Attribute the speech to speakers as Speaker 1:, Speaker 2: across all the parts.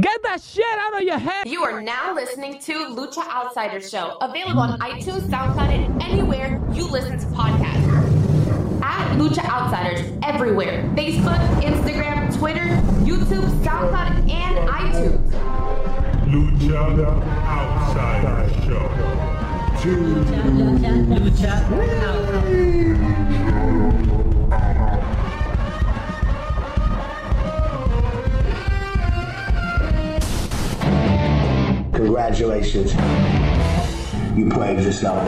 Speaker 1: Get that shit out of your head.
Speaker 2: You are now listening to Lucha Outsider Show, available on iTunes, SoundCloud, and anywhere you listen to podcasts. At Lucha Outsiders everywhere Facebook, Instagram, Twitter, YouTube, SoundCloud, and iTunes.
Speaker 3: Lucha Outside Show. Two
Speaker 4: Congratulations. You played yourself.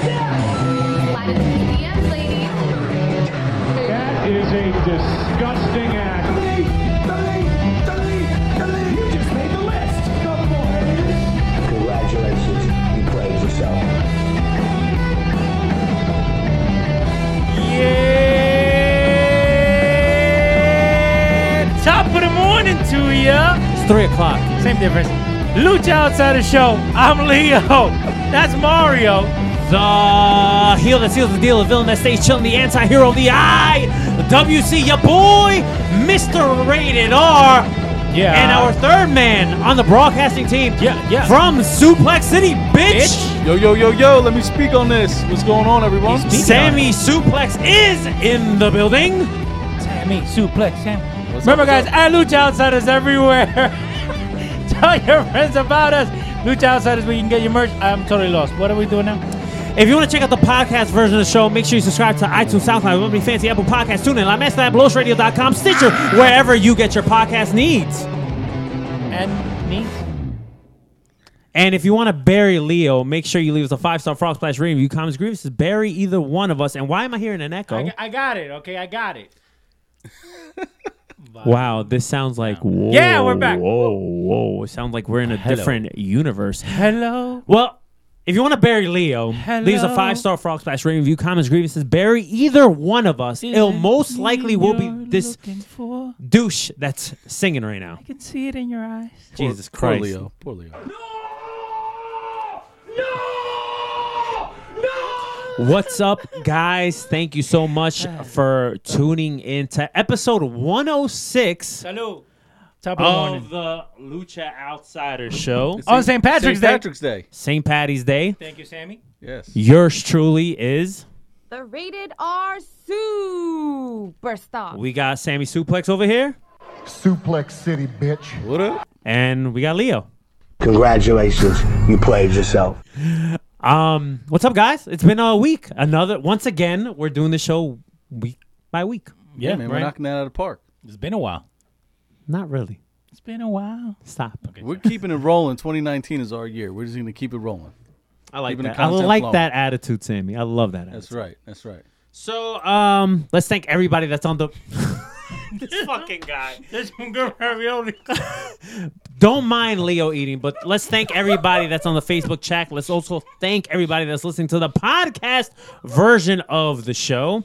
Speaker 2: Slide into the DMs, ladies.
Speaker 5: That is a disgusting act.
Speaker 4: Congratulations. You played yourself.
Speaker 6: Yeah! Top of the morning to ya.
Speaker 1: It's three o'clock.
Speaker 6: Same difference. Lucha Outsider Show. I'm Leo. That's Mario.
Speaker 1: The heel that seals the deal, the villain that stays chilling, the anti-hero, the I, WC, your boy, Mr. Rated R,
Speaker 6: Yeah.
Speaker 1: and our third man on the broadcasting team.
Speaker 6: Yeah, yeah.
Speaker 1: From Suplex City, bitch.
Speaker 6: bitch.
Speaker 7: Yo, yo, yo, yo, let me speak on this. What's going on, everyone?
Speaker 1: Sammy Suplex is in the building.
Speaker 6: Sammy Suplex Sam. Remember, guys, at Lucha Outsiders everywhere. Tell your friends about us. Lucha Outsiders, where you can get your merch. I'm totally lost. What are we doing now?
Speaker 1: If you want to check out the podcast version of the show, make sure you subscribe to iTunes, SoundCloud, Ruby Fancy, Apple Podcasts, TuneIn, La Mesa, BlowsRadio.com, Stitcher, wherever you get your podcast needs.
Speaker 6: And me?
Speaker 1: And if you want to bury Leo, make sure you leave us a five star frog splash review, comments, grievances. Bury either one of us. And why am I hearing an echo?
Speaker 6: I, I got it, okay? I got it.
Speaker 1: wow, this sounds like whoa,
Speaker 6: Yeah, we're back.
Speaker 1: Whoa, whoa! It sounds like we're in a different universe.
Speaker 6: Hello.
Speaker 1: Well, if you want to bury Leo, leave us a
Speaker 6: Hello.
Speaker 1: five star frog splash rating, review, comments, grievances. Bury either one of us. It'll most likely will be this
Speaker 6: For?
Speaker 1: douche that's singing right now.
Speaker 6: I can see it in your eyes.
Speaker 1: Jesus
Speaker 7: Poor
Speaker 1: Christ!
Speaker 7: Leo. Poor Leo.
Speaker 1: What's up, guys? Thank you so much for tuning in to episode 106
Speaker 6: Hello. Top of the
Speaker 1: of
Speaker 6: morning.
Speaker 1: the Lucha Outsider Show.
Speaker 6: On St. Patrick's Day.
Speaker 7: Patrick's Day.
Speaker 1: St. Patty's Day.
Speaker 6: Thank you, Sammy.
Speaker 7: Yes.
Speaker 1: Yours truly is.
Speaker 2: The rated R Superstar.
Speaker 1: We got Sammy Suplex over here,
Speaker 8: Suplex City, bitch.
Speaker 7: What up?
Speaker 1: and we got Leo.
Speaker 4: Congratulations. You played yourself.
Speaker 1: Um, what's up, guys? It's been a week. Another once again, we're doing the show week by week.
Speaker 6: Yeah,
Speaker 7: Man, we're knocking that out of the park.
Speaker 6: It's been a while.
Speaker 1: Not really.
Speaker 6: It's been a while.
Speaker 1: Stop.
Speaker 7: We're keeping it rolling. 2019 is our year. We're just going to keep it rolling.
Speaker 1: I like
Speaker 7: Keeping the
Speaker 1: that. I
Speaker 7: content
Speaker 1: like
Speaker 7: flowing.
Speaker 1: that attitude, Sammy. I love that.
Speaker 7: That's
Speaker 1: Attitude.
Speaker 7: right. That's right.
Speaker 1: So, um, let's thank everybody that's on the. this fucking guy.
Speaker 6: There's some good ravioli.
Speaker 1: Don't mind Leo eating, but let's thank everybody that's on the Facebook chat. Let's also thank everybody that's listening to the podcast version of the show.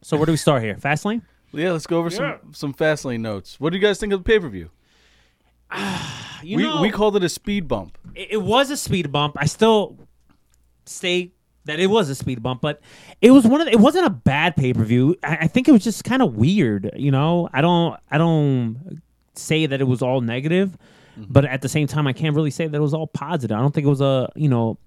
Speaker 1: So, where do we start here? Fastlane.
Speaker 7: Yeah, let's go over some some fast lane notes. What do you guys think of the pay per view?
Speaker 1: You
Speaker 7: We,
Speaker 1: know,
Speaker 7: we called it a speed bump.
Speaker 1: it it was a speed bump. I still say that it was a speed bump, but it was one of the, it wasn't a bad pay per view. I, I think it was just kind of weird. You know, I don't I don't say that it was all negative, but at the same time, I can't really say that it was all positive. I don't think it was a you know.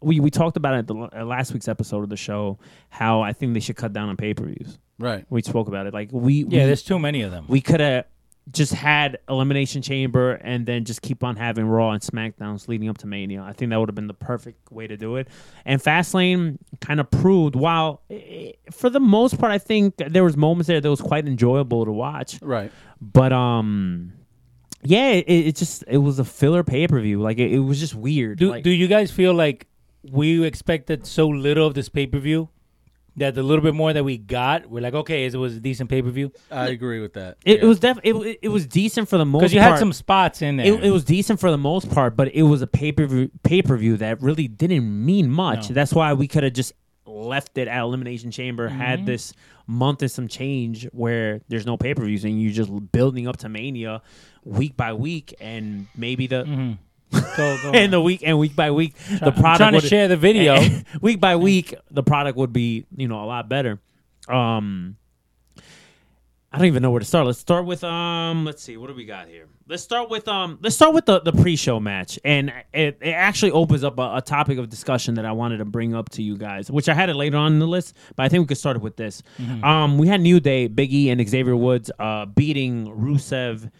Speaker 1: We, we talked about it at the l- uh, last week's episode of the show how I think they should cut down on pay per views.
Speaker 7: Right.
Speaker 1: We spoke about it like we
Speaker 6: Yeah,
Speaker 1: we,
Speaker 6: there's too many of them.
Speaker 1: we could have just had Elimination Chamber and then just keep on having Raw and SmackDowns leading up to Mania. I think that would have been the perfect way to do it. And Fastlane kind of proved, while eh, for the most part, I think there was moments there that was quite enjoyable to watch.
Speaker 7: Right.
Speaker 1: But um, yeah, it, it just it was a filler pay per view. Like it, it was just weird.
Speaker 6: do,
Speaker 1: Like,
Speaker 6: do you guys feel like we expected so little of this pay per view that the little bit more that we got, we're like, okay, it was a decent pay per view?
Speaker 7: I agree with that.
Speaker 1: it, it
Speaker 7: Yeah.
Speaker 1: was definitely it, it was decent for the most.
Speaker 6: Because you had
Speaker 1: part.
Speaker 6: some spots in there.
Speaker 1: it, it was decent for the most part, but it was a pay per view pay per view that really didn't mean much. That's why we could have just left it at Elimination Chamber, had this month and some change where there's no pay
Speaker 6: Mm-hmm.
Speaker 1: per views and you're just building up to Mania week by week, and maybe the
Speaker 6: Go, go.
Speaker 1: and the week and week by week the
Speaker 6: I'm
Speaker 1: product
Speaker 6: trying to
Speaker 1: would-
Speaker 6: share the video.
Speaker 1: week by week the product would be you know a lot better um i don't even know where to start let's start with um let's see what do we got here let's start with um let's start with the, the pre-show match and it, it actually opens up a, a topic of discussion that i wanted to bring up to you guys which i had it later on in the list but i think we could start it with this
Speaker 6: Mm-hmm.
Speaker 1: um we had new day biggie and xavier woods uh beating rusev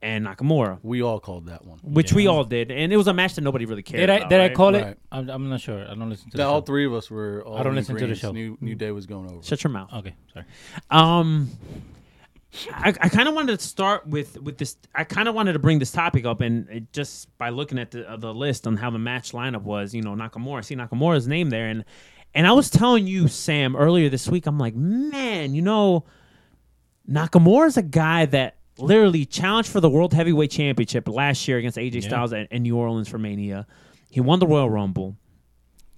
Speaker 1: and nakamura
Speaker 7: We all called that one.
Speaker 1: which we all did, and it was a match that nobody really cared
Speaker 6: Did I
Speaker 1: about.
Speaker 6: did I
Speaker 1: right?
Speaker 6: call
Speaker 7: Right.
Speaker 6: it? I'm, I'm not sure. I don't listen to
Speaker 7: That
Speaker 6: the
Speaker 7: all
Speaker 6: show.
Speaker 7: three of us were. All
Speaker 6: I don't
Speaker 7: in
Speaker 6: listen to the
Speaker 7: agreeance.
Speaker 6: show.
Speaker 7: New, New Day was going over.
Speaker 1: Shut your mouth.
Speaker 6: Okay, sorry.
Speaker 1: Um, I, I kind of wanted to start with with this. I kind of wanted to bring this topic up, and it just by looking at the uh, the list on how the match lineup was, you know, Nakamura. I see Nakamura's name there, and and I was telling you, Sam, earlier this week. I'm like, man, you know, Nakamura's a guy that literally challenged for the World Heavyweight Championship last year against AJ Styles in, in New Orleans for Mania. He won the Royal Rumble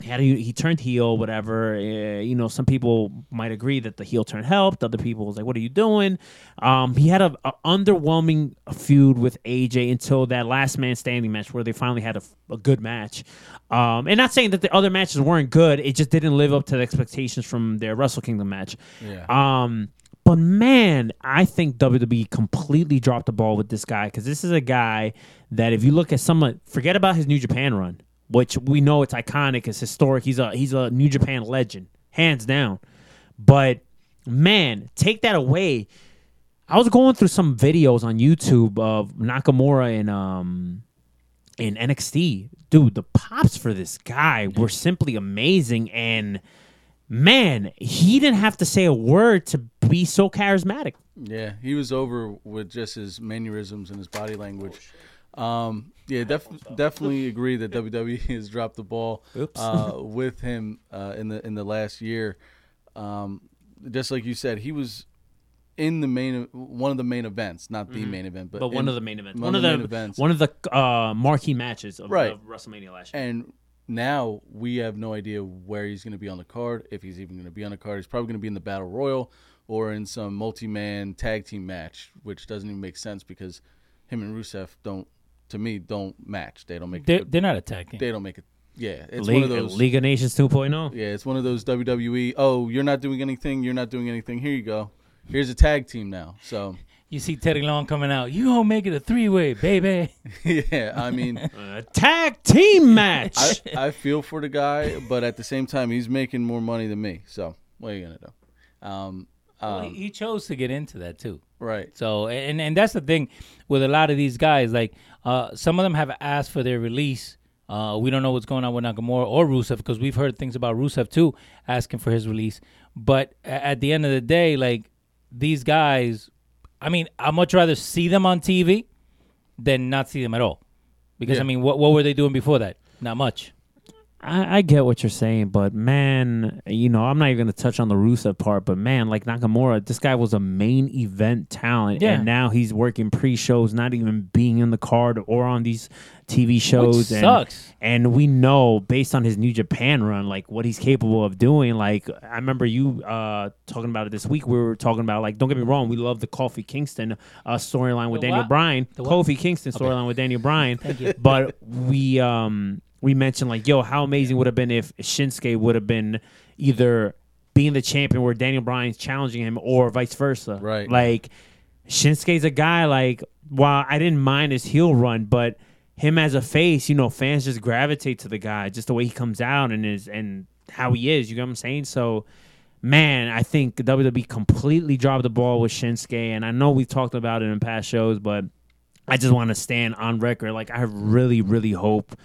Speaker 1: had he, he turned heel, whatever. Uh, you know, some people might agree that the heel turn helped. Other people was like, "What are you doing?" Um, he had a, a underwhelming feud with AJ until that last man standing match where they finally had a, f- a good match. Um, and not saying that the other matches weren't good, it just didn't live up to the expectations from their Wrestle Kingdom match.
Speaker 7: Yeah.
Speaker 1: Um, but man, I think WWE completely dropped the ball with this guy because this is a guy that if you look at someone, forget about his New Japan run, which we know it's iconic, it's historic. He's a he's a New Japan legend, hands down. But man, take that away. I was going through some videos on YouTube of Nakamura and um and NXT. Dude, the pops for this guy were simply amazing and man, he didn't have to say a word to be so charismatic.
Speaker 7: Yeah, he was over with just his mannerisms and his body
Speaker 1: Oh,
Speaker 7: language. um, yeah, def- definitely agree that WWE has dropped the ball uh, with him uh, in the in the last year. Um, just like you said, he was in the main one of the main events, not the main event, but,
Speaker 1: Mm-hmm. But one
Speaker 7: in-
Speaker 1: of the main events,
Speaker 7: one of the main events.
Speaker 1: one of the uh, marquee matches of,
Speaker 7: Right.
Speaker 1: of WrestleMania last year.
Speaker 7: and now we have no idea where he's going to be on the card, if he's even going to be on the card. He's probably going to be in the Battle Royal or in some multi-man tag team match, which doesn't even make sense because him and Rusev don't, to me, don't match. They don't make.
Speaker 6: They're,
Speaker 7: a good-
Speaker 6: they're not attacking.
Speaker 7: they don't make it. Yeah, it's
Speaker 1: League,
Speaker 7: one of those.
Speaker 1: League of Nations oh. 2.0.
Speaker 7: Yeah, it's one of those WWE. Oh, you're not doing anything. You're not doing anything. Here you go. Here's a tag team now. So
Speaker 6: you see Teddy Long coming out. You gonna make it a three way, baby.
Speaker 7: yeah, I mean.
Speaker 1: A Uh, tag team match.
Speaker 7: I, I feel for the guy, but at the same time, he's making more money than me. So what are you gonna do? Um,
Speaker 6: Well, he he chose to get into that too.
Speaker 7: right.
Speaker 6: So and and that's the thing with a lot of these guys. Like uh, some of them have asked for their release. Uh, we don't know what's going on with Nakamura or Rusev because we've heard things about Rusev too asking for his release. But a- at the end of the day, like these guys, I mean, I much rather see them on TV than not see them at all. Because I mean, what what were they doing before that? Not much.
Speaker 1: I, I get what you're saying, but man, you know, I'm not even gonna touch on the Rusev part, but man, like Nakamura, this guy was a main event talent,
Speaker 6: Yeah.
Speaker 1: and now he's working pre-shows, not even being in the card or on these TV shows. and,
Speaker 6: sucks.
Speaker 1: And we know based on his New Japan run, like what he's capable of doing. Like I remember you uh talking about it this week. We were talking about like, don't get me wrong, we love the Kofi Kingston uh, storyline with
Speaker 6: The
Speaker 1: Daniel
Speaker 6: what?
Speaker 1: Bryan,
Speaker 6: The what?
Speaker 1: Kofi Kingston storyline with Daniel Bryan. But we um we mentioned like, yo, how amazing would have been if Shinsuke would have been either being the champion where Daniel Bryan's challenging him or vice versa.
Speaker 7: Right.
Speaker 1: Like Shinsuke's a guy like while I didn't mind his heel run, but him as a face, you know, fans just gravitate to the guy, just the way he comes out and is and how he is, you know what I'm saying? So man, I think WWE completely dropped the ball with Shinsuke, and I know we've talked about it in past shows, but I just want to stand on record. Like, I really, really hope,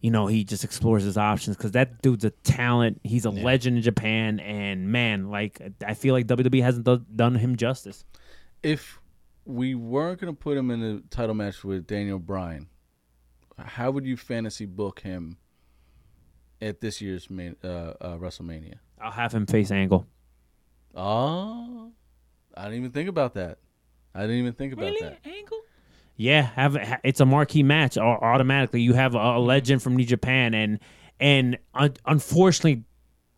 Speaker 1: you know, he just explores his options because that dude's a talent. He's a legend in Japan, and man, like, I feel like WWE hasn't do- done him justice.
Speaker 7: If we weren't gonna put him in a title match with Daniel Bryan, how would you fantasy book him at this year's main, uh, uh, WrestleMania?
Speaker 1: I'll have him face Angle.
Speaker 7: Oh, I didn't even think about that. I didn't even think about that.
Speaker 6: Angle?
Speaker 1: Yeah, have ha- it's a marquee match. au- Automatically, you have a, a legend from New Japan, and and un- unfortunately,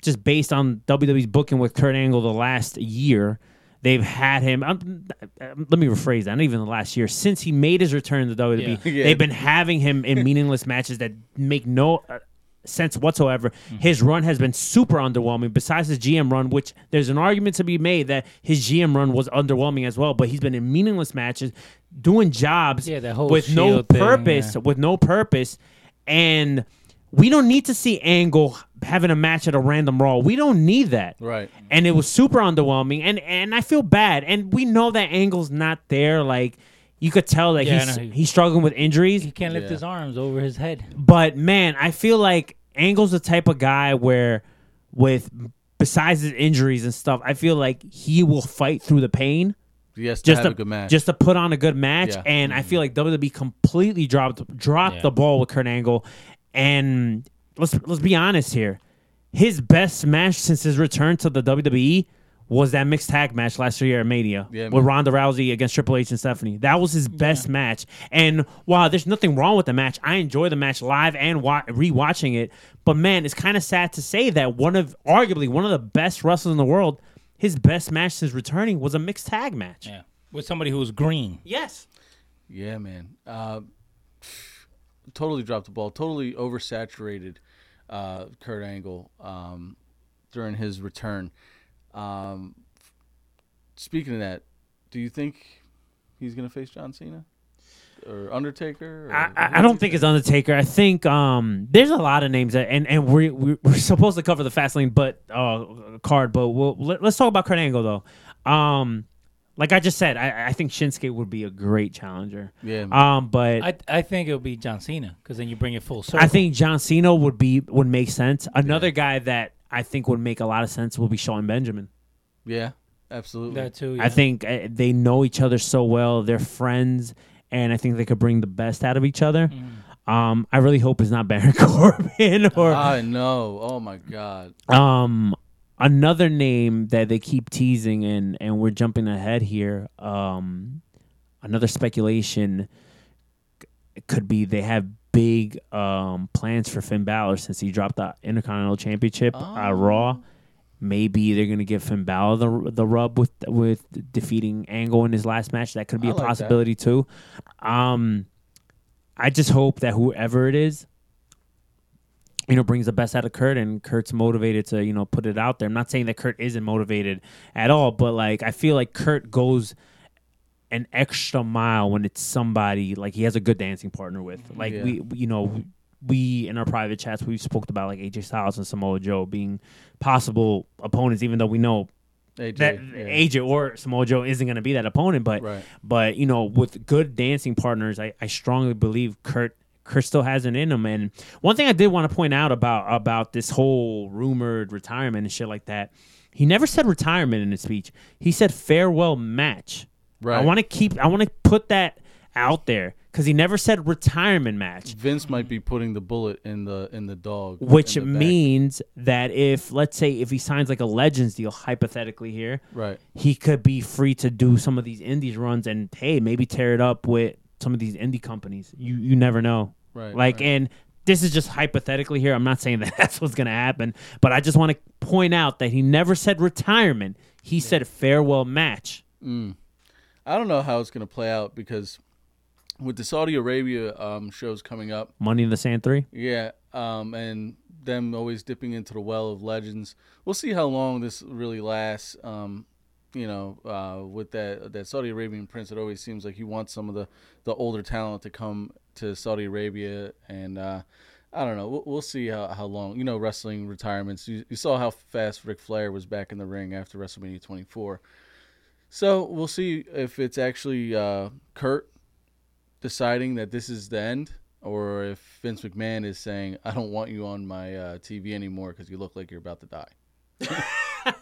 Speaker 1: just based on WWE's booking with Kurt Angle the last year, They've had him. um, um, let me rephrase that. Not even the last year since he made his return to WWE,
Speaker 7: Yeah.
Speaker 1: they've been having him in meaningless matches that make no uh, sense whatsoever.
Speaker 6: Mm-hmm.
Speaker 1: His run has been super underwhelming. Besides his GM run, which there's an argument to be made that his GM run was underwhelming as well, but he's been in meaningless matches, doing jobs
Speaker 6: Yeah, that whole
Speaker 1: with no
Speaker 6: Shield thing,
Speaker 1: purpose,
Speaker 6: yeah.
Speaker 1: with no purpose, and we don't need to see Angle having a match at a random Raw. We don't need that,
Speaker 7: Right.
Speaker 1: And it was super underwhelming, and and I feel bad, and we know that Angle's not there. Like you could tell that
Speaker 6: Yeah, I
Speaker 1: he's
Speaker 6: know. He-
Speaker 1: he's struggling with injuries,
Speaker 6: He can't lift
Speaker 7: Yeah.
Speaker 6: his arms over his head.
Speaker 1: but man, I feel like Angle's the type of guy where, with besides his injuries and stuff, I feel like he will fight through the pain
Speaker 7: Yes, to
Speaker 1: just
Speaker 7: have
Speaker 1: to
Speaker 7: a good match.
Speaker 1: just to put on a good match.
Speaker 7: Yeah.
Speaker 1: And I feel like WWE completely dropped
Speaker 6: Mm-hmm.
Speaker 1: dropped
Speaker 6: Yeah.
Speaker 1: the ball with Kurt Angle. And let's let's be honest here, his best match since his return to the WWE was that mixed tag match last year at Mania
Speaker 7: Yeah,
Speaker 1: with
Speaker 7: man.
Speaker 1: Ronda Rousey against Triple H and Stephanie. That was his best match. And while there's nothing wrong with the match, I enjoy the match live and wa- rewatching it. But man, it's kind of sad to say that one of arguably one of the best wrestlers in the world. His best match since returning was a mixed tag match.
Speaker 6: Yeah. With somebody who was green.
Speaker 1: Yes.
Speaker 7: Yeah, man. Uh, totally dropped the ball. Totally oversaturated uh, Kurt Angle um, during his return. Um, speaking of that, do you think he's gonna face John Cena or Undertaker? Or
Speaker 1: I, I I don't think it's Undertaker. I think um, there's a lot of names that, and and we we- we're supposed to cover the fast lane, but uh, card. But we'll let, us talk about Kurt Angle though. Um, like I just said, I, I think Shinsuke would be a great challenger.
Speaker 7: Yeah, man.
Speaker 1: Um, but I,
Speaker 6: I I think it'll be John Cena because then you bring it full circle.
Speaker 1: I think John Cena would be would make sense. Another guy that I think would make a lot of sense would be Sean Benjamin.
Speaker 7: yeah, absolutely.
Speaker 6: that too.
Speaker 1: I
Speaker 6: yeah.
Speaker 1: think uh, they know each other so well. They're friends, and I think they could bring the best out of each other. Um, I really hope it's not Baron Corbin or
Speaker 7: I know. Oh my God.
Speaker 1: um, another name that they keep teasing, and and we're jumping ahead here. Um, another speculation c- could be they have big um, plans for Finn Balor since he dropped the Intercontinental Championship
Speaker 7: Oh.
Speaker 1: uh, Raw. Maybe they're gonna give Finn Balor the the rub with with defeating Angle in his last match. That could be
Speaker 7: I
Speaker 1: a
Speaker 7: like that.
Speaker 1: possibility too. Um, I just hope that whoever it is, you know, brings the best out of Kurt and Kurt's motivated to you know put it out there. I'm not saying that Kurt isn't motivated at all, but like I feel like Kurt goes an extra mile when it's somebody like he has a good dancing partner with. Like
Speaker 7: Yeah.
Speaker 1: we, we- you know, we in our private chats we spoke about like AJ Styles and Samoa Joe being possible opponents, even though we know
Speaker 7: AJ.
Speaker 1: that
Speaker 7: yeah.
Speaker 1: AJ or Samoa Joe isn't going to be that opponent. But
Speaker 7: Right.
Speaker 1: but you know, with good dancing partners, I, I strongly believe Kurt Kurt still has it in him. And one thing I did want to point out about about this whole rumored retirement and shit like that, he never said retirement in his speech. He said farewell match.
Speaker 7: Right.
Speaker 1: I want to keep. I want to put that out there because he never said retirement match
Speaker 7: Vince might be putting the bullet in the in the dog.
Speaker 1: which
Speaker 7: in the back.
Speaker 1: means that if let's say if he signs like a legends deal hypothetically here
Speaker 7: Right.
Speaker 1: he could be free to do some of these indies runs and hey maybe tear it up with some of these indie companies you you never know
Speaker 7: Right,
Speaker 1: like
Speaker 7: right.
Speaker 1: and this is just hypothetically here i'm not saying that that's what's going to happen but i just want to point out that he never said retirement he said farewell match
Speaker 7: I don't know how it's going to play out because with the Saudi Arabia um, shows coming up,
Speaker 1: money in the sand 3
Speaker 7: yeah, um, and them always dipping into the well of legends. We'll see how long this really lasts. Um, you know, uh, with that that Saudi Arabian prince, it always seems like he wants some of the the older talent to come to Saudi Arabia, and uh, I don't know. We'll, we'll see how, how long. You know, wrestling retirements. You, you saw how fast Ric Flair was back in the ring after WrestleMania 24. So we'll see if it's actually uh, Kurt deciding that this is the end, or if Vince McMahon is saying, "I don't want you on my uh, TV anymore because you look like you're about to die."
Speaker 6: I,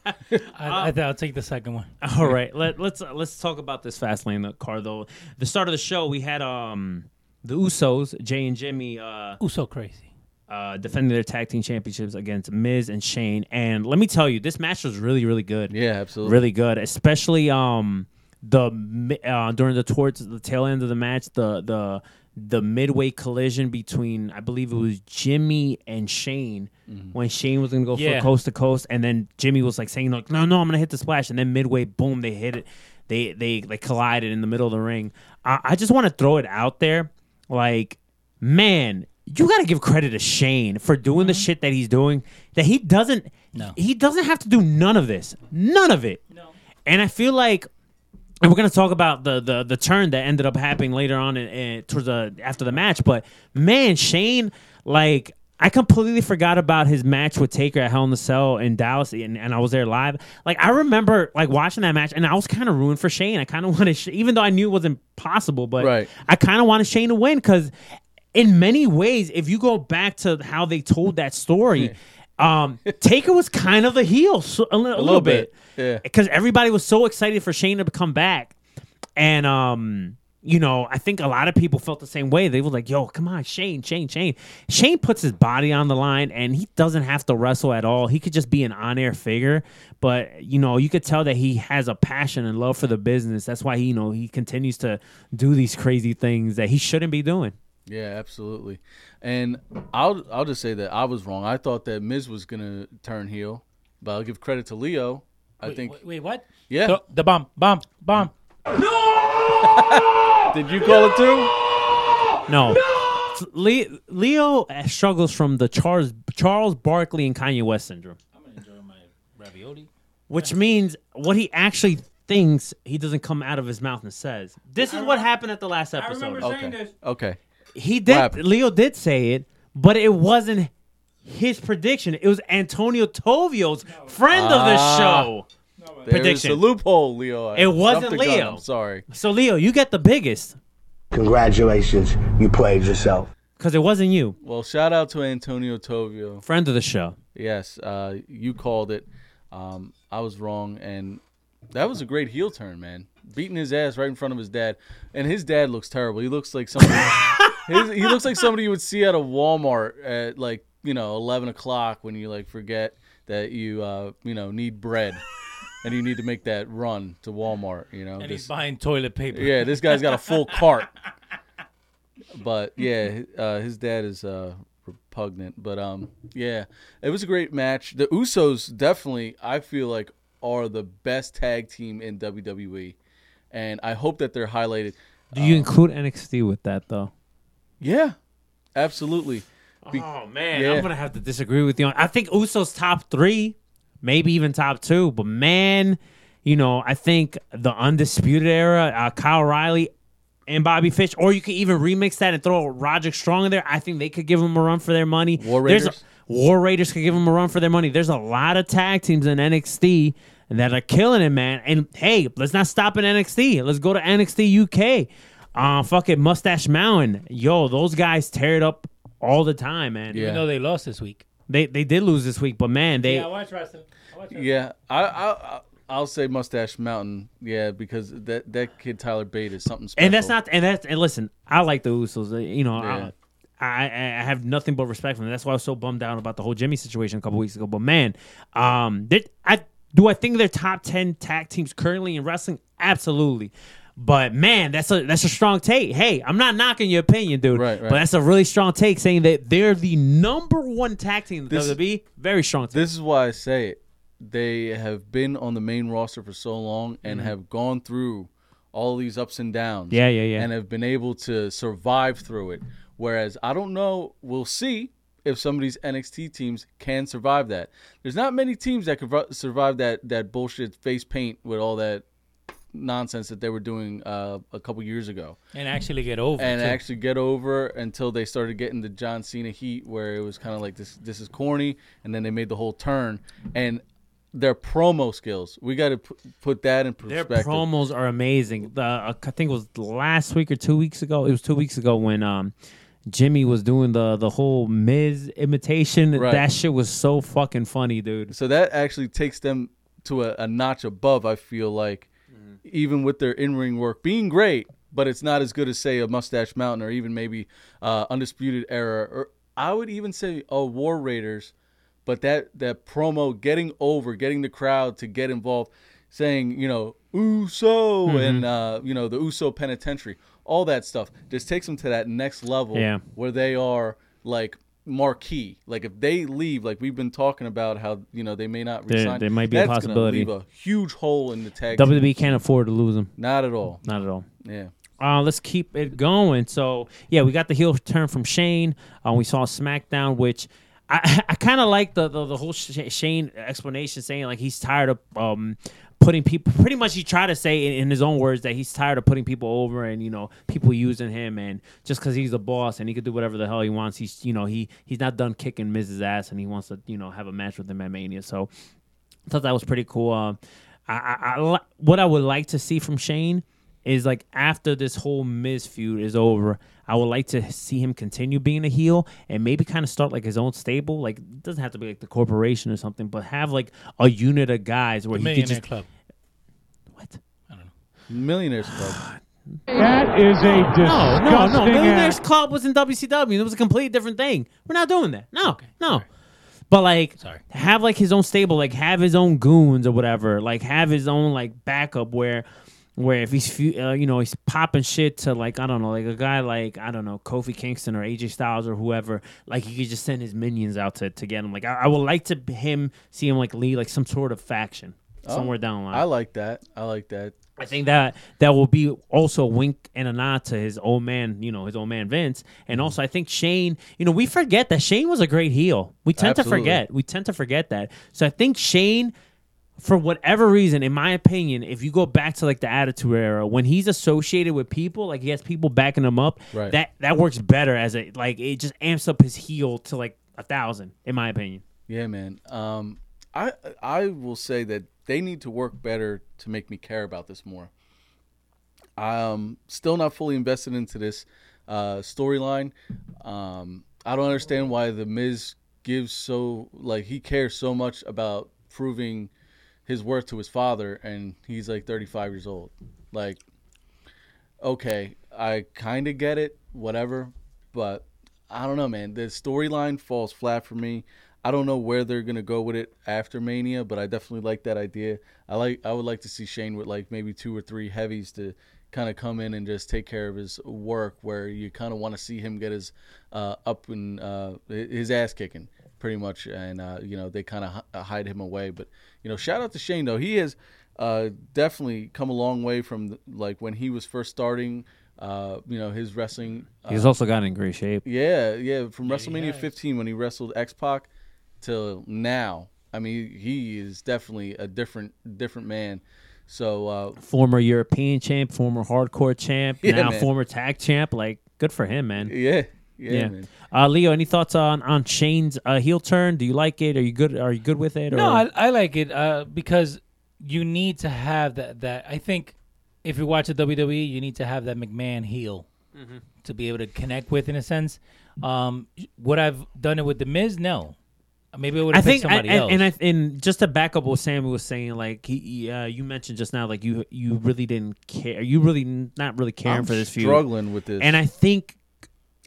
Speaker 6: I think I'll take the second one.
Speaker 1: All right, let, let's uh, let's talk about this fast lane uh, car though. The start of the show, we had um the Usos, Jay and Jimmy, uh,
Speaker 6: Who's so crazy?
Speaker 1: uh, defending their tag team championships against Miz and Shane. And let me tell you, this match was really really good,
Speaker 7: Yeah, absolutely.
Speaker 1: really good, especially um the mi- uh, during the towards the tail end of the match, the the the midway collision between I believe it was Jimmy and Shane when Shane was gonna go
Speaker 6: Yeah.
Speaker 1: for coast to coast, and then Jimmy was like saying like no no I'm gonna hit the splash, and then midway boom they hit it, they they like collided in the middle of the ring. I, I just want to throw it out there, like man. You gotta give credit to Shane for doing the shit that he's doing. That he doesn't,
Speaker 6: Mm-hmm. No.
Speaker 1: he doesn't have to do none of this, none of it. No. And I feel like and we're gonna talk about the the the turn that ended up happening later on in, in, towards the after the match. But man, Shane, like I completely forgot about his match with Taker at Hell in the Cell in Dallas, and, and I was there live. Like I remember like watching that match, and I was kind of ruined for Shane. I kind of wanted, Sh- even though I knew it wasn't possible, but
Speaker 7: Right.
Speaker 1: I kind of wanted Shane to win because, in many ways, if you go back to how they told that story. Um, Taker was kind of the heel, so, a, li- a little,
Speaker 7: little
Speaker 1: bit,
Speaker 7: bit, yeah.
Speaker 1: because everybody was so excited for Shane to come back, and um, you know, I think a lot of people felt the same way. They were like, "Yo, come on, Shane, Shane, Shane." Shane puts his body on the line, and he doesn't have to wrestle at all. He could just be an on-air figure, but you know, you could tell that he has a passion and love for the business. That's why you know he continues to do these crazy things that he shouldn't be doing.
Speaker 7: Yeah, absolutely. And I'll I'll just say that I was wrong. I thought that Miz was gonna turn heel, but I'll give credit to Leo. I think.
Speaker 6: Wait, what?
Speaker 7: Yeah.
Speaker 6: Throw- the bomb, bomb, bomb.
Speaker 7: Did you call it too?
Speaker 1: No. Le- Leo uh, struggles from the Charles Charles Barkley and Kanye West syndrome.
Speaker 6: Ravioli.
Speaker 1: which means what he actually thinks he doesn't come out of his mouth and says. This is what happened at the last episode.
Speaker 6: saying
Speaker 7: Okay.
Speaker 6: this.
Speaker 7: Okay.
Speaker 1: He did.
Speaker 7: happened?
Speaker 1: Leo did say it, but it wasn't his prediction. It was Antonio Tovio's friend of
Speaker 7: Ah.
Speaker 1: the show.
Speaker 7: There's a
Speaker 1: Prediction.
Speaker 7: loophole, Leo. I
Speaker 1: It wasn't
Speaker 7: jumped the gun.
Speaker 1: Leo.
Speaker 7: I'm sorry.
Speaker 1: So Leo, you get the biggest
Speaker 4: Congratulations, you played yourself.
Speaker 1: because it wasn't you,
Speaker 7: Well, shout out to Antonio Tovio.
Speaker 1: friend of the show.
Speaker 7: Yes, uh, you called it. Um, I was wrong, and that was a great heel turn, man. Beating his ass right in front of his dad, and his dad looks terrible. He looks like somebody. his, he looks like somebody you would see at a Walmart at like you know eleven o'clock when you like forget that you uh, you know need bread, and you need to make that run to Walmart. You know,
Speaker 6: And
Speaker 7: just-
Speaker 6: he's buying toilet paper.
Speaker 7: yeah, this guy's got a full cart. But yeah, uh, his dad is uh, repugnant. But um, yeah, it was a great match. The Usos definitely, I feel like, are the best tag team in WWE, and I hope that they're highlighted.
Speaker 1: Do
Speaker 7: Oh.
Speaker 1: you include NXT with that though?
Speaker 7: Yeah, absolutely. Be-
Speaker 1: Oh man,
Speaker 7: Yeah.
Speaker 1: I'm gonna have to disagree with you. On, I think Usos top three, maybe even top two. But man, you know, I think the undisputed era, uh, Kyle O'Reilly and Bobby Fish, or you could even remix that and throw Roderick Strong in there. I think they could give him a run for their money.
Speaker 7: War
Speaker 1: There's a-
Speaker 7: Raiders?
Speaker 1: War Raiders could give him a run for their money. There's a lot of tag teams in NXT that are killing it, man. And hey, let's not stop in NXT. Let's go to NXT UK. Uh, fuck it, Mustache Mountain. Yo, those guys tear it up all the time, man.
Speaker 7: Yeah.
Speaker 6: Even though they lost this week.
Speaker 1: They they did lose this week, but man, they
Speaker 6: Yeah, I watch wrestling. I watch wrestling.
Speaker 7: Yeah, I, I I- I'll say Mustache Mountain. Yeah, because that that kid Tyler Bate is something special.
Speaker 1: and that's not and that's and listen, I like the Usos. uh, You know,
Speaker 7: Yeah.
Speaker 1: I, I I have nothing but respect for them. That's why I was so bummed out about the whole Jimmy situation a couple weeks ago. But man, um, they- I do I think they're top ten tag teams currently in wrestling? Absolutely. But man, that's a that's a strong take. Hey, I'm not knocking your opinion, dude.
Speaker 7: Right, right.
Speaker 1: But that's a really strong take saying that they're the number one tag team in the
Speaker 7: This-
Speaker 1: WWE. Very strong take.
Speaker 7: This is why I say it. They have been on the main roster for so long and have gone through all these ups and downs.
Speaker 1: Mm-hmm. Yeah, yeah, yeah.
Speaker 7: And have been able to survive through it. Whereas I don't know, we'll see if some of these NXT teams can survive that. There's not many teams that could ru- survive that that bullshit face paint with all that nonsense that they were doing uh, a couple years ago
Speaker 6: And actually get over.
Speaker 7: and
Speaker 6: too.
Speaker 7: actually get over until they started getting the John Cena heat, where it was kind of like this this is corny, and then they made the whole turn and their promo skills. We got to p- put that in
Speaker 1: Their
Speaker 7: perspective.
Speaker 1: promos are amazing. The uh, I think it was last week or two weeks ago. It was two weeks ago when um Jimmy was doing the the whole Miz imitation.
Speaker 7: Right.
Speaker 1: That shit was so fucking funny, dude.
Speaker 7: so that actually takes them to a, a notch above. I feel like even with their in ring work being great, but it's not as good as say a Mustache Mountain or even maybe uh, Undisputed Era or I would even say a War Raiders. But that that promo, getting over, getting the crowd to get involved. saying, you know, Uso
Speaker 1: Mm-hmm.
Speaker 7: and uh, you know the Uso Penitentiary, all that stuff, just takes them to that next level
Speaker 1: Yeah.
Speaker 7: where they are like marquee. Like if they leave, like we've been talking about how you know they may not
Speaker 1: There-
Speaker 7: resign.
Speaker 1: there might be a
Speaker 7: that's gonna
Speaker 1: possibility. E
Speaker 7: Leave a huge hole in the tag. team.
Speaker 1: WWE can't afford to lose him.
Speaker 7: Not at all.
Speaker 1: Not at all.
Speaker 7: Yeah.
Speaker 1: Uh, let's keep it going. So yeah, we got the heel turn from Shane. Uh, we saw SmackDown, which I, I kind of like the, the the whole Sh- Shane explanation, saying like he's tired of um putting people. Pretty much, he tried to say in, in his own words that he's tired of putting people over and you know people using him and just because he's the boss and he could do whatever the hell he wants. He's you know he he's not done kicking Miz's ass and he wants to you know have a match with him at Mania. So thought that was pretty cool. Um, I, I, I li- what I would like to see from Shane is like after this whole Miz feud is over, I would like to see him continue being a heel and maybe kind of start like his own stable. Like it doesn't have to be like the corporation or something, but have like a unit of guys where he
Speaker 6: Millionaire
Speaker 1: can just
Speaker 6: Club.
Speaker 1: what.
Speaker 7: Millionaires Club.
Speaker 5: That is a disgusting
Speaker 1: No, no, no. Millionaires
Speaker 5: act.
Speaker 1: Club was in WCW. It was a completely different thing. We're not doing that. No, no. But like,
Speaker 6: Sorry.
Speaker 1: have like his own stable, like have his own goons or whatever, like have his own like backup where, where if he's fu- uh, you know he's popping shit to like I don't know like a guy like I don't know Kofi Kingston or AJ Styles or whoever, like he could just send his minions out to to get him. Like I, I would like to b- him see him like lead like some sort of faction somewhere down the line.
Speaker 7: I like that. I like that.
Speaker 1: I think that that will be also a wink and a nod to his old man, you know, his old man Vince. And also, I think Shane, you know, we forget that Shane was a great heel. We tend
Speaker 7: Absolutely.
Speaker 1: to forget. We tend to forget that. So I think Shane, for whatever reason, in my opinion, if you go back to like the Attitude Era, when he's associated with people, like he has people backing him up,
Speaker 7: Right.
Speaker 1: that that works better as a like it just amps up his heel to like a thousand, in my opinion.
Speaker 7: Yeah, man. Um, I I will say that they need to work better to make me care about this more. I'm still not fully invested into this uh, storyline. Um, I don't understand why the Miz gives so like he cares so much about proving his worth to his father, and he's like 35 years old. Like, okay, I kind of get it, whatever, but I don't know, man. The storyline falls flat for me. I don't know where they're gonna go with it after Mania, but I definitely like that idea. I like. I would like to see Shane with like maybe two or three heavies to kind of come in and just take care of his work, where you kind of want to see him get his uh, up and uh, his ass kicking pretty much, and uh, you know they kind of h- uh, hide him away. But you know, shout out to Shane though. He has uh, definitely come a long way from like when he was first starting. Uh, you know his wrestling uh,
Speaker 1: He's also got in great shape.
Speaker 7: yeah, yeah. From WrestleMania 15 when he wrestled X Pac till now, I mean, he is definitely a different different man. So uh,
Speaker 1: Former European champ, former hardcore champ,
Speaker 7: Yeah,
Speaker 1: now
Speaker 7: man.
Speaker 1: former tag champ. Like, good for him, man.
Speaker 7: yeah, yeah,
Speaker 1: Yeah.
Speaker 7: man.
Speaker 1: Uh, Leo, any thoughts on on Shane's uh, heel turn? Do you like it? Are you good? Are you good with it?
Speaker 6: No,
Speaker 1: or-
Speaker 6: I, I like it uh, because you need to have that. That I think if you watch the WWE, you need to have that McMahon heel
Speaker 7: Mm-hmm.
Speaker 6: to be able to connect with in a sense. Um, would I've done it with the Miz? No, maybe I would
Speaker 1: I
Speaker 6: have picked
Speaker 1: think, I,
Speaker 6: somebody else.
Speaker 1: and, and I and just to back up what Sammy was saying, like he, he, uh, you mentioned just now, like you you really didn't care, you really n- not really caring
Speaker 7: I'm
Speaker 1: for this feud,
Speaker 7: struggling with this,
Speaker 1: and I think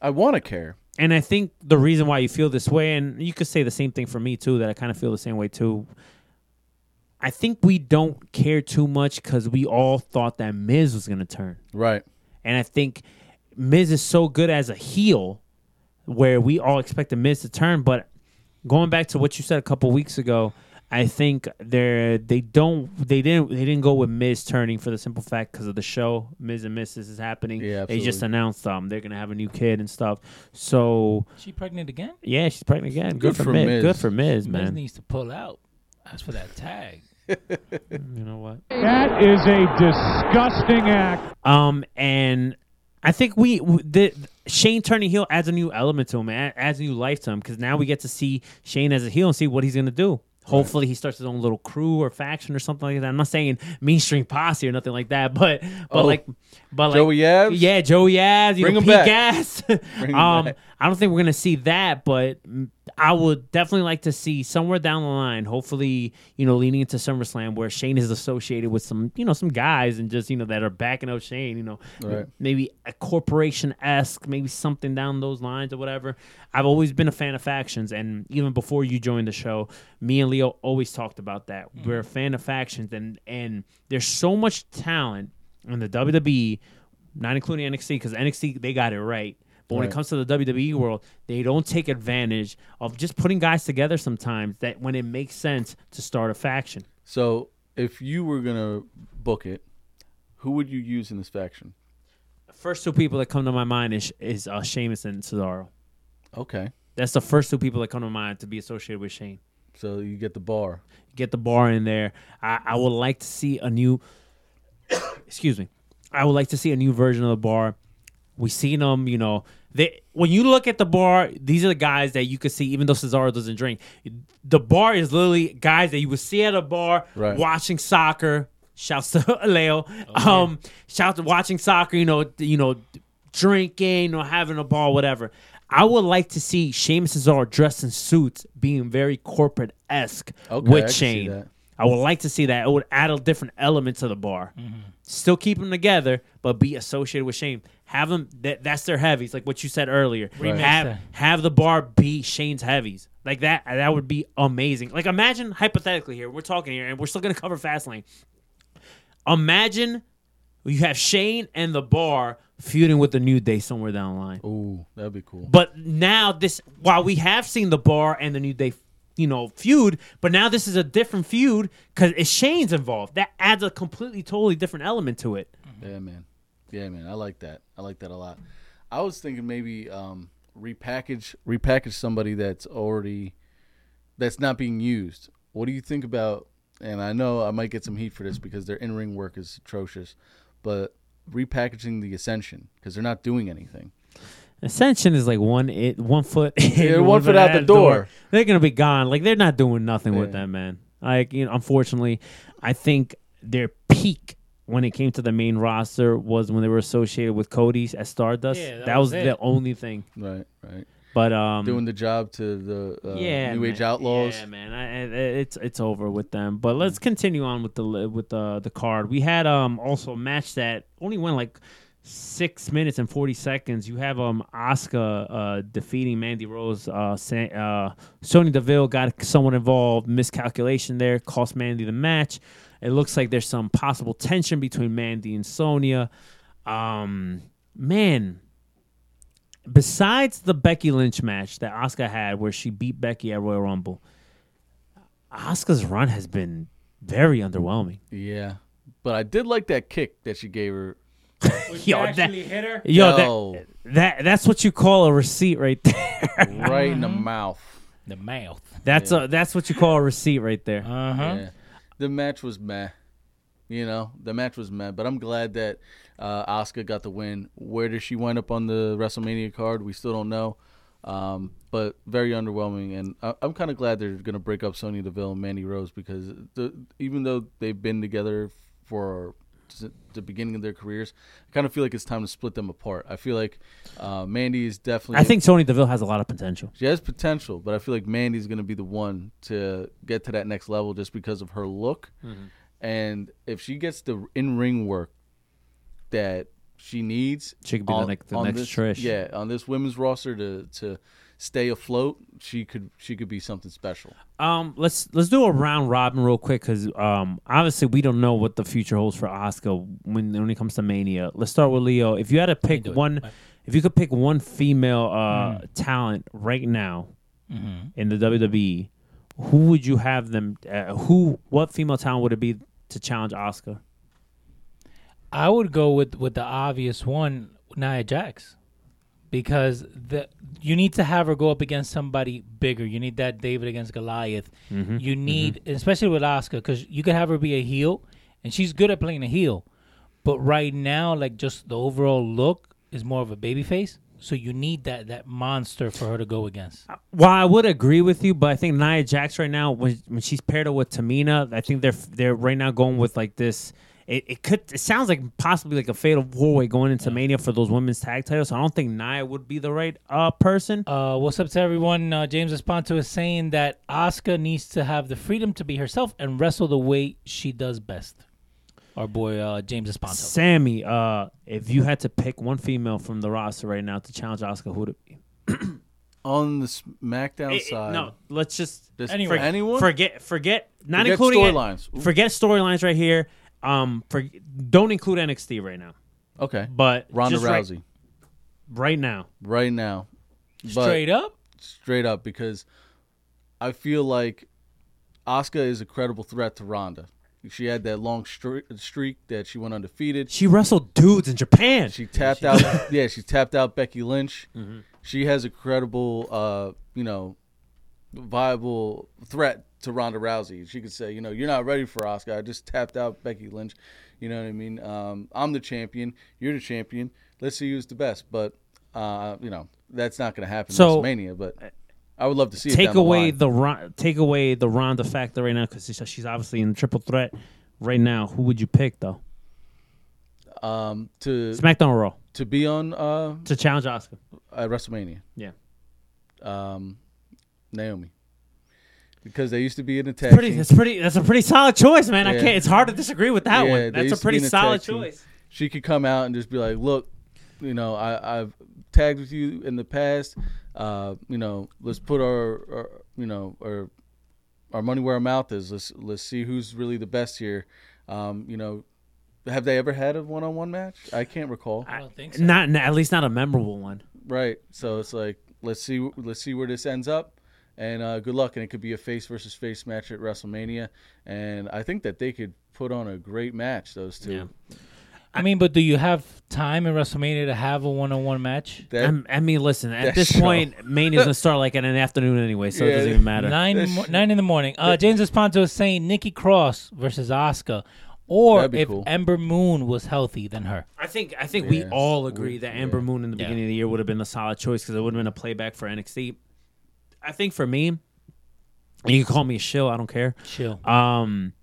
Speaker 7: I want to care.
Speaker 1: and I think the reason why you feel this way, and you could say the same thing for me too, that I kind of feel the same way too. I think we don't care too much because we all thought that Miz was going to turn.
Speaker 7: Right.
Speaker 1: And I think Miz is so good as a heel where we all expect the Miz to turn. But going back to what you said a couple weeks ago, I think they they don't they didn't they didn't go with Miz turning for the simple fact because of the show Miz and Mrs is happening.
Speaker 7: Yeah,
Speaker 1: they just
Speaker 7: absolutely.
Speaker 1: announced um they're gonna have a new kid and stuff. So
Speaker 6: she pregnant again?
Speaker 1: yeah, she's pregnant again. Good,
Speaker 7: Good
Speaker 1: for,
Speaker 7: for
Speaker 1: Miz.
Speaker 7: Miz.
Speaker 1: Good for
Speaker 6: Miz
Speaker 1: Miz, man.
Speaker 6: needs to pull out. As for that tag,
Speaker 1: You know what?
Speaker 5: That is a disgusting act.
Speaker 1: Um, and I think we w- the Shane turning heel adds a new element to him, a- adds a new life to him because now we get to see Shane as a heel and see what he's gonna do. Hopefully, he starts his own little crew or faction or something like that. I'm not saying mainstream posse or nothing like that, but but
Speaker 7: Oh.
Speaker 1: like but like
Speaker 7: Joey Abs?
Speaker 1: yeah, Joey Yaz, you
Speaker 7: Bring
Speaker 1: know,
Speaker 7: him
Speaker 1: Pete
Speaker 7: back.
Speaker 1: Gas.
Speaker 7: him
Speaker 1: um,
Speaker 7: back.
Speaker 1: I don't think we're gonna see that, but mm, I would definitely like to see somewhere down the line, hopefully, you know, leaning into SummerSlam where Shane is associated with some, you know, some guys and just, you know, that are backing up Shane, you know,
Speaker 7: Right.
Speaker 1: maybe a corporation esque, maybe something down those lines or whatever. I've always been a fan of factions and even before you joined the show, me and Leo always talked about that. We're a fan of factions, and and there's so much talent in the WWE, not including NXT, because NXT they got it right. But when it
Speaker 7: Right.
Speaker 1: comes to the WWE world, they don't take advantage of just putting guys together sometimes that when it makes sense to start a faction.
Speaker 7: So if you were gonna book it, who would you use in this faction?
Speaker 1: The first two people that come to my mind is is uh, Sheamus and Cesaro.
Speaker 7: Okay,
Speaker 1: That's the first two people that come to mind to be associated with Shane.
Speaker 7: so you get the bar.
Speaker 1: get the bar in there. I, I would like to see a new, excuse me, I would like to see a new version of the bar. We seen them, you know. They when you look at the bar, these are the guys that you could see. Even though Cesaro doesn't drink, the bar is literally guys that you would see at a bar
Speaker 7: Right.
Speaker 1: watching soccer. Shouts to Leo. um, shouts to watching soccer. You know, d- you know, drinking or having a ball, whatever. I would like to see Sheamus and Cesaro dressed in suits, being very corporate esque
Speaker 7: Okay, I
Speaker 1: with
Speaker 7: can see
Speaker 1: Shane.
Speaker 7: that.
Speaker 1: I would like to see that. It would add a different element to the bar.
Speaker 6: Mm-hmm.
Speaker 1: Still keep them together, but be associated with Shane. Have them. That, that's their heavies, like what you said earlier.
Speaker 6: Remix
Speaker 1: Have
Speaker 6: that.
Speaker 1: have the bar be Shane's heavies. Like that. That would be amazing. Like imagine hypothetically here. We're talking here, and we're still gonna cover Fastlane. Imagine you have Shane and the bar feuding with the New Day somewhere down the line.
Speaker 7: Ooh, that'd be cool.
Speaker 1: But now this, while we have seen the Bar and the New Day, you know, feud, but now this is a different feud because it's Shane's involved. That adds a completely, totally different element to it.
Speaker 7: Yeah, man. Yeah, man. I like that. I like that a lot. I was thinking maybe um, repackage repackage somebody that's already that's not being used. What do you think about? And I know I might get some heat for this because their in ring work is atrocious, but repackaging the Ascension because they're not doing anything.
Speaker 1: Ascension is like one it one foot in,
Speaker 7: Yeah, one foot out the door.
Speaker 1: They're gonna be gone. Like they're not doing nothing with
Speaker 7: Yeah.
Speaker 1: them, man. Like you know, unfortunately, I think their peak when it came to the main roster was when they were associated with Cody's at Stardust.
Speaker 6: Yeah,
Speaker 1: that,
Speaker 6: that
Speaker 1: was,
Speaker 6: was it.
Speaker 1: the only thing.
Speaker 7: Right, right.
Speaker 1: But um,
Speaker 7: Doing the job to the uh,
Speaker 1: yeah,
Speaker 7: New Age
Speaker 1: man.
Speaker 7: Outlaws.
Speaker 1: Yeah, man, I, I- it's it's over with them. But let's continue on with the li- with the the card. We had um also a match that only went like six minutes and forty seconds. You have um Oscar uh, defeating Mandy Rose. Uh, San, uh, Sony Deville got someone involved. Miscalculation there cost Mandy the match. It looks like there's some possible tension between Mandy and Sonia. Um, man besides the Becky Lynch match that Oscar had where she beat Becky at Royal Rumble, Oscar's run has been very underwhelming.
Speaker 7: yeah. But I did like that kick that she gave her.
Speaker 1: Yo,
Speaker 6: actually hit her.
Speaker 1: Yo,
Speaker 7: Yo.
Speaker 1: that, that that's what you call a receipt right there.
Speaker 7: right in the mouth.
Speaker 6: The mouth.
Speaker 1: that's a that's what you call a receipt right there.
Speaker 6: Uh
Speaker 1: Uh-huh.
Speaker 6: huh.
Speaker 7: Yeah. The match was meh. You know, the match was meh. But I'm glad that uh, Oscar got the win. Where does she wind up on the WrestleMania card? We still don't know. Um, but very underwhelming, and I- I'm kind of glad they're going to break up Sonya Deville and Mandy Rose because the, even though they've been together for s- the beginning of their careers, I kind of feel like it's time to split them apart. I feel like uh, Mandy is definitely
Speaker 1: I think Sony Deville has a lot of potential.
Speaker 7: she has potential, but I feel like Mandy's going to be the one to get to that next level just because of her look.
Speaker 1: Mm-hmm.
Speaker 7: And if she gets the in ring work that she needs,
Speaker 1: She could be the next- the next
Speaker 7: this,
Speaker 1: Trish.
Speaker 7: Yeah, on this women's roster to to stay afloat, she could she could be something special.
Speaker 1: Um, let's let's do a round robin real quick because um, obviously we don't know what the future holds for Oscar when when it comes to Mania. Let's start with Leo. If you had to pick one, if you could pick one female uh, talent right now in the WWE, who would you have them? Uh, who? What female talent would it be to challenge Oscar?
Speaker 6: I would go with with the obvious one, Nia Jax, because the you need to have her go up against somebody bigger. You need that David against Goliath. You need, especially with Oscar, because you could have her be a heel, and she's good at playing a heel. But right now, like just the overall look is more of a babyface. So you need that that monster for her to go against.
Speaker 1: Well, I would agree with you, but I think Nia Jax right now, when, when she's paired up with Tamina, I think they're they're right now going with like this. It, it could it sounds like possibly like a fatal four way going into Mania for those women's tag titles. I don't think Nia would be the right uh person.
Speaker 6: Uh, what's up to everyone? Uh, James Esponto is saying that Asuka needs to have the freedom to be herself and wrestle the way she does best. Our boy uh, James Esponto.
Speaker 1: Sammy, uh, if you had to pick one female from the roster right now to challenge Oscar, who'd it be?
Speaker 7: on the SmackDown
Speaker 1: It- it-
Speaker 7: side.
Speaker 1: no, let's just
Speaker 7: Just
Speaker 6: Anyway.
Speaker 7: for anyone?
Speaker 1: forget forget not
Speaker 7: Forget
Speaker 1: including
Speaker 7: storylines.
Speaker 1: Forget storylines right here. Um, for don't include NXT right now,
Speaker 7: Okay.
Speaker 1: but
Speaker 7: Ronda
Speaker 1: just right-
Speaker 7: Rousey
Speaker 1: right now.
Speaker 7: right now. But-
Speaker 6: Straight up,
Speaker 7: straight up because I feel like Asuka is a credible threat to Ronda. She had that long stre- streak that she went undefeated.
Speaker 1: She wrestled dudes in Japan.
Speaker 7: She tapped out. yeah, she tapped out Becky Lynch.
Speaker 1: Mm-hmm.
Speaker 7: She has a credible, uh, you know, viable threat to Ronda Rousey. She could say, you know, you're not ready for Oscar. I just tapped out Becky Lynch. You know what I mean? Um, I'm the champion. You're the champion. Let's see who's the best. But uh, you know, that's not going to happen.
Speaker 1: So-
Speaker 7: So, WrestleMania, but I would love to see. it
Speaker 1: take
Speaker 7: down the
Speaker 1: away
Speaker 7: line.
Speaker 1: the, Ron- take away the Ronda factor right now because she's obviously in triple threat right now. Who would you pick though?
Speaker 7: um, to
Speaker 1: SmackDown or Raw
Speaker 7: to be on uh,
Speaker 1: to challenge Oscar?
Speaker 7: at WrestleMania.
Speaker 1: Yeah,
Speaker 7: Um, Naomi. Because they used to be in a tag
Speaker 1: pretty.
Speaker 7: team.
Speaker 1: That's pretty. That's a pretty solid choice, man. I
Speaker 7: Yeah.
Speaker 1: can't. It's hard to disagree with that
Speaker 7: Yeah,
Speaker 1: one.
Speaker 7: they
Speaker 1: That's a
Speaker 7: used to be
Speaker 1: pretty
Speaker 7: in a
Speaker 1: solid
Speaker 7: tag team.
Speaker 1: choice.
Speaker 7: she could come out and just be like, "Look, you know, I, I've tagged with you in the past. Uh, you know, let's put our, our you know, our our money where our mouth is. Let's let's see who's really the best here. Um, you know, have they ever had a one-on-one match? I can't recall.
Speaker 1: I
Speaker 6: don't think so.
Speaker 1: Not at least not a memorable one.
Speaker 7: right. So it's like, let's see, let's see where this ends up. And uh, good luck. And it could be a face versus face match at WrestleMania. And I think that they could put on a great match. Those two.
Speaker 6: I mean, but do you have time in WrestleMania to have a one-on-one match?
Speaker 7: That,
Speaker 1: I'm- I mean, listen. At
Speaker 7: That
Speaker 1: this
Speaker 7: show.
Speaker 1: point, Mania's gonna start like in an afternoon anyway, so it
Speaker 7: Yeah.
Speaker 1: doesn't even matter.
Speaker 6: Nine in the mo- nine in the morning. Uh, James Esponto is saying Nikki Cross versus Oscar, or
Speaker 7: That'd be
Speaker 6: if
Speaker 7: cool.
Speaker 6: Ember Moon was healthy, then her.
Speaker 1: I think I think we all agree that Amber Moon in the
Speaker 6: Yeah.
Speaker 1: beginning of the year would have been a solid choice because it would have been a playback for NXT. I think for me, you can call me a shill. I don't care.
Speaker 6: Chill.
Speaker 7: Uh,
Speaker 1: Um,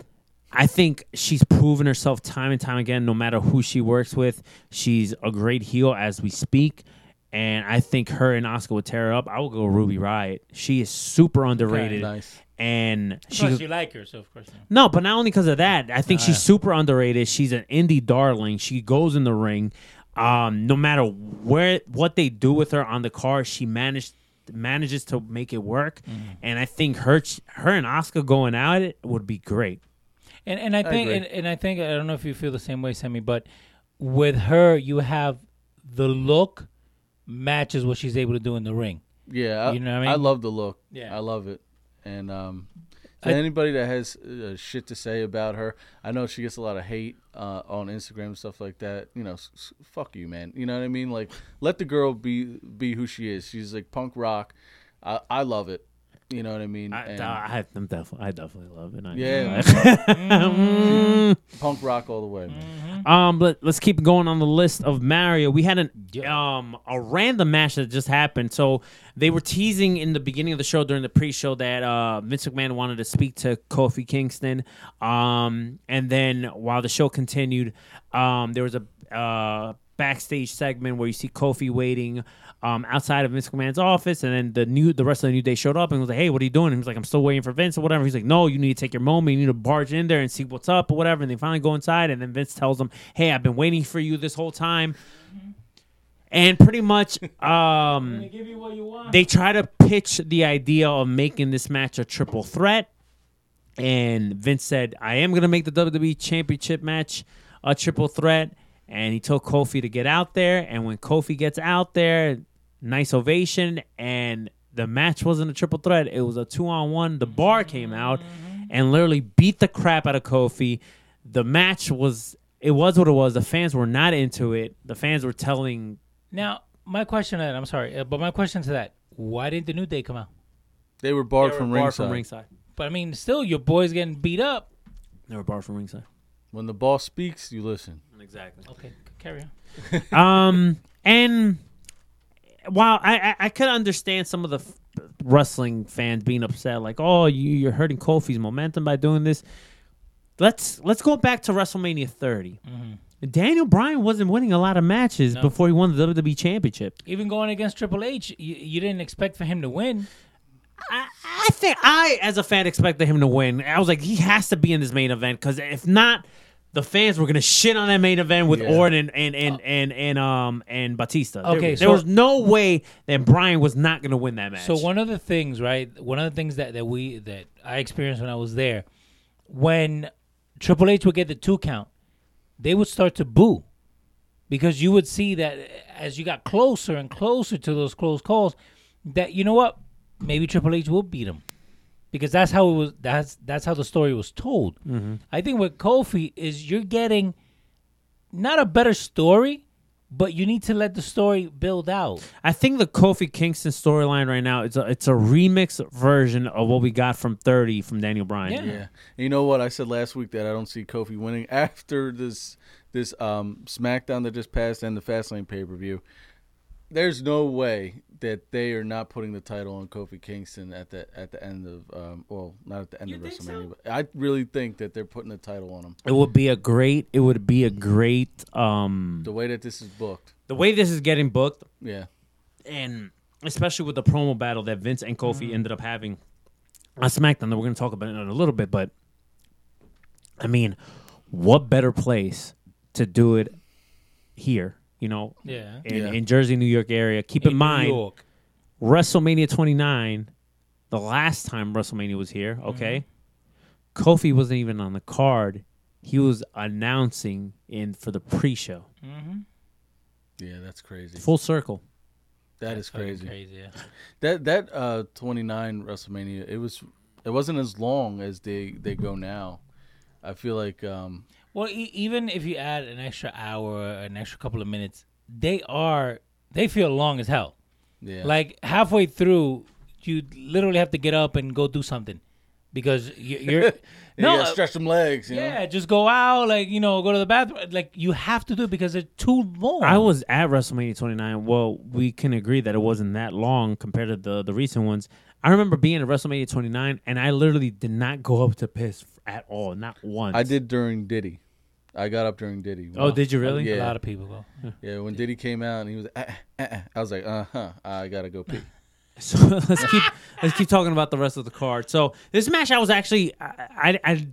Speaker 1: I think she's proven herself time and time again. No matter who she works with, she's a great heel as we speak. And I think her and Oscar would tear up. I would go Ruby Riot. She is super underrated,
Speaker 7: nice.
Speaker 1: and
Speaker 6: Plus,
Speaker 1: she's
Speaker 6: you like her, so of course. not.
Speaker 1: no, but not only because of that. I think she's super underrated. She's an indie darling. She goes in the ring. Um, no matter where what they do with her on the car, she managed manages to make it work. And I think her ch- her and Oscar going out it would be great.
Speaker 6: And and I think
Speaker 7: agree.
Speaker 6: and, and I think I don't know if you feel the same way, Sammy, but with her, you have the look matches what she's able to do in the ring.
Speaker 7: Yeah, I,
Speaker 6: You know what I
Speaker 7: I
Speaker 6: mean?
Speaker 7: love the look.
Speaker 6: Yeah.
Speaker 7: I love it. And um, to anybody that has uh, shit to say about her, I know she gets a lot of hate uh, on Instagram and stuff like that. You know, s- s- fuck you, man. You know what I mean? Like, let the girl be be who she is. She's like punk rock. I, I love it. You know what I mean?
Speaker 1: I,
Speaker 7: And
Speaker 1: I, I'm definitely I definitely love it. I-
Speaker 7: Yeah. punk rock all the way. man.
Speaker 1: Um, but let's keep going on the list of Mario. We had an um a random match that just happened. So they were teasing in the beginning of the show during the pre-show that uh Vince McMahon wanted to speak to Kofi Kingston. Um, and then while the show continued, um, there was a uh backstage segment where you see Kofi waiting um, outside of Vince McMahon's office, and then the new the rest of the New Day showed up and was like, "Hey, what are you doing?" And he was like, "I'm still waiting for Vince or whatever." He's like, "No, you need to take your moment. You need to barge in there and see what's up or whatever." And they finally go inside, and then Vince tells them, "Hey, I've been waiting for you this whole time." And pretty much, um, they try to pitch the idea of making this match a triple threat. And Vince said, I am going to make the WWE Championship match a triple threat. And he told Kofi to get out there. And when Kofi gets out there, nice ovation. And the match wasn't a triple threat, it was a two on one. The bar came out and literally beat the crap out of Kofi. The match was, it was what it was. The fans were not into it. The fans were telling,
Speaker 6: Now, my question to that, I'm sorry, uh, but my question to that, why didn't the New Day come out?
Speaker 7: They were barred
Speaker 1: they were
Speaker 7: from,
Speaker 1: barred
Speaker 7: ringside.
Speaker 1: from ringside.
Speaker 6: But I mean, still, your boy's getting beat up.
Speaker 1: They were barred from ringside.
Speaker 7: When the boss speaks, you listen.
Speaker 1: Exactly.
Speaker 6: Okay, c- carry on.
Speaker 1: Um, and while I, I, I could understand some of the f- wrestling fans being upset, like, oh, you, you're hurting Kofi's momentum by doing this. Let's let's go back to WrestleMania 30. Daniel Bryan wasn't winning a lot of matches before he won the WWE Championship.
Speaker 6: Even going against Triple H, you, you didn't expect for him to win.
Speaker 1: I, I think I, as a fan, expected him to win. I was like, he has to be in this main event because if not, the fans were gonna shit on that main event with
Speaker 7: Yeah.
Speaker 1: Orton and and and, and and um and Batista. There
Speaker 6: Okay,
Speaker 1: was-
Speaker 6: so-
Speaker 1: there was no way that Brian was not gonna win that match.
Speaker 6: So one of the things, right? One of the things that, that we that I experienced when I was there, when Triple H would get the two count, they would start to boo. Because you would see that as you got closer and closer to those close calls, that you know what? Maybe Triple H will beat him. Because that's how it was that's that's how the story was told. I think with Kofi is you're getting not a better story, but you need to let the story build out.
Speaker 1: I think the Kofi Kingston storyline right now it's a it's a remix version of what we got from Thirty from Daniel Bryan.
Speaker 6: Yeah.
Speaker 7: Yeah. And you know what? I said last week that I don't see Kofi winning after this this um SmackDown that just passed and the Fastlane pay per view. There's no way that they are not putting the title on Kofi Kingston at the at the end of um well not at the end of WrestleMania, but I really think that they're putting the title on him.
Speaker 1: It would be a great. It would be a great. Um,
Speaker 7: The way that this is booked.
Speaker 1: the way this is getting booked,
Speaker 7: Yeah.
Speaker 1: and especially with the promo battle that Vince and Kofi ended up having on SmackDown, that we're going to talk about in a little bit. But I mean, what better place to do it here? You know,
Speaker 6: Yeah.
Speaker 1: in,
Speaker 7: Yeah.
Speaker 1: in Jersey, New York area. Keep in,
Speaker 6: New
Speaker 1: mind,
Speaker 6: York.
Speaker 1: WrestleMania 29, the last time WrestleMania was here, okay? Kofi wasn't even on the card. He was announcing in for the pre-show.
Speaker 7: Yeah, that's crazy.
Speaker 1: Full circle.
Speaker 7: That is crazy.
Speaker 6: Crazy, yeah.
Speaker 7: That that uh 29 WrestleMania, it was it wasn't as long as they they go now. I feel like um
Speaker 6: Well, e- even if you add an extra hour, an extra couple of minutes, they are they feel long as hell.
Speaker 7: yeah.
Speaker 6: Like halfway through, you literally have to get up and go do something because you- you're
Speaker 7: You
Speaker 6: no. uh,
Speaker 7: gotta stretch them legs, you know?
Speaker 6: yeah, just go out, like you know, go to the bathroom. Like you have to do it because they're too long.
Speaker 7: Oh.
Speaker 1: I was at WrestleMania 29. Well, we can agree that it wasn't that long compared to the the recent ones. I remember being at WrestleMania 29 and I literally did not go up to piss at all, not once.
Speaker 7: I did during Diddy. I got up during Diddy.
Speaker 1: Oh, did you really?
Speaker 6: a
Speaker 7: yeah.
Speaker 6: lot of people go.
Speaker 7: Yeah, when Diddy came out and he was, uh, uh, uh, I was like, uh huh, I gotta go pee.
Speaker 1: So let's keep let's keep talking about the rest of the card. So this match, I was actually I I, I,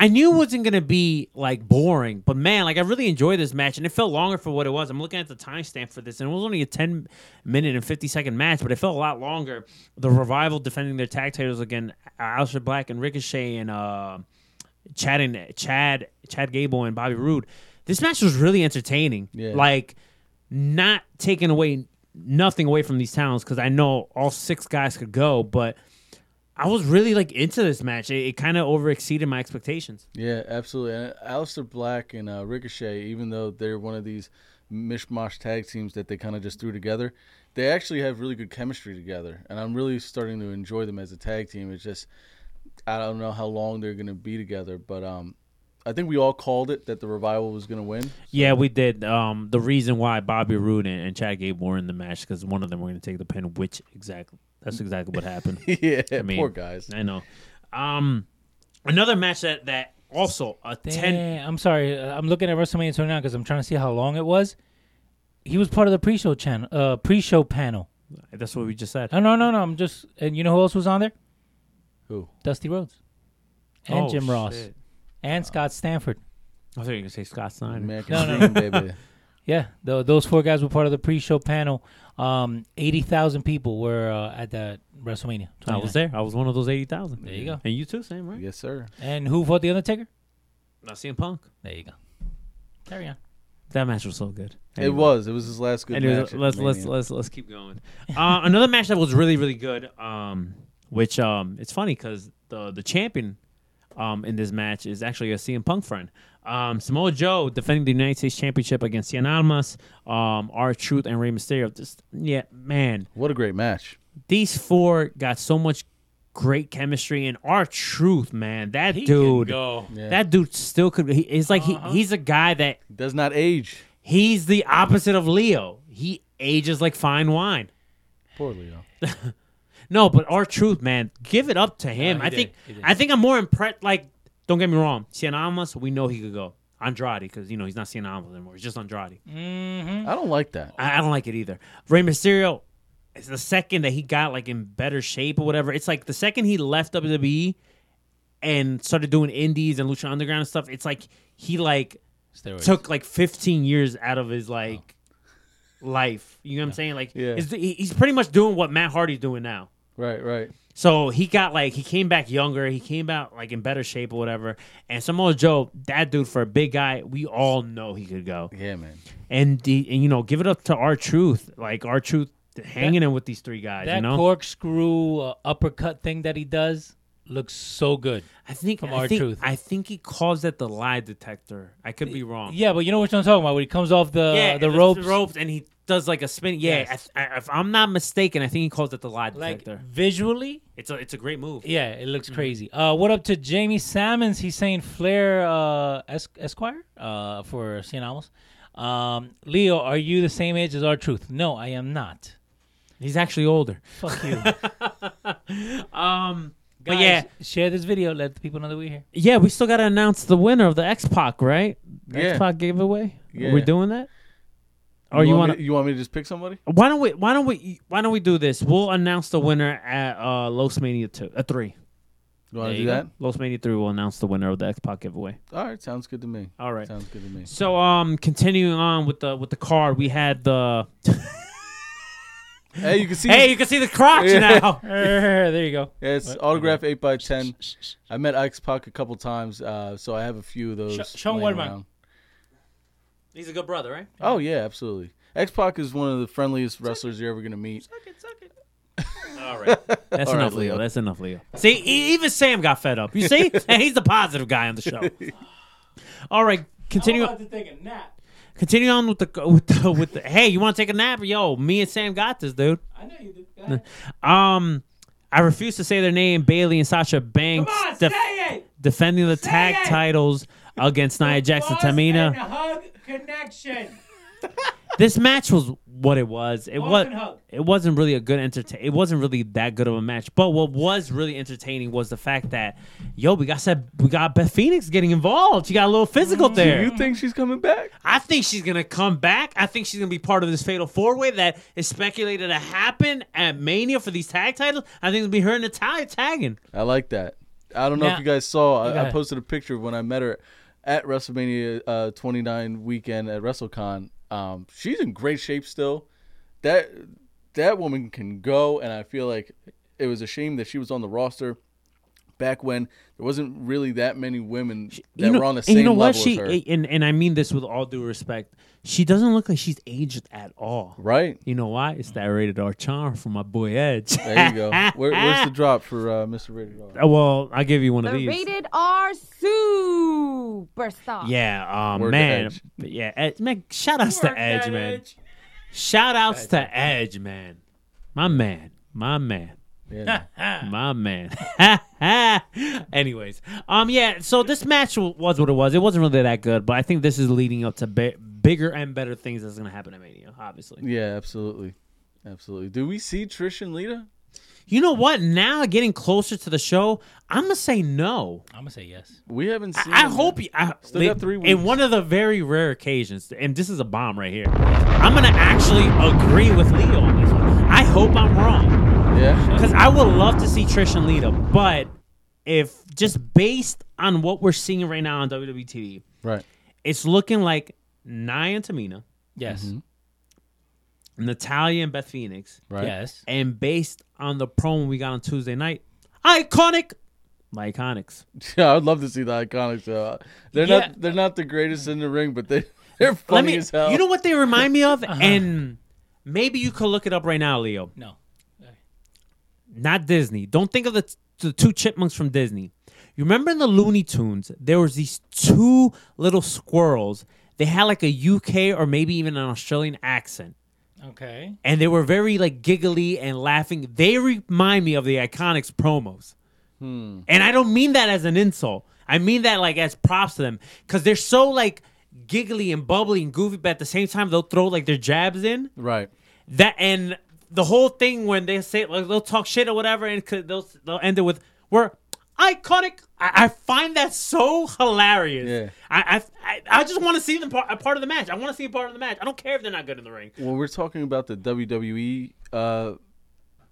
Speaker 1: I knew it wasn't gonna be like boring, but man, like I really enjoyed this match, and it felt longer for what it was. I'm looking at the timestamp for this, and it was only a 10 minute and 50 second match, but it felt a lot longer. The revival defending their tag titles again, Alistair Black and Ricochet and uh, Chad and Chad Chad Gable and Bobby Roode. This match was really entertaining.
Speaker 7: Yeah.
Speaker 1: Like not taking away nothing away from these talents because I know all six guys could go, but I was really like into this match. It, it kind of over exceeded my expectations.
Speaker 7: Yeah, absolutely. And Aleister Black and uh, Ricochet, even though they're one of these mishmash tag teams that they kind of just threw together, they actually have really good chemistry together, and I'm really starting to enjoy them as a tag team. It's just I don't know how long they're gonna be together, but um, I think we all called it that the revival was gonna win.
Speaker 1: Yeah, we did. Um, the reason why Bobby Roode and, and Chad Gable were in the match because one of them were going to take the pin, which exactly that's exactly what happened.
Speaker 7: yeah,
Speaker 1: mean,
Speaker 7: poor guys.
Speaker 1: I know. Um, another match that that also a ten.
Speaker 6: Damn, I'm sorry. uh, I'm looking at WrestleMania 29 because I'm trying to see how long it was. He was part of the pre-show channel, uh, pre-show panel.
Speaker 1: That's what we just said.
Speaker 6: No, no, no, no. I'm just. And you know who else was on there?
Speaker 7: Who?
Speaker 6: Dusty Rhodes, and
Speaker 1: Oh,
Speaker 6: Jim Ross,
Speaker 1: shit.
Speaker 6: and Scott Stanford.
Speaker 1: I thought you were going to say Scott Steiner.
Speaker 7: American
Speaker 6: No, no,
Speaker 7: Dream, baby.
Speaker 6: Yeah, tho- those four guys were part of the pre-show panel. Um, Eighty thousand people were uh, at that WrestleMania.
Speaker 1: I was there. I was one of those eighty thousand. There
Speaker 6: you go.
Speaker 1: And you too, Sam, right?
Speaker 7: Yes, sir.
Speaker 6: 29. And who fought the Undertaker?
Speaker 1: Not CM Punk.
Speaker 6: There you go. Carry on.
Speaker 1: That match was so good.
Speaker 7: It was. It was his last good
Speaker 1: Anyways,
Speaker 7: match. at
Speaker 1: let's let's
Speaker 7: Mania.
Speaker 1: let's let's keep going. Uh, another match that was really really good. Um, which um, it's funny because the the champion, um, in this match is actually a CM Punk friend. Um, Samoa Joe defending the United States Championship against Cien Almas, um, R Truth and Rey Mysterio. Just yeah, man,
Speaker 7: What a great match.
Speaker 1: these four got so much great chemistry and R Truth, man, that dude.
Speaker 6: go.
Speaker 7: Yeah.
Speaker 1: That dude still could. He, it's like he, he's a guy that
Speaker 7: Does not age.
Speaker 1: he's the opposite of Leo. He ages like fine wine.
Speaker 7: Poor Leo.
Speaker 1: No, but our truth, man, give it up to him.
Speaker 6: he
Speaker 1: I
Speaker 6: did.
Speaker 1: think
Speaker 6: He did.
Speaker 1: I think I'm more impressed. Like, don't get me wrong, Cien Almas, we know he could go. Andrade, because you know he's not Cien Almas anymore. He's just Andrade.
Speaker 7: I don't like that.
Speaker 1: I, I don't like it either. Rey Mysterio, it's the second that he got like in better shape or whatever. It's like the second he left WWE, E and started doing indies and lucha underground and stuff, it's like he like
Speaker 6: Steroids.
Speaker 1: took like 15 years out of his like life. You know what I'm saying? Like
Speaker 7: Yeah.
Speaker 1: it's- he- he's pretty much doing what Matt Hardy's doing now.
Speaker 7: Right, right.
Speaker 1: So he got like he came back younger. He came out like in better shape or whatever. And Samoa Joe, that dude for a big guy, we all know he could go.
Speaker 7: Yeah, man.
Speaker 1: And the, and you know, give it up to our truth, like our truth hanging in with these three guys.
Speaker 6: that
Speaker 1: you know,
Speaker 6: corkscrew uh, uppercut thing that he does looks so good.
Speaker 1: I think
Speaker 6: from
Speaker 1: I
Speaker 6: our
Speaker 1: think-
Speaker 6: truth.
Speaker 1: I think he calls that the lie detector. I could be wrong.
Speaker 6: Yeah, but you know what I'm talking about when he comes off the
Speaker 1: Oh. yeah,
Speaker 6: the
Speaker 1: and
Speaker 6: ropes,
Speaker 1: uh, ropes, and he does like a spin. Yeah,
Speaker 6: Yes.
Speaker 1: I, I, if I'm not mistaken, I think he calls it the lie
Speaker 6: like
Speaker 1: detector.
Speaker 6: visually.
Speaker 1: it's a it's a great move.
Speaker 6: Yeah, it looks
Speaker 1: Mm-hmm.
Speaker 6: crazy. Uh, what up to Jamie Salmons? He's saying Flair uh, es- Esquire uh, for Cien Almas. Um, Leo, are you the same age as our truth? No, I am not.
Speaker 1: He's actually older.
Speaker 6: Fuck you.
Speaker 1: Um,
Speaker 6: Guys,
Speaker 1: but yeah,
Speaker 6: share this video. Let the people know that we're here.
Speaker 1: Yeah, we still got to announce the winner of the X Pac, right?
Speaker 7: Yeah.
Speaker 1: X Pac giveaway.
Speaker 7: Yeah.
Speaker 1: We're doing that. Or Oh, you,
Speaker 7: want
Speaker 1: want
Speaker 7: me,
Speaker 1: to?
Speaker 7: you want me to just pick somebody?
Speaker 1: Why don't we? Why don't we? Why don't we do this? We'll announce the winner at uh, Los Mania two, uh, three.
Speaker 7: You
Speaker 6: There
Speaker 7: want to do
Speaker 6: you go.
Speaker 7: that?
Speaker 1: Los Mania three will announce the winner of the X Pac giveaway.
Speaker 7: All right, sounds good to me.
Speaker 1: All right.
Speaker 7: Sounds good to me.
Speaker 1: So, um, continuing on with the with the card, we had the.
Speaker 7: Hey, you can see.
Speaker 1: Hey, you can see the crotch
Speaker 7: Yeah.
Speaker 1: now.
Speaker 6: there you go.
Speaker 7: it's autograph eight by ten. I met X Pac a couple times, uh, so I have a few of those.
Speaker 6: Sh- Sean
Speaker 7: laying
Speaker 6: Waldman.
Speaker 7: around.
Speaker 1: He's a good brother, right?
Speaker 7: Oh yeah, absolutely. X Pac is one of the friendliest wrestlers you're ever gonna meet.
Speaker 1: All right, that's
Speaker 7: All right,
Speaker 1: enough, Leo.
Speaker 7: Leo.
Speaker 1: That's enough, Leo. See, e- even Sam got fed up. You see, and he's the positive guy on the show. All right, continue.
Speaker 6: to take a nap.
Speaker 1: Continue on with the with the, with the hey, you want to take a nap? Yo, me and Sam got this, dude.
Speaker 6: I know you did. Come
Speaker 1: Um, I refuse to say their name. Bailey and Sasha Banks def-
Speaker 6: it.
Speaker 1: defending the tag
Speaker 6: it.
Speaker 1: titles against Nia Jackson Tamina.
Speaker 6: hug connection.
Speaker 1: This match was what it was. It
Speaker 6: Boss
Speaker 1: was
Speaker 6: and hug.
Speaker 1: it wasn't really a good entertain. It wasn't really that good of a match. But what was really entertaining was the fact that yo, we got said we got Beth Phoenix getting involved. She got a little physical
Speaker 6: Mm.
Speaker 1: there.
Speaker 7: You think she's coming back?
Speaker 1: I think she's gonna come back. I think she's gonna be part of this fatal four way that is speculated to happen at Mania for these tag titles. I think it'll be her and Natalia tagging.
Speaker 7: I like that. I don't know
Speaker 6: Now-
Speaker 7: if you guys saw.
Speaker 6: Go
Speaker 7: I, I
Speaker 6: ahead.
Speaker 7: posted a picture of when I met her at WrestleMania uh, 29 weekend at WrestleCon. Um, she's in great shape still. That that woman can go, and I feel like it was a shame that she was on the roster back when there wasn't really that many women that were on the
Speaker 1: and
Speaker 7: same
Speaker 1: you know
Speaker 7: level
Speaker 1: what? She
Speaker 7: as her.
Speaker 1: and and I mean this with all due respect. She doesn't look like she's aged at all.
Speaker 7: right.
Speaker 1: You know why? It's that rated R charm from my boy Edge.
Speaker 7: There you go. Where, where's the drop for uh, Mr. Rated R?
Speaker 1: Uh, well, I'll give you one
Speaker 2: The
Speaker 1: of these.
Speaker 2: rated R superstar.
Speaker 1: yeah, um,
Speaker 7: Word to
Speaker 1: man.
Speaker 7: Edge.
Speaker 1: But Yeah, Ed, man. Shout outs to Edge, man. Shout outs to Edge, man. My man. My man.
Speaker 7: Yeah.
Speaker 1: My man. Anyways, um, yeah. So this match w- was what it was. It wasn't really that good, but I think this is leading up to bi- bigger and better things that's gonna happen at Mania. Obviously,
Speaker 7: yeah, absolutely. Absolutely. Do we see Trish and Lita?
Speaker 1: you know what? Now getting closer to the show, I'm gonna say no.
Speaker 6: I'm gonna say yes.
Speaker 7: We haven't seen
Speaker 1: I
Speaker 7: them
Speaker 1: hope
Speaker 7: yet.
Speaker 1: you. I,
Speaker 7: Still
Speaker 1: li-
Speaker 7: got three
Speaker 1: In
Speaker 7: weeks.
Speaker 1: one of the very rare occasions, and this is a bomb right here. I'm gonna actually agree with Leo on this one. I hope I'm wrong.
Speaker 7: Yeah.
Speaker 1: Because I would love to see Trish and Lita, but if just based on what we're seeing right now on WWE TV,
Speaker 7: Right.
Speaker 1: it's looking like Nia and Tamina,
Speaker 6: Yes.
Speaker 1: Mm-hmm. Natalia and Beth Phoenix,
Speaker 7: Right.
Speaker 6: Yes.
Speaker 1: and based on the promo we got on Tuesday night, iconic, my iconics.
Speaker 7: Yeah, I would love to see the Iconics. Uh, they're
Speaker 6: Yeah.
Speaker 7: not they're not the greatest in the ring, but they they're
Speaker 1: Let
Speaker 7: funny
Speaker 1: me.
Speaker 7: as hell. Uh-huh.
Speaker 1: You know what they remind me of, and maybe you could look it up right now, Leo.
Speaker 6: No.
Speaker 1: Not Disney. Don't think of the the two chipmunks from Disney. You remember in the Looney Tunes, there was these two little squirrels. They had like a UK or maybe even an Australian accent.
Speaker 6: Okay.
Speaker 1: and they were very like giggly and laughing. They remind me of the Iconics promos, and I don't mean that as an insult. I mean that like as props to them because they're so like giggly and bubbly and goofy, but at the same time they'll throw like their jabs in
Speaker 7: Right.
Speaker 1: that and the whole thing when they say like they'll talk shit or whatever and c- they'll they'll end it with we're iconic. I, I find that so hilarious.
Speaker 7: Yeah.
Speaker 1: I, I- I I just want to see them part, a part of the match. I want to see a part of the match. I don't care if they're not good in the ring.
Speaker 7: When we're talking about the E, WWE, uh,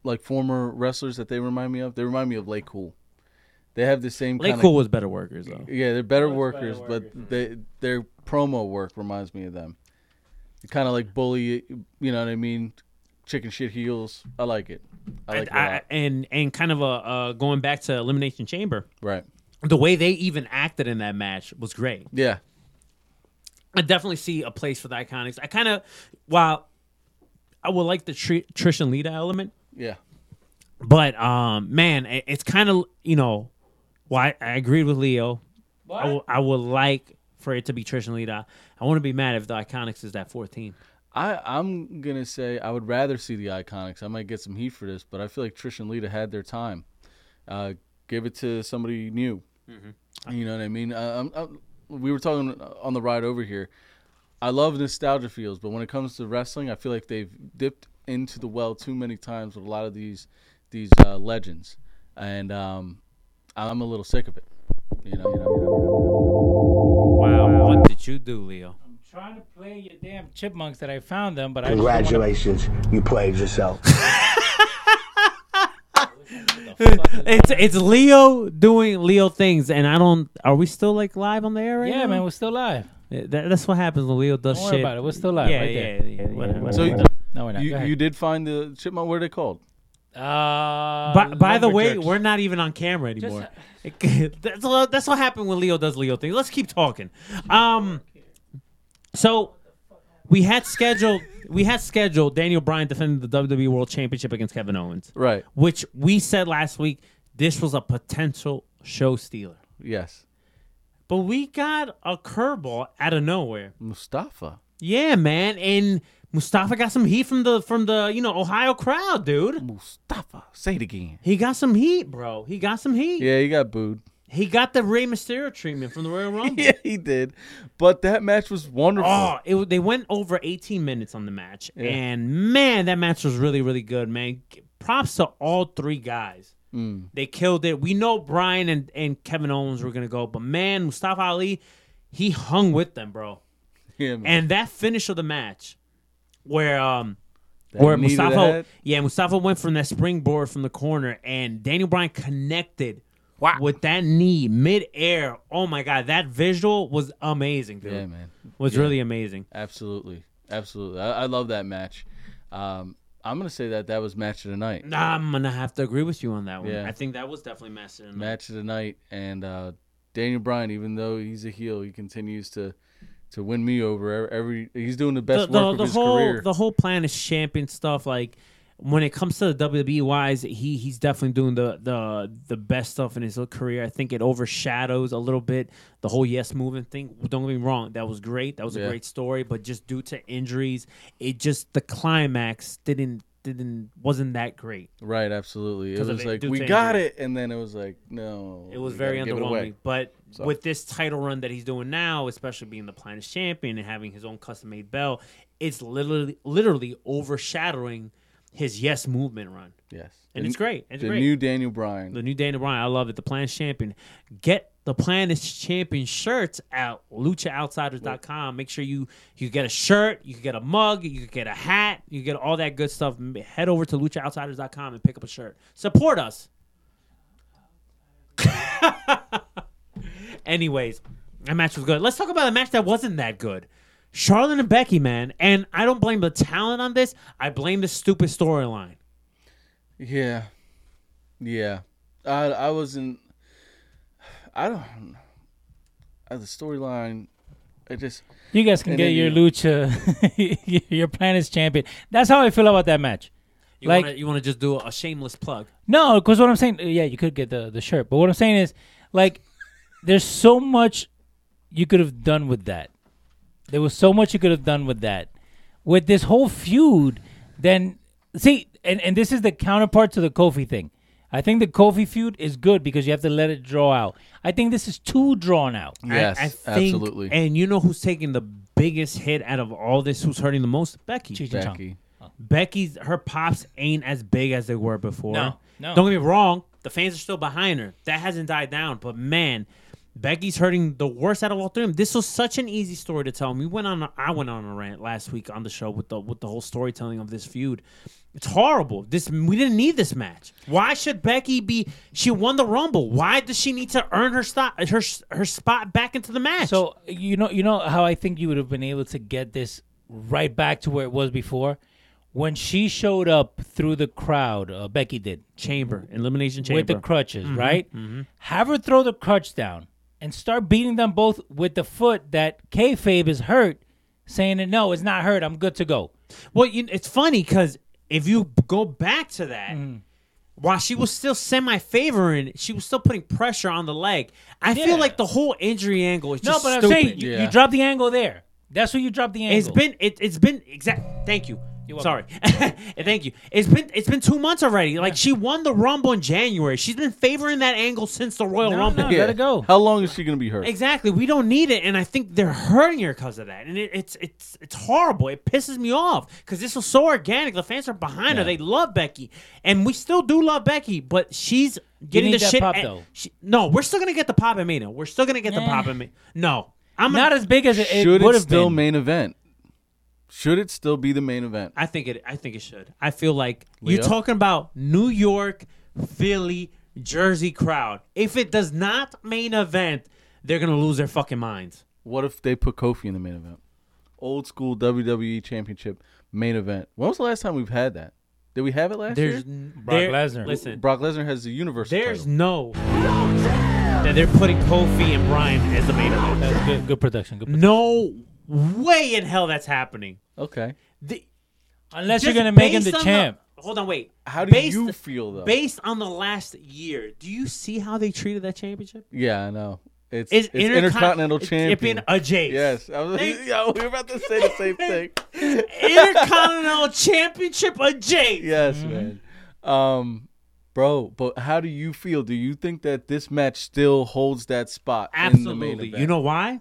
Speaker 7: like former wrestlers that they remind me of, they remind me of Lay Cool. They have the same
Speaker 1: Late
Speaker 7: kind
Speaker 1: Cool was better workers though.
Speaker 7: Yeah, they're better workers, but they their promo work reminds me of them. Kind of like bully, you know what I mean? Chicken shit heels. I like it. I like
Speaker 1: And,
Speaker 7: it a lot.
Speaker 1: I, and and kind of a uh, going back to Elimination Chamber,
Speaker 7: right.
Speaker 1: the way they even acted in that match was great.
Speaker 7: Yeah.
Speaker 1: I definitely see a place for the Iconics. I kind of, while I would like the tri- Trish and Lita element,
Speaker 7: Yeah.
Speaker 1: but um, man, it, it's kind of you know, why I, I agreed with Leo. I would- I would like for it to be Trish and Lita. I want to be mad if the Iconics is that 14.
Speaker 7: I, I'm gonna say I would rather see the Iconics. I might get some heat for this, but I feel like Trish and Lita had their time. Uh, give it to somebody new.
Speaker 6: Mm-hmm.
Speaker 7: You know what I mean? Uh, I'm, I'm- we were talking on the ride over here. I love nostalgia feels, but when it comes to wrestling, I feel like they've dipped into the well too many times with a lot of these these uh, legends, and um, I'm a little sick of it. You know, you know, you know.
Speaker 1: Wow, what did you do, Leo?
Speaker 6: Trying to play your damn chipmunks that I found them, but I
Speaker 4: Congratulations, you played yourself.
Speaker 1: It's it's Leo doing Leo things, and I don't. Are we still like live on the air right
Speaker 6: Yeah,
Speaker 1: now?
Speaker 6: man, we're still live.
Speaker 1: That, that's what happens when Leo does
Speaker 6: Don't worry
Speaker 1: shit.
Speaker 6: about it. We're still live
Speaker 1: Yeah,
Speaker 6: right
Speaker 1: yeah,
Speaker 6: there.
Speaker 1: yeah, yeah, whatever.
Speaker 7: So
Speaker 6: No, we're not.
Speaker 7: you,
Speaker 6: Go
Speaker 7: you
Speaker 6: ahead.
Speaker 7: did find the chipmunk. Where they called?
Speaker 6: Uh,
Speaker 1: By, by the way,
Speaker 6: lumberjacks.
Speaker 1: we're not even on camera anymore. that's what, that's what happened when Leo does Leo things. Let's keep talking. Um, so we had scheduled we had scheduled Daniel Bryan defending the WWE World Championship against Kevin Owens,
Speaker 7: Right.
Speaker 1: which we said last week this was a potential show stealer.
Speaker 7: Yes.
Speaker 1: But we got a curveball out of nowhere.
Speaker 7: Mustafa.
Speaker 1: Yeah, man, and Mustafa got some heat from the from the you know Ohio crowd, dude.
Speaker 7: Mustafa. Say it again.
Speaker 1: He got some heat, bro. He got some heat.
Speaker 7: Yeah, he got booed.
Speaker 1: He got the Rey Mysterio treatment from the Royal Rumble.
Speaker 7: Yeah, he did. But that match was wonderful.
Speaker 1: Oh, it, wa- they went over 18 minutes on the match, and man, that match was really, really good, man. G- Props to all three guys. They killed it. We know Brian and, and Kevin Owens were gonna go, but man, Mustafa Ali, he hung with them, bro.
Speaker 7: yeah, man.
Speaker 1: And that finish of the match, where um,
Speaker 7: That
Speaker 1: where
Speaker 7: knee to the
Speaker 1: Mustafa,
Speaker 7: head.
Speaker 1: yeah, Mustafa went from that springboard from the corner, and Daniel Bryan connected with that knee midair. Oh my god, that visual was amazing, dude.
Speaker 7: Yeah, man.
Speaker 1: Was really amazing.
Speaker 7: Absolutely. Absolutely. I, I love that match. Um, I'm going to say that that was match of the night.
Speaker 1: I'm gonna have to agree with you on that one.
Speaker 7: Yeah.
Speaker 1: I think that was definitely massive.
Speaker 7: Match of the night. And uh, Daniel Bryan, even though he's a heel, he continues to to win me over. Every, every He's doing the
Speaker 1: the,
Speaker 7: best
Speaker 1: the-
Speaker 7: work
Speaker 1: the
Speaker 7: of his
Speaker 1: whole
Speaker 7: career.
Speaker 1: the whole plan is champion stuff. Like when it comes to the WWE wise, he he's definitely doing the the the best stuff in his career. I think it overshadows a little bit the whole yes movement thing. Don't get me wrong, that was great. That was a
Speaker 7: Yeah.
Speaker 1: great story, but just due to injuries, it just the climax didn't didn't wasn't that great.
Speaker 7: right, absolutely. It
Speaker 1: 'Cause of
Speaker 7: was
Speaker 1: it-
Speaker 7: like,
Speaker 1: due
Speaker 7: we
Speaker 1: to
Speaker 7: got
Speaker 1: injury.
Speaker 7: it. And then it was like, no.
Speaker 1: It was
Speaker 7: we
Speaker 1: very
Speaker 7: gotta give it away.
Speaker 1: underwhelming. But with this title run that he's doing now, especially being the Planet Champion and having his own custom made belt, it's literally literally overshadowing his yes movement run.
Speaker 7: Yes.
Speaker 1: And it's great. It's
Speaker 7: the
Speaker 1: great.
Speaker 7: new Daniel Bryan.
Speaker 1: the new Daniel Bryan, I love it. The Planet Champion. Get the Planet Champion shirts out luchaoutsiders.com. Make sure you you get a shirt, you can get a mug, you can get a hat, you can get all that good stuff. M- Head over to luchaoutsiders.com and pick up a shirt. Support us. Anyways, that match was good. Let's talk about a match that wasn't that good. Charlotte and Becky, man, and I don't blame the talent on this. I blame the stupid storyline.
Speaker 7: Yeah, yeah. I I wasn't. I don't. Uh, the storyline, I just
Speaker 6: You guys can
Speaker 7: And
Speaker 6: get
Speaker 7: then
Speaker 6: your
Speaker 7: you-
Speaker 6: lucha, your planet's champion. That's how I feel about that match.
Speaker 1: You
Speaker 6: Like-
Speaker 1: wanna, you want to just do a shameless plug.
Speaker 6: No, because what I'm saying, yeah, you could get the the shirt, but what I'm saying is, like, there's so much you could have done with that. There was so much you could have done with that. With this whole feud, then see, and and this is the counterpart to the Kofi thing. I think the Kofi feud is good because you have to let it draw out. I think this is too drawn out.
Speaker 1: I-
Speaker 7: yes,
Speaker 1: I, think,
Speaker 7: absolutely.
Speaker 1: And you know who's taking the biggest hit out of all this? Who's hurting the most? Becky.
Speaker 6: Cheech and Chong.
Speaker 7: Becky,
Speaker 1: Becky's her pops ain't as big as they were before.
Speaker 6: No, no.
Speaker 1: Don't get me wrong. The fans are still behind her. That hasn't died down. But man, Becky's hurting the worst out of all three of them. This was such an easy story to tell. And We went on, a, I went on a rant last week on the show with the with the whole storytelling of this feud. It's horrible. This we didn't need this match. Why should Becky be? She won the Rumble. Why does she need to earn her spot her her spot back into the match?
Speaker 6: So you know, you know how I think you would have been able to get this right back to where it was before, when she showed up through the crowd. Uh, Becky did
Speaker 1: chamber elimination chamber Mm-hmm,
Speaker 6: with the crutches, right? Have her throw the crutch down and start beating them both with the foot that kayfabe is hurt, saying that no, it's not hurt. I'm good to go.
Speaker 1: Well, you, it's funny because if you b- go back to that,
Speaker 6: Mm-hmm.
Speaker 1: while she was still semi favoring, she was still putting pressure on the leg. I
Speaker 6: Yeah.
Speaker 1: feel like the whole injury angle is
Speaker 6: No,
Speaker 1: just
Speaker 6: but I'm
Speaker 1: stupid.
Speaker 6: saying you,
Speaker 7: Yeah.
Speaker 6: you drop the angle there. That's where you drop the angle.
Speaker 1: It's been it, it's been exact. Thank you. Sorry,
Speaker 6: welcome.
Speaker 1: thank you. It's been it's been two months already. Like she won the Rumble in January. She's been favoring that angle since the Royal
Speaker 6: No,
Speaker 1: Rumble.
Speaker 6: no, Let it go.
Speaker 7: How long is she gonna be hurt?
Speaker 1: Exactly. We don't need it, and I think they're hurting her because of that, and it, it's it's it's horrible. It pisses me off because this was so organic. The fans are behind her. They love Becky, and we still do love Becky, but she's getting
Speaker 6: need
Speaker 1: the
Speaker 6: that
Speaker 1: shit.
Speaker 6: pop,
Speaker 1: and-
Speaker 6: though.
Speaker 1: she- no, we're still gonna get the pop at Mania. We're still gonna get the
Speaker 6: Nah.
Speaker 1: pop at Mania. No, I'm
Speaker 6: not
Speaker 1: not.
Speaker 6: as big as it, it
Speaker 7: Should
Speaker 6: would
Speaker 7: it
Speaker 6: have
Speaker 7: still
Speaker 6: been.
Speaker 7: main event? Should it still be the main event?
Speaker 1: I think it. I think it should. I feel like
Speaker 7: Leo?
Speaker 1: you're talking about New York, Philly, Jersey crowd. If it does not main event, they're gonna lose their fucking minds.
Speaker 7: What if they put Kofi in the main event? Old school WWE Championship main event. When was the last time we've had that? Did we have it last
Speaker 1: There's
Speaker 7: year?
Speaker 1: Brock
Speaker 6: Lesnar.
Speaker 1: Listen,
Speaker 7: Brock Lesnar has the Universal
Speaker 1: There's
Speaker 7: title.
Speaker 1: no that they're putting Kofi and Brian as the main event.
Speaker 6: That's good, good production. Good production.
Speaker 1: No way in hell that's happening.
Speaker 7: Okay.
Speaker 1: The,
Speaker 6: Unless you're
Speaker 1: just
Speaker 6: gonna make him
Speaker 1: based
Speaker 6: the
Speaker 1: on
Speaker 6: champ.
Speaker 1: hold on, wait.
Speaker 7: How do you feel, though?
Speaker 1: Based on the last year, do you see how they treated that championship?
Speaker 7: Yeah, I know. It's,
Speaker 1: It's
Speaker 7: it's,
Speaker 1: intercon-
Speaker 7: Intercontinental
Speaker 1: it's
Speaker 7: Champion.
Speaker 1: tipping a Jace.
Speaker 7: Yes. I was,
Speaker 1: They-
Speaker 7: yeah, we were about to say the same thing.
Speaker 1: Intercontinental Championship adjacent.
Speaker 7: Yes, man. Um, bro, but how do you feel? Do you think that this match still holds that spot in the main
Speaker 1: Absolutely.
Speaker 7: event?
Speaker 1: You know why?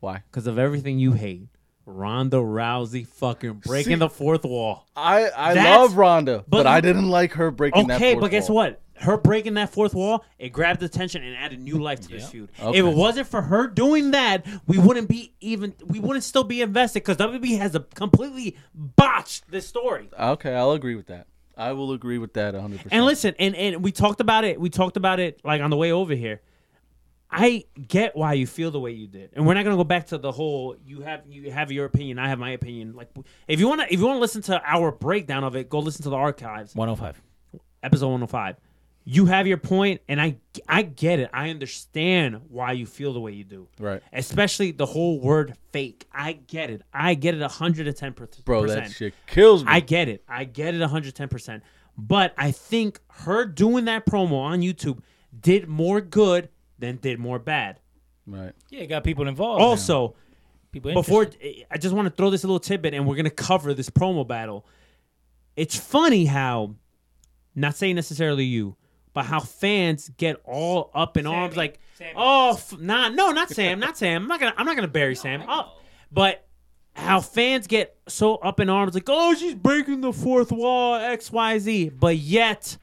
Speaker 7: why?
Speaker 1: Because of everything you hate. Ronda Rousey fucking breaking
Speaker 7: See-
Speaker 1: the fourth wall.
Speaker 7: I I
Speaker 1: That's-
Speaker 7: love Ronda, but,
Speaker 1: but-
Speaker 7: I didn't like her breaking that.
Speaker 1: Okay,
Speaker 7: fourth
Speaker 1: but guess
Speaker 7: wall.
Speaker 1: what? Her breaking that fourth wall, it grabbed attention and added new life to this feud. If it wasn't for her doing that, we wouldn't be even. We wouldn't still be invested because WB has a completely botched this story.
Speaker 7: Okay, I'll agree with that. I will agree with that 100. percent
Speaker 1: And listen, and and we talked about it. We talked about it like on the way over here. I get why you feel the way you did, and we're not gonna go back to the whole. You have you have your opinion. I have my opinion. Like if you wanna if you wanna listen to our breakdown of it, go listen to the archives.
Speaker 6: 105.
Speaker 1: episode 105 you have your point and i i get it i understand why you feel the way you do
Speaker 7: Right.
Speaker 1: especially the whole word fake i get it i get it 110%
Speaker 7: bro, that shit kills me.
Speaker 1: i get it i get it 110% but i think her doing that promo on youtube did more good than did more bad
Speaker 7: right.
Speaker 6: Yeah, it got people involved. now.
Speaker 1: also
Speaker 6: people
Speaker 1: before
Speaker 6: interested.
Speaker 1: I just want to throw this little tidbit and we're going to cover this promo battle. It's funny how not saying necessarily you, but how fans get all up in arms like
Speaker 6: Sammy.
Speaker 1: oh f- nah no not Sam, not Sam. I'm not going to I'm not going to bury Sam up. But how fans get so up in arms like oh she's breaking the fourth wall XYZ, but yet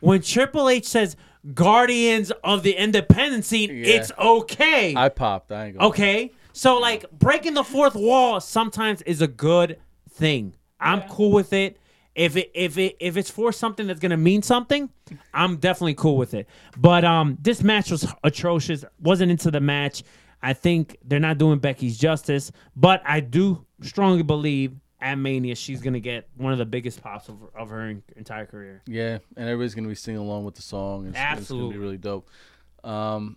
Speaker 1: when Triple H says Guardians of the Independence scene,
Speaker 7: Yeah.
Speaker 1: it's okay.
Speaker 7: I popped. I ain't gonna.
Speaker 1: Okay. So like breaking the fourth wall sometimes is a good thing. I'm cool with it. If it if it if it's for something that's gonna mean something, I'm definitely cool with it. But um this match was atrocious. Wasn't into the match. I think they're not doing Becky's justice, but I do strongly believe at Mania she's gonna get one of the biggest pops of, of her en- entire career.
Speaker 7: Yeah, and everybody's gonna be singing along with the song. And it's- It's
Speaker 1: Absolutely.
Speaker 7: gonna be really dope. Um,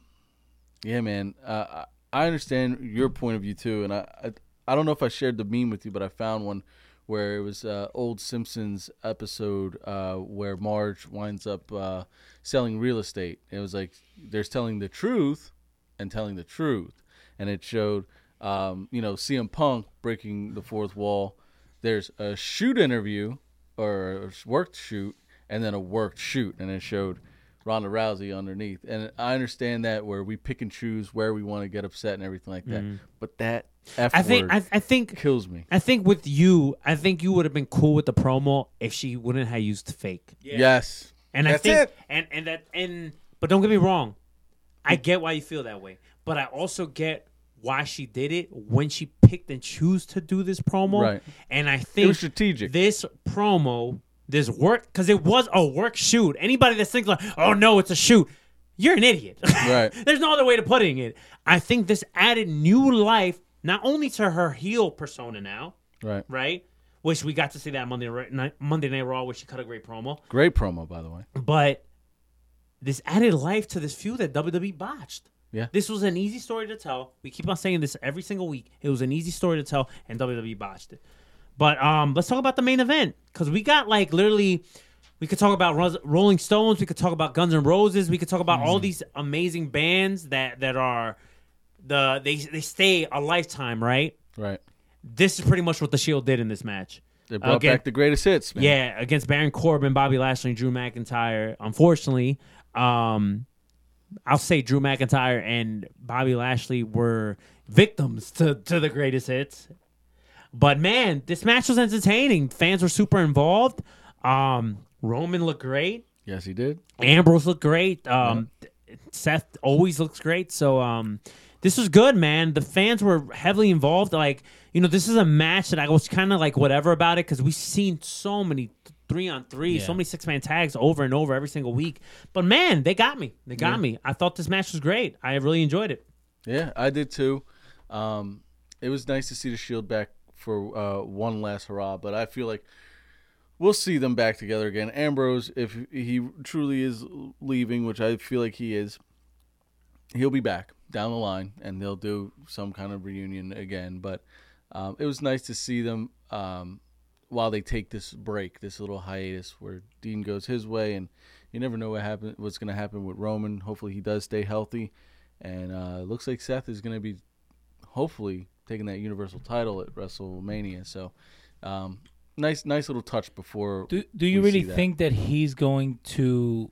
Speaker 7: yeah, man. Uh, I I understand your point of view too, and I, I I don't know if I shared the meme with you, but I found one where it was uh, old Simpsons episode uh, where Marge winds up uh, selling real estate. It was like there's telling the truth and telling the truth, and it showed um, you know CM Punk breaking the fourth wall. There's a shoot interview or a worked shoot, and then a worked shoot, and it showed Ronda Rousey underneath. And I understand that where we pick and choose where we want to get upset and everything like that. But that F
Speaker 1: Mm-hmm. I think
Speaker 7: word
Speaker 1: I, I think
Speaker 7: kills me.
Speaker 1: I think with you, I think you would have been cool with the promo if she wouldn't have used fake.
Speaker 7: Yes.
Speaker 1: And I
Speaker 7: That's
Speaker 1: think
Speaker 7: it.
Speaker 1: and and that and but don't get me wrong. I get why you feel that way, but I also get why she did it when she picked and choose to do this promo.
Speaker 7: Right.
Speaker 1: And I think
Speaker 7: strategic.
Speaker 1: This promo, this work, because it was a work shoot. Anybody that thinks like, oh no, it's a shoot, you're an idiot.
Speaker 7: Right.
Speaker 1: There's no other way to putting it. I think this added new life not only to her heel persona now,
Speaker 7: Right.
Speaker 1: right? Which we got to see that Monday Ra- night, Monday Night Raw, which she cut a great promo.
Speaker 7: Great promo, by the way.
Speaker 1: But this added life to this feud that WWE botched.
Speaker 7: Yeah.
Speaker 1: This was an easy story to tell. We keep on saying this every single week. It was an easy story to tell, and WWE botched it. But um, let's talk about the main event because we got like literally, we could talk about Ros- Rolling Stones, we could talk about Guns N' Roses, we could talk about all these amazing bands that that are the they they stay a lifetime, right?
Speaker 7: Right.
Speaker 1: This is pretty much what the Shield did in this match.
Speaker 7: They brought
Speaker 1: Again-
Speaker 7: back the greatest hits, man.
Speaker 1: yeah, against Baron Corbin, Bobby Lashley, Drew McIntyre. Unfortunately, um, I'll say Drew McIntyre and Bobby Lashley were victims to, to the greatest hits. But man, this match was entertaining. Fans were super involved. Um, Roman looked great.
Speaker 7: Yes, he did.
Speaker 1: Ambrose looked great. Um, Seth always looks great. So um, this was good, man. The fans were heavily involved. Like you know, this is a match that I was kind of like whatever about it because we've seen so many th- three on three, so
Speaker 6: Yeah.
Speaker 1: many six man tags over and over every single week. But man, they got me. They got me. I thought this match was great. I really enjoyed it.
Speaker 7: Yeah, I did too. Um, it was nice to see the Shield back for uh, one last hurrah, but I feel like we'll see them back together again. Ambrose, if he truly is leaving, which I feel like he is, he'll be back down the line and they'll do some kind of reunion again. But um, it was nice to see them um, while they take this break, this little hiatus where Dean goes his way, and you never know what happen, what's going to happen with Roman. Hopefully, he does stay healthy, and uh, it looks like Seth is going to be hopefully taking that Universal title at WrestleMania. So, um, nice, nice little touch before.
Speaker 6: Do Do you
Speaker 7: we
Speaker 6: really
Speaker 7: see that.
Speaker 6: think that he's going to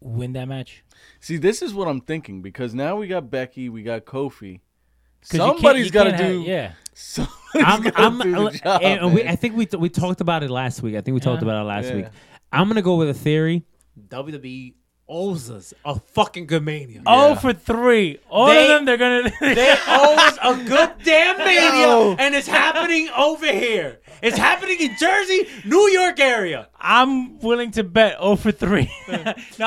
Speaker 6: win that match?
Speaker 7: See, this is what I'm thinking because now we got Becky, we got Kofi.
Speaker 6: 'Cause you can't-
Speaker 7: Somebody's
Speaker 6: you
Speaker 7: got to
Speaker 6: can't have-
Speaker 7: do.
Speaker 6: yeah.
Speaker 7: somebody's
Speaker 1: I'm,
Speaker 7: gotta
Speaker 1: I'm,
Speaker 7: do the
Speaker 1: and-
Speaker 7: job,
Speaker 1: and we,
Speaker 7: man.
Speaker 1: I think we we talked about it last week. I think we talked
Speaker 6: Yeah.
Speaker 1: about it last
Speaker 7: Yeah.
Speaker 1: week. I'm gonna go with a theory. WWE owes us a fucking good mania.
Speaker 6: Oh for three. All
Speaker 1: They-
Speaker 6: of them. They're gonna.
Speaker 1: They owe us a good damn mania, and it's happening over here. It's happening in Jersey, New York area.
Speaker 6: I'm willing to bet 0 for 3. no,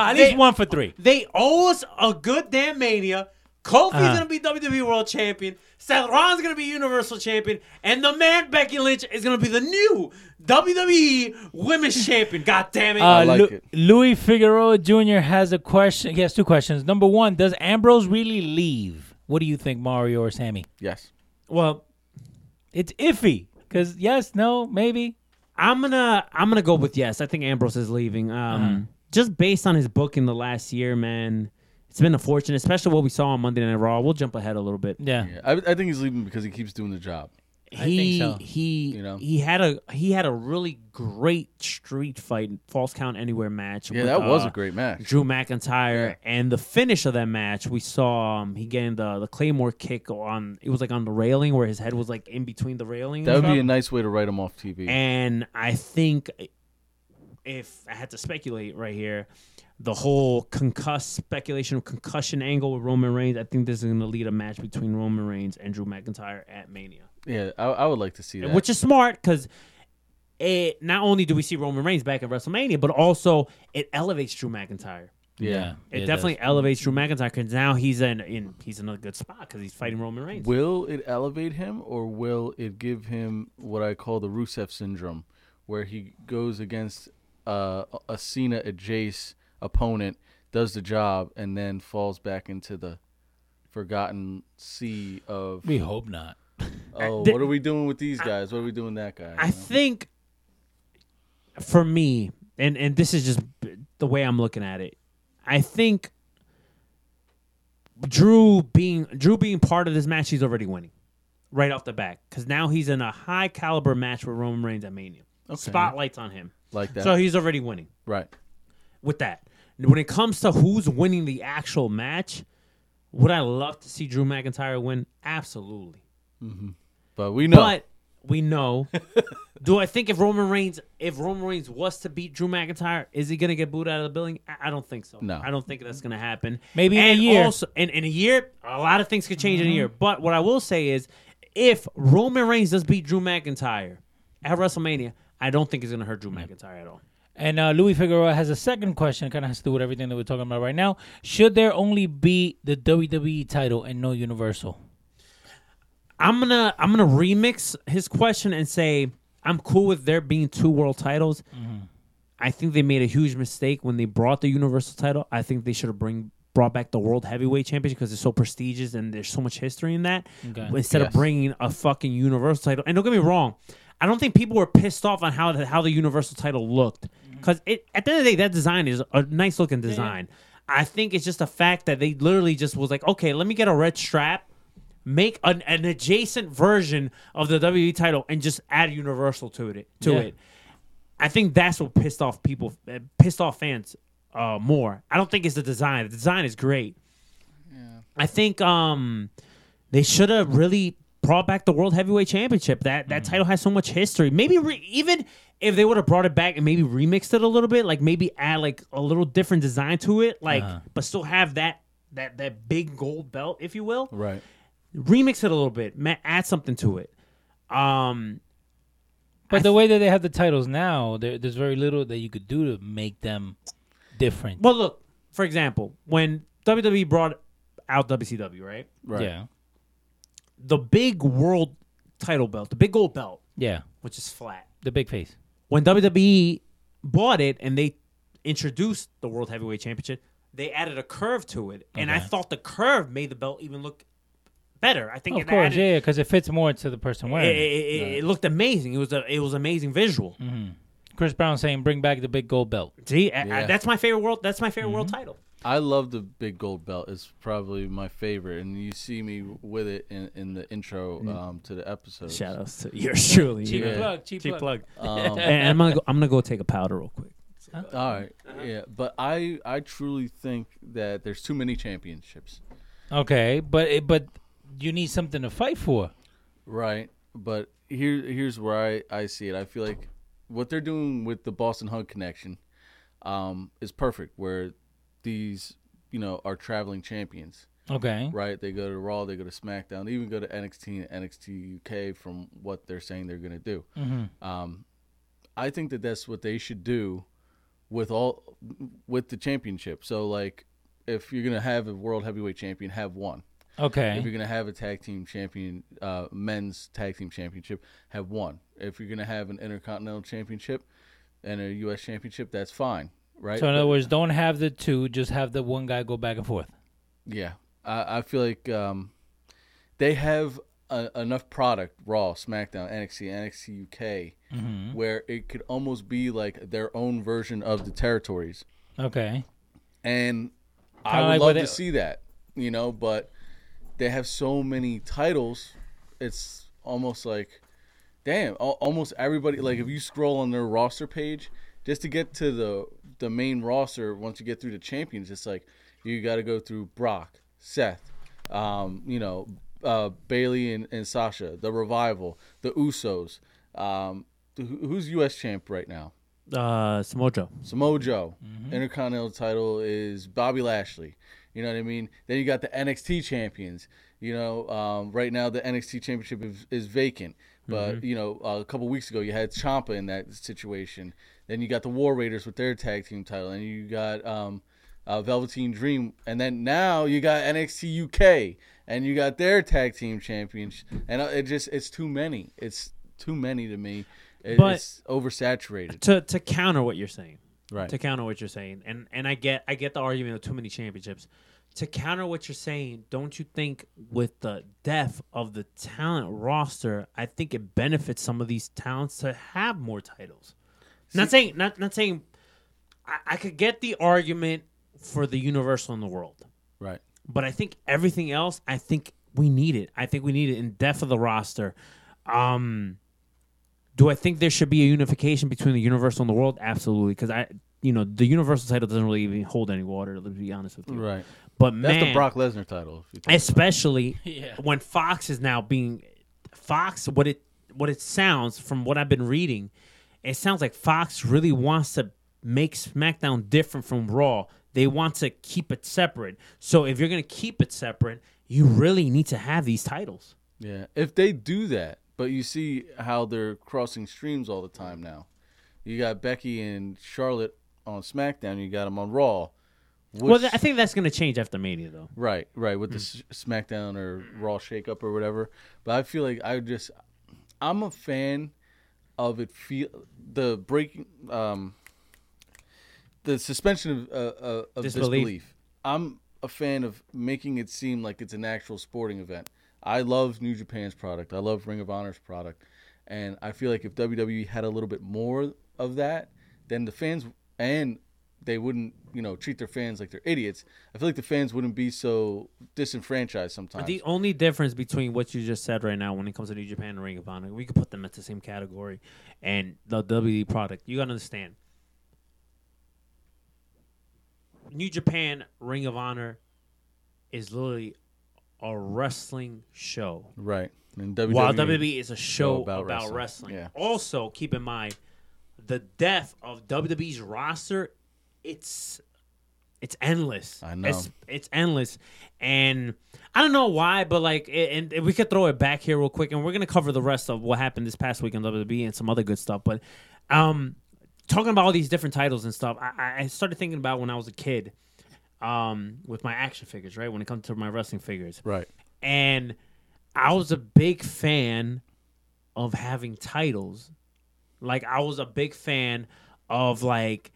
Speaker 6: at
Speaker 1: They-
Speaker 6: least 1 for 3.
Speaker 1: They owe us a good damn mania. Kofi's
Speaker 6: Uh-huh.
Speaker 1: gonna be WWE World Champion. Seth Rollins gonna be Universal Champion, and the man Becky Lynch is gonna be the new WWE Women's Champion. God damn it!
Speaker 6: Uh,
Speaker 7: like
Speaker 6: Lu-
Speaker 7: it.
Speaker 6: Louis Figueroa Jr. has a question. He has two questions. Number one, does Ambrose really leave? What do you think, Mario or Sammy?
Speaker 7: Yes.
Speaker 1: well,
Speaker 6: It's iffy. Because yes, no, maybe.
Speaker 1: I'm gonna I'm gonna go with yes. I think Ambrose is leaving. Um,
Speaker 6: Uh-huh.
Speaker 1: just based on his book in the last year, man, it's been a fortune, especially what we saw on Monday Night Raw. We'll jump ahead a little bit.
Speaker 6: Yeah.
Speaker 7: Yeah, I, I think he's leaving because he keeps doing the job.
Speaker 1: He
Speaker 6: I think so.
Speaker 1: he
Speaker 7: You know?
Speaker 1: he had a he had a really great street fight, false count anywhere match.
Speaker 7: Yeah,
Speaker 1: with,
Speaker 7: that was
Speaker 1: uh,
Speaker 7: a great match.
Speaker 1: Drew McIntyre and the finish of that match, we saw um, he gained the the claymore kick on. It was like on the railing where his head was like in between the railing. and
Speaker 7: That would
Speaker 1: stuff.
Speaker 7: be a nice way to write him off TV.
Speaker 1: And I think if I had to speculate right here, the whole concuss speculation, concussion angle with Roman Reigns, I think this is going to lead a match between Roman Reigns and Drew McIntyre at Mania,
Speaker 7: yeah, I, I would like to see that.
Speaker 1: which is smart because it not only do we see Roman Reigns back at WrestleMania, but also it elevates Drew McIntyre.
Speaker 7: yeah.
Speaker 1: It,
Speaker 6: does.
Speaker 1: definitely elevates Drew McIntyre because now he's in, in he's in a good spot because he's fighting Roman Reigns.
Speaker 7: Will it elevate him or will it give him what I call the Rusev syndrome, where he goes against uh, a Cena adjacent opponent, does the job, and then falls back into the forgotten sea of,
Speaker 6: We hope not.
Speaker 7: oh,
Speaker 1: th-
Speaker 7: what are we doing with these guys? What are we doing with that guy?
Speaker 1: I
Speaker 7: You know?
Speaker 1: think for me, and and this is just b- the way I'm looking at it. I think Drew being Drew being part of this match, he's already winning right off the bat because now he's in a high caliber match with Roman Reigns at Mania. Spotlights on him,
Speaker 7: like that.
Speaker 1: so he's already winning
Speaker 7: right.
Speaker 1: with that. When it comes to who's winning the actual match, would I love to see Drew McIntyre win? Absolutely.
Speaker 7: But we know.
Speaker 1: But We know. Do I think if Roman Reigns, if Roman Reigns was to beat Drew McIntyre, is he gonna get booed out of the building? I, I don't think so.
Speaker 7: No.
Speaker 1: I don't think that's gonna happen.
Speaker 6: Maybe in a
Speaker 1: And
Speaker 6: year. Mm-hmm.
Speaker 1: Also, in, in a year, a lot of things could change in a year. But what I will say is, if Roman Reigns does beat Drew McIntyre at WrestleMania, I don't think it's gonna hurt Drew
Speaker 7: Mm-hmm.
Speaker 1: McIntyre at all.
Speaker 6: And uh, Louis Figueroa has a second question. Kind of has to do with everything that we're talking about right now. Should there only be the WWE title and no Universal?
Speaker 1: I'm gonna I'm gonna remix his question and say I'm cool with there being two world titles. I think they made a huge mistake when they brought the Universal title. I think they should have bring brought back the World Heavyweight Championship because it's so prestigious and there's so much history in that.
Speaker 6: Okay.
Speaker 1: Instead of
Speaker 7: Yes.
Speaker 1: bringing a fucking Universal title, and don't get me wrong, I don't think people were pissed off on how the, how the Universal title looked because it at the end of the day that design is a nice looking design. I think it's just a fact that they literally just was like, okay, let me get a red strap make an, an adjacent version of the WWE title and just add Universal to it. To
Speaker 6: Yeah.
Speaker 1: it, I think that's what pissed off people, uh, pissed off fans uh, more. I don't think it's the design. The design is great. I think um, they should have really brought back the World Heavyweight Championship. That that title has so much history. Maybe re- even if they would have brought it back and maybe remixed it a little bit, like maybe add like a little different design to it, like but still have that that that big gold belt, if you will
Speaker 7: Right.
Speaker 1: remix it a little bit, ma- add something to it. Um,
Speaker 6: But the way that they have the titles now, there, there's very little that you could do to make them different.
Speaker 1: well, look, for example, when WWE brought out WCW, right?
Speaker 7: Right.
Speaker 6: Yeah.
Speaker 1: The big world title belt, the big gold belt,
Speaker 6: Yeah.
Speaker 1: which is flat.
Speaker 6: The big face.
Speaker 1: When WWE bought it and they introduced the World Heavyweight Championship, they added a curve to it, and I
Speaker 6: Okay.
Speaker 1: thought the curve made the belt even look better. I think
Speaker 6: Of
Speaker 1: it
Speaker 6: course,
Speaker 1: added-
Speaker 6: yeah, because it fits more to the person
Speaker 1: It,
Speaker 6: wearing it.
Speaker 1: it- it- it looked amazing. It was a it was amazing visual.
Speaker 6: Chris Brown saying, "Bring back the big gold belt."
Speaker 1: See, I- I-
Speaker 7: Yeah.
Speaker 1: that's my favorite world. That's my favorite world title.
Speaker 7: I love the big gold belt. It's probably my favorite, and you see me with it in, in the intro
Speaker 1: Mm.
Speaker 7: um, to the episode.
Speaker 1: Shoutouts to yours truly.
Speaker 6: Cheap
Speaker 7: Yeah.
Speaker 6: plug, cheap, plug.
Speaker 1: and I'm gonna go, I'm gonna go take a powder real quick.
Speaker 7: All right, yeah, but I I truly think that there's too many championships,
Speaker 6: Okay, but it, but you need something to fight for.
Speaker 7: right? But here here's where I I see it. I feel like what they're doing with the Boston Hug connection um, is perfect, where these you know are traveling champions.
Speaker 6: Okay.
Speaker 7: right? They go to Raw, they go to SmackDown, they even go to NXT and NXT UK from what they're saying they're going to do.
Speaker 6: Mm-hmm.
Speaker 7: Um, I think that that's what they should do with all with the championship. So like, if you're going to have a world heavyweight champion, have one. If
Speaker 6: Okay.
Speaker 7: you're going to have a tag team champion, uh, men's tag team championship, have one. If you're going to have an intercontinental championship and a U.S. championship, that's fine, right?
Speaker 6: So in
Speaker 7: But-
Speaker 6: other words, don't have the two, just have the one guy go back and forth.
Speaker 7: Yeah, I, I feel like um, they have a, enough product, Raw, SmackDown, NXT, NXT UK, where it could almost be like their own version of the territories,
Speaker 6: Okay.
Speaker 7: and I
Speaker 6: Kinda
Speaker 7: would
Speaker 6: like
Speaker 7: love
Speaker 6: what
Speaker 7: to
Speaker 6: they-
Speaker 7: see that, you know. But they have so many titles, it's almost like, damn, al- almost everybody. Like if you scroll on their roster page, just to get to the the main roster, once you get through the champions, it's like you got to go through Brock, Seth, um, you know, uh, Bailey and, and Sasha, the Revival, the Usos. Um, who- who's U.S. champ right now?
Speaker 1: Uh, Samojo.
Speaker 7: Samoa Joe, Intercontinental title is Bobby Lashley. You know what I mean? Then you got the NXT champions. You know, um, right now the NXT championship is, is vacant. But you know, a couple weeks ago you had Champa in that situation. Then you got the War Raiders with their tag team title, and you got um, uh, Velveteen Dream, and then now you got NXT UK, and you got their tag team champions. And uh, it just it's too many. It's too many to me. It-
Speaker 1: But-
Speaker 7: it's oversaturated.
Speaker 1: To to counter what you're saying,
Speaker 7: Right.
Speaker 1: To counter what you're saying, and and I get I get the argument of too many championships. To counter what you're saying, don't you think with the depth of the talent roster, I think it benefits some of these talents to have more titles. not saying not not saying I, I could get the argument for the universal in the world.
Speaker 7: Right.
Speaker 1: But I think everything else, I think we need it. I think we need it in depth of the roster. Um, do I think there should be a unification between the Universal and the World? Absolutely, because I, you know, the Universal title doesn't really even hold any water. Let's be honest with you.
Speaker 7: Right.
Speaker 1: But
Speaker 7: That's
Speaker 1: man,
Speaker 7: the Brock Lesnar title. If you think about it.
Speaker 1: especially
Speaker 6: Yeah.
Speaker 1: when Fox is now being Fox. What it what it sounds from what I've been reading, it sounds like Fox really wants to make SmackDown different from Raw. They want to keep it separate. So if you're gonna keep it separate, you really need to have these titles.
Speaker 7: Yeah, if they do that, but you see how they're crossing streams all the time now. You got Becky and Charlotte on SmackDown. You got them on Raw.
Speaker 1: Well,
Speaker 7: Which-
Speaker 1: th- I think that's Hmm. gonna change after Mania, though.
Speaker 7: right, right, with the S- SmackDown or Raw shakeup or whatever. But I feel like I just, I'm a fan of it. Feel the breaking, um, the suspension of uh, uh, of
Speaker 1: Disbelief.
Speaker 7: disbelief. I'm a fan of making it seem like it's an actual sporting event. I love New Japan's product. I love Ring of Honor's product, and I feel like if WWE had a little bit more of that, then the fans and they wouldn't, you know, treat their fans like they're idiots. I feel like the fans wouldn't be so disenfranchised sometimes.
Speaker 1: The only difference between what you just said right now when it comes to New Japan and Ring of Honor, we could put them at the same category and the WWE product. You gotta understand. New Japan Ring of Honor is literally a wrestling show.
Speaker 7: right. And E WWE,
Speaker 1: While E WWE is a show about,
Speaker 7: about
Speaker 1: wrestling.
Speaker 7: wrestling. Yeah.
Speaker 1: Also, keep in mind the depth of WWE's roster. It's it's endless.
Speaker 7: I know.
Speaker 1: It's, it's endless, and I don't know why, but like, it, and and we could throw it back here real quick, and we're gonna cover the rest of what happened this past week on WWE and some other good stuff. But um, talking about all these different titles and stuff, I- I, I started thinking about when I was a kid, um, with my action figures, right? When it comes to my wrestling figures,
Speaker 7: right.
Speaker 1: and I was a big fan of having titles. Like I was a big fan of like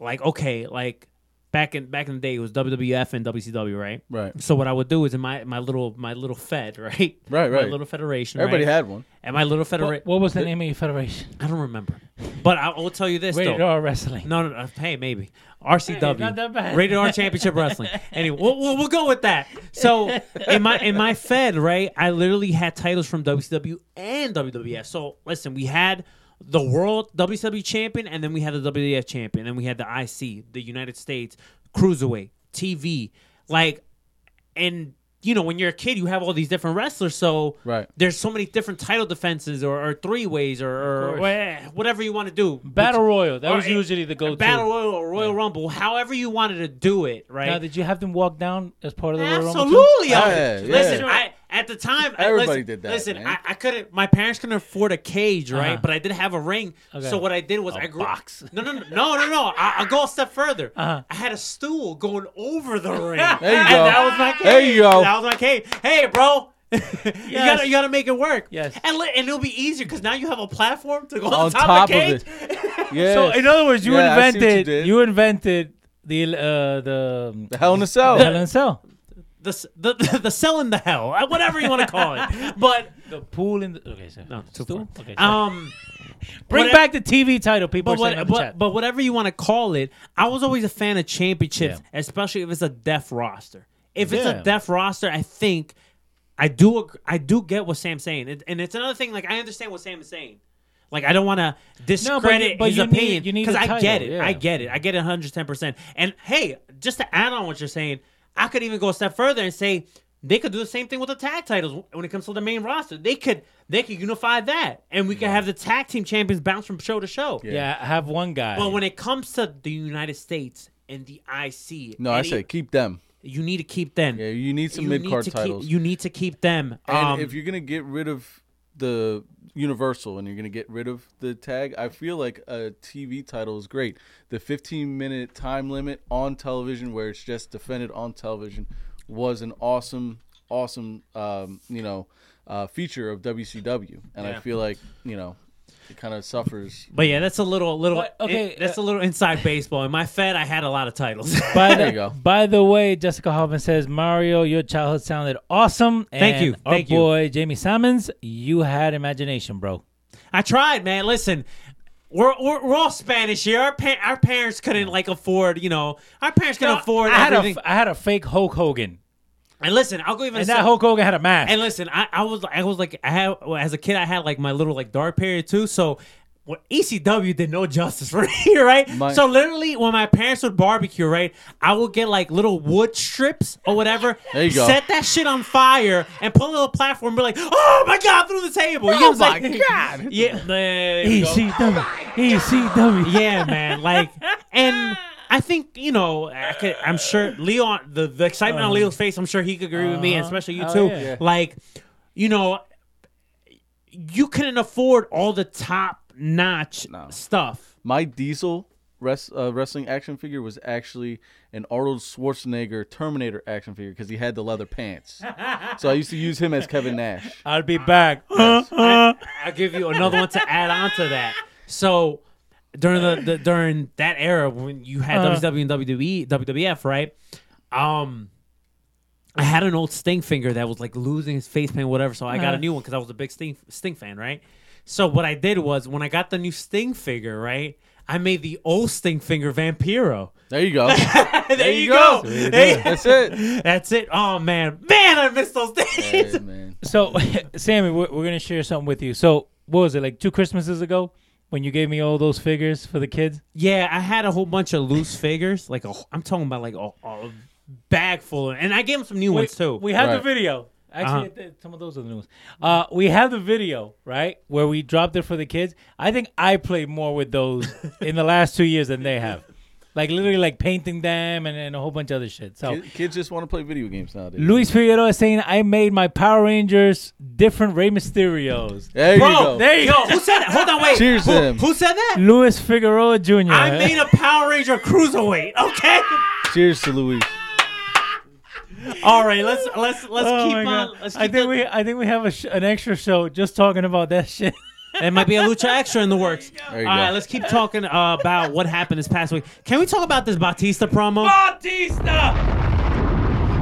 Speaker 1: like okay, like back in back in the day it was WWF and WCW, right?
Speaker 7: Right.
Speaker 1: So what I would do is in my my little my little fed, right?
Speaker 7: Right,
Speaker 1: My
Speaker 7: right.
Speaker 1: little federation.
Speaker 7: Everybody
Speaker 1: right?
Speaker 7: had one.
Speaker 1: and my little federation.
Speaker 6: What, what was the name of your federation?
Speaker 1: I don't remember, but I will tell you this
Speaker 6: Rated
Speaker 1: though.
Speaker 6: R Wrestling.
Speaker 1: No, no, no. Hey, maybe RCW,
Speaker 6: Hey, not that bad.
Speaker 1: Rated R Championship Wrestling. Anyway, we'll, we'll, we'll go with that. So in my in my Fed, right, I literally had titles from WCW and WWF. So listen, we had the World WCW Champion, and then we had the WWF Champion, and we had the IC, the United States Cruiserweight, TV, like, and. You know, when you're a kid, you have all these different wrestlers, so
Speaker 7: Right.
Speaker 1: there's so many different title defenses or, or three ways or, or
Speaker 6: course.
Speaker 1: wha- whatever you want to do.
Speaker 6: Battle Royal. That
Speaker 1: Or
Speaker 6: was
Speaker 1: a-
Speaker 6: usually the
Speaker 1: a
Speaker 6: go-to.
Speaker 1: Battle Royal or Royal Rumble, however you wanted to do it, right?
Speaker 6: Now, did you have them walk down as part of the Royal Rumble? too?
Speaker 1: Absolutely. I-
Speaker 7: Yeah, yeah.
Speaker 1: listen, I at the time I-
Speaker 7: Everybody
Speaker 1: listen-
Speaker 7: did that,
Speaker 1: Listen,
Speaker 7: man.
Speaker 1: I, I couldn't. My parents couldn't afford a cage, right?
Speaker 6: Uh-huh.
Speaker 1: But I did have a ring.
Speaker 6: Okay.
Speaker 1: So what I did was
Speaker 6: A
Speaker 1: I grew.
Speaker 6: box.
Speaker 1: No, no, no, no, no. no. I, I'll go a step further.
Speaker 6: Uh-huh.
Speaker 1: I had a stool going over the ring.
Speaker 7: There you
Speaker 1: and
Speaker 7: go.
Speaker 1: That was my cage.
Speaker 7: There you go.
Speaker 1: That was my cage. Hey, bro. you gotta you gotta make it work.
Speaker 6: Yes.
Speaker 1: and, li- and it'll be easier because now you have a platform to go on,
Speaker 7: On
Speaker 1: top,
Speaker 7: top
Speaker 1: of
Speaker 7: of
Speaker 1: the cage.
Speaker 7: Yeah.
Speaker 6: So, in other words, you
Speaker 7: Yeah, I see what you
Speaker 6: invented you,
Speaker 7: did.
Speaker 6: invented the uh, the
Speaker 7: the Hell in a Cell.
Speaker 6: Hell in a Cell,
Speaker 1: the the the, the cell in the hell, uh, whatever you want to call it. But
Speaker 6: the pool in the okay, so
Speaker 1: no, too
Speaker 6: Stool?
Speaker 1: far.
Speaker 6: Okay, sorry.
Speaker 1: um,
Speaker 6: bring
Speaker 1: what-
Speaker 6: back the TV title. People
Speaker 1: but
Speaker 6: are saying
Speaker 1: what,
Speaker 6: in the
Speaker 1: but,
Speaker 6: chat.
Speaker 1: but whatever you want to call it, I was always a fan of championships,
Speaker 6: Yeah.
Speaker 1: especially if it's a deaf roster. If it's a
Speaker 6: Yeah.
Speaker 1: deaf roster, I think I do ag- I do get what Sam's saying, and, and it's another thing. Like I understand what Sam is saying. Like I don't want to discredit
Speaker 6: but
Speaker 1: his
Speaker 6: you need-
Speaker 1: opinion
Speaker 6: you need
Speaker 1: because
Speaker 6: a
Speaker 1: I
Speaker 6: title,
Speaker 1: get it.
Speaker 6: yeah.
Speaker 1: I get it. I get it 110. percent And hey, just to add on what you're saying, I could even go a step further and say they could do the same thing with the tag titles when it comes to the main roster. They could they could unify that, and we could have the tag team champions bounce from show to show.
Speaker 6: yeah, I have one guy.
Speaker 1: But when it comes to the United States and the IC,
Speaker 7: no, I
Speaker 1: and
Speaker 7: say
Speaker 1: it-
Speaker 7: keep them.
Speaker 1: you need to keep them.
Speaker 7: Yeah, you need some
Speaker 1: You
Speaker 7: mid card
Speaker 1: to keep-
Speaker 7: titles.
Speaker 1: you need to keep them.
Speaker 7: And
Speaker 1: um,
Speaker 7: if you're gonna get rid of the Universal and you're gonna get rid of the tag, I feel like a TV title is great. The 15 minute time limit on television, where it's just defended on television, was an awesome, awesome, um, you know, uh, feature of WCW. And I feel like you know, it kind of suffers.
Speaker 1: but yeah, that's a little little
Speaker 6: But, okay,
Speaker 1: it- that's
Speaker 6: uh,
Speaker 1: a little inside baseball. In my Fed, I had a lot of titles.
Speaker 6: by
Speaker 7: There
Speaker 6: the,
Speaker 7: you go.
Speaker 6: By the way, Jessica Hoffman says, Mario, your childhood sounded awesome.
Speaker 1: Thank
Speaker 6: And
Speaker 1: you,
Speaker 6: Our
Speaker 1: thank you.
Speaker 6: boy, Jamie Simons, you had imagination, bro.
Speaker 1: I tried, man. Listen, we're, we're, we're all Spanish here. Our, pa- our parents couldn't like afford, you know, our parents couldn't afford
Speaker 6: I had,
Speaker 1: everything.
Speaker 6: a, I had a fake Hulk Hogan.
Speaker 1: and listen, I'll go even
Speaker 6: And
Speaker 1: a
Speaker 6: that
Speaker 1: step-
Speaker 6: Hulk Hogan had a mask.
Speaker 1: And listen, I, I was I was like I had well, as a kid I had like my little like dark period too. So what ECW did no justice for me, right?
Speaker 7: My-
Speaker 1: so literally, when my parents would barbecue, right, I would get like little wood strips or whatever,
Speaker 7: There you go.
Speaker 1: set that shit on fire, and put a little platform, and be like, "Oh my god!" through the table. You know
Speaker 7: Oh
Speaker 1: what I'm
Speaker 7: my
Speaker 1: saying?
Speaker 7: God.
Speaker 1: Yeah, there you go.
Speaker 6: ECW, ECW.
Speaker 1: yeah, man. Like, and I think you know, I could, I'm sure Leo, the the excitement on Leo's face, I'm sure he could agree with me, and especially you
Speaker 6: Oh,
Speaker 1: too.
Speaker 6: yeah.
Speaker 1: Like, you know, you couldn't afford all the top notch stuff.
Speaker 7: My Diesel res- uh, wrestling action figure was actually an Arnold Schwarzenegger Terminator action figure because he had the leather pants. so I used to use him as Kevin Nash.
Speaker 6: I'll be back.
Speaker 1: I, I'll give you another one to add on to that. So during the, the during that era when you had E, WW and WWE WWF, right? Um I had an old Sting finger that was like losing his face paint, whatever. So I got a new one because I was a big Sting Sting fan, right? So what I did was when I got the new Sting figure, right? I made the old Sting finger Vampiro.
Speaker 7: There you go.
Speaker 1: there, you
Speaker 7: go.
Speaker 1: go. There you-
Speaker 7: That's it.
Speaker 1: That's it. Oh man, man, I missed those days.
Speaker 7: Yeah, man.
Speaker 6: So, Sammy, we're, we're gonna share something with you. So, what was it like two Christmases ago when you gave me all those figures for the kids?
Speaker 1: Yeah, I had a whole bunch of loose figures. Like a, I'm talking about like a, a bag full, of, and I gave him some new ones too.
Speaker 6: We have
Speaker 7: Right.
Speaker 6: the video. Uh-huh. Actually, th- some of those are the new ones. Uh, we have the video right where we dropped it for the kids. I think I played more with those in the last two years than they have. Like literally, like painting them and, and a whole bunch of other shit. So.
Speaker 7: Kid- Kids just want to play video games nowadays.
Speaker 6: Luis Figueroa is saying, I made my Power Rangers different Rey Mysterios.
Speaker 7: there you
Speaker 1: Bro,
Speaker 7: go.
Speaker 1: there you go. Who said that? Hold on, wait.
Speaker 7: Cheers
Speaker 1: who,
Speaker 7: to him.
Speaker 1: who said that?
Speaker 6: Luis Figueroa Jr.
Speaker 1: I made a Power Ranger cruiserweight. Okay.
Speaker 7: Cheers to Luis.
Speaker 1: All right. Let's let's let's
Speaker 6: Oh
Speaker 1: keep
Speaker 6: my
Speaker 1: on.
Speaker 6: God.
Speaker 1: Let's keep
Speaker 6: I think
Speaker 1: the-
Speaker 6: we I think we have a sh- an extra show just talking about that shit.
Speaker 1: There might be a lucha extra in the works. All
Speaker 7: There you
Speaker 1: right.
Speaker 7: go.
Speaker 1: Let's keep talking uh, about what happened this past week. Can we talk about this Batista promo?
Speaker 6: Batista,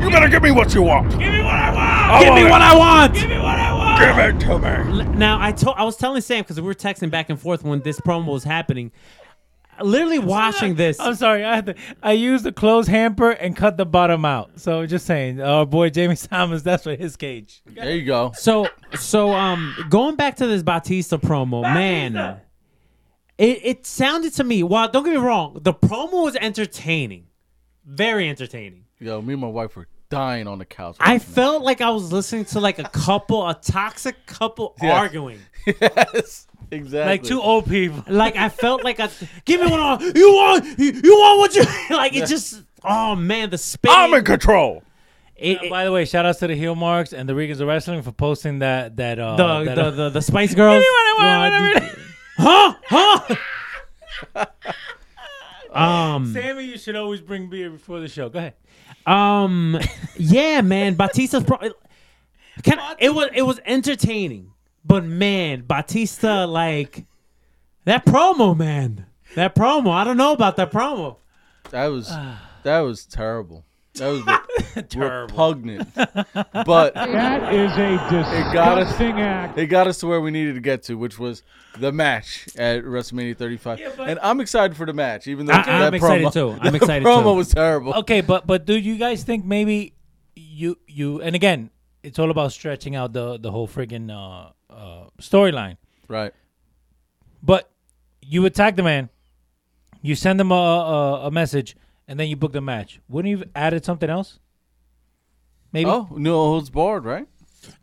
Speaker 3: You better give me what you want.
Speaker 6: give me what I
Speaker 3: Oh,
Speaker 6: want.
Speaker 1: Give me what I want.
Speaker 6: Give me what I want.
Speaker 3: Give it to me.
Speaker 1: L- Now I told I was telling Sam because we were texting back and forth when this promo was happening. Literally watching this,
Speaker 6: I'm sorry. I had to. I used the clothes hamper and cut the bottom out. So just saying, our boy Jamie Simons. That's what his cage.
Speaker 7: There you go.
Speaker 1: So so um going back to this Batista promo, man. It it sounded to me, well, don't get me wrong, the promo was entertaining. Very entertaining.
Speaker 7: Yo, me and my wife were dying on the couch.
Speaker 1: I felt like I was listening to like a couple, a toxic couple
Speaker 7: Yes.
Speaker 1: arguing.
Speaker 7: yes, exactly.
Speaker 6: Like two old people.
Speaker 1: Like I felt like a give me one on you want you, you want what you like it just oh man the spin
Speaker 3: I'm in control.
Speaker 1: it, it-
Speaker 6: By the way, shout outs to the heel marks and the Regans of Wrestling for posting that that uh
Speaker 1: the,
Speaker 6: that,
Speaker 1: the, the the Spice Girls
Speaker 6: what I want,
Speaker 1: Well,
Speaker 6: whatever.
Speaker 1: huh huh um
Speaker 6: Sammy, you should always bring beer before the show. Go ahead.
Speaker 1: Um, yeah, man, Batista's pro- Can I- it was it was entertaining, but man, Batista like that promo, man, that promo. I don't know about that promo.
Speaker 7: That was that was terrible. That was re- repugnant. But
Speaker 5: That is a
Speaker 7: got us.
Speaker 5: disgusting act.
Speaker 7: it got us to where we needed to get to, which was the match at WrestleMania 35. and I'm excited for the match, even though
Speaker 1: I-
Speaker 7: that
Speaker 1: I'm excited
Speaker 7: promo,
Speaker 1: too. I'm
Speaker 7: that
Speaker 1: excited
Speaker 7: promo
Speaker 1: too. Oh.
Speaker 7: was terrible.
Speaker 6: Okay, but but do you guys think maybe you you and again it's all about stretching out the the whole friggin' uh, uh, storyline.
Speaker 7: Right.
Speaker 6: But you attack the man, you send him a, a a message, and then you book the match. Wouldn't you have added something else? Maybe.
Speaker 7: Oh, no holds barred, right?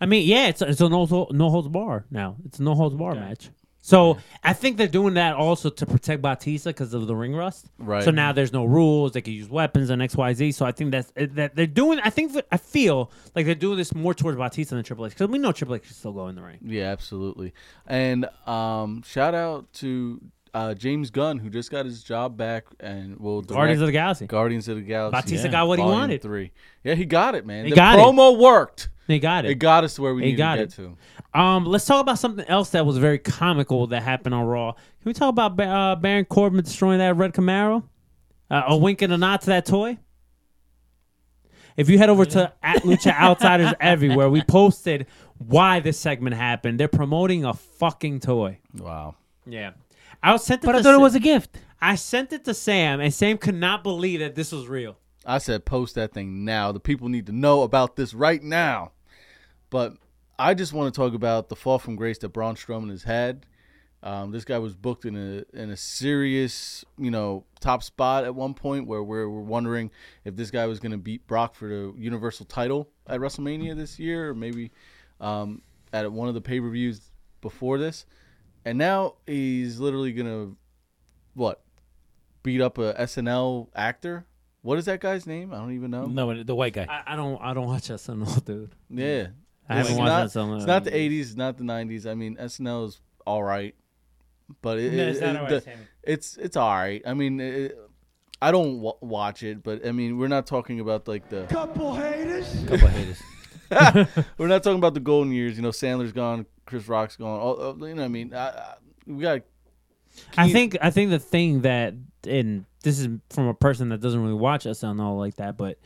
Speaker 1: I mean, yeah, it's it's a no hol- no holds bar now. It's a no holds bar match. So I think they're doing that also to protect Batista because of the ring rust.
Speaker 7: Right.
Speaker 1: So now there's no rules. They can use weapons and X Y Z. So I think that's that they're doing. I think I feel like they're doing this more towards Batista than Triple H because we know Triple H can still go in the ring.
Speaker 7: Yeah, absolutely. And um, shout out to uh, James Gunn, who just got his job back and will direct
Speaker 1: Guardians of the Galaxy.
Speaker 7: Guardians of the Galaxy.
Speaker 1: Batista
Speaker 7: yeah,
Speaker 1: got what he
Speaker 7: Volume
Speaker 1: wanted.
Speaker 7: Three. Yeah, he got it, man.
Speaker 1: He
Speaker 7: the
Speaker 1: got it.
Speaker 7: promo worked.
Speaker 1: They got it.
Speaker 7: It got us to where we
Speaker 1: It
Speaker 7: needed
Speaker 1: got
Speaker 7: to
Speaker 1: it.
Speaker 7: get to.
Speaker 1: um, let's talk about something else that was very comical that happened on Raw. Can we talk about Ba- uh, Baron Corbin destroying that red Camaro? Uh, a wink and a nod to that toy. If you head over to at Lucha Outsiders everywhere, we posted why this segment happened. They're promoting a fucking toy.
Speaker 7: Wow.
Speaker 1: Yeah, I was sent. It
Speaker 6: But
Speaker 1: to
Speaker 6: I thought it
Speaker 1: Sa-
Speaker 6: was a gift.
Speaker 1: I sent it to Sam, and Sam could not believe that this was real.
Speaker 7: I said post that thing now. The people need to know about this right now. But I just want to talk about the fall from grace that Braun Strowman has had Um, this guy was booked in a in a serious, you know, top spot at one point where we're, we're wondering if this guy was going to beat Brock for the Universal title at WrestleMania this year, or maybe um, at one of the pay per views before this. And now he's literally going to what beat up a SNL actor. What is that guy's name? I don't even know.
Speaker 6: No, the white guy.
Speaker 1: I, I don't. I don't watch SNL, dude.
Speaker 7: Yeah,
Speaker 1: I haven't
Speaker 7: It's
Speaker 1: watched
Speaker 7: not,
Speaker 1: SNL.
Speaker 7: It's not the '80s, not the '90s. I mean, SNL is all right, but it,
Speaker 6: No,
Speaker 7: it-
Speaker 6: it's not
Speaker 7: it-
Speaker 6: all right,
Speaker 7: the-
Speaker 6: Sammy.
Speaker 7: it's it's all right. I mean, it, I don't w- watch it, but I mean, we're not talking about like the
Speaker 6: Couple haters.
Speaker 7: we're not talking about the golden years. You know, Sandler's gone, Chris Rock's gone. All, uh, you know, what I mean, I, I, we got
Speaker 1: I think. I think the thing that, and this is from a person that doesn't really watch SNL like that, but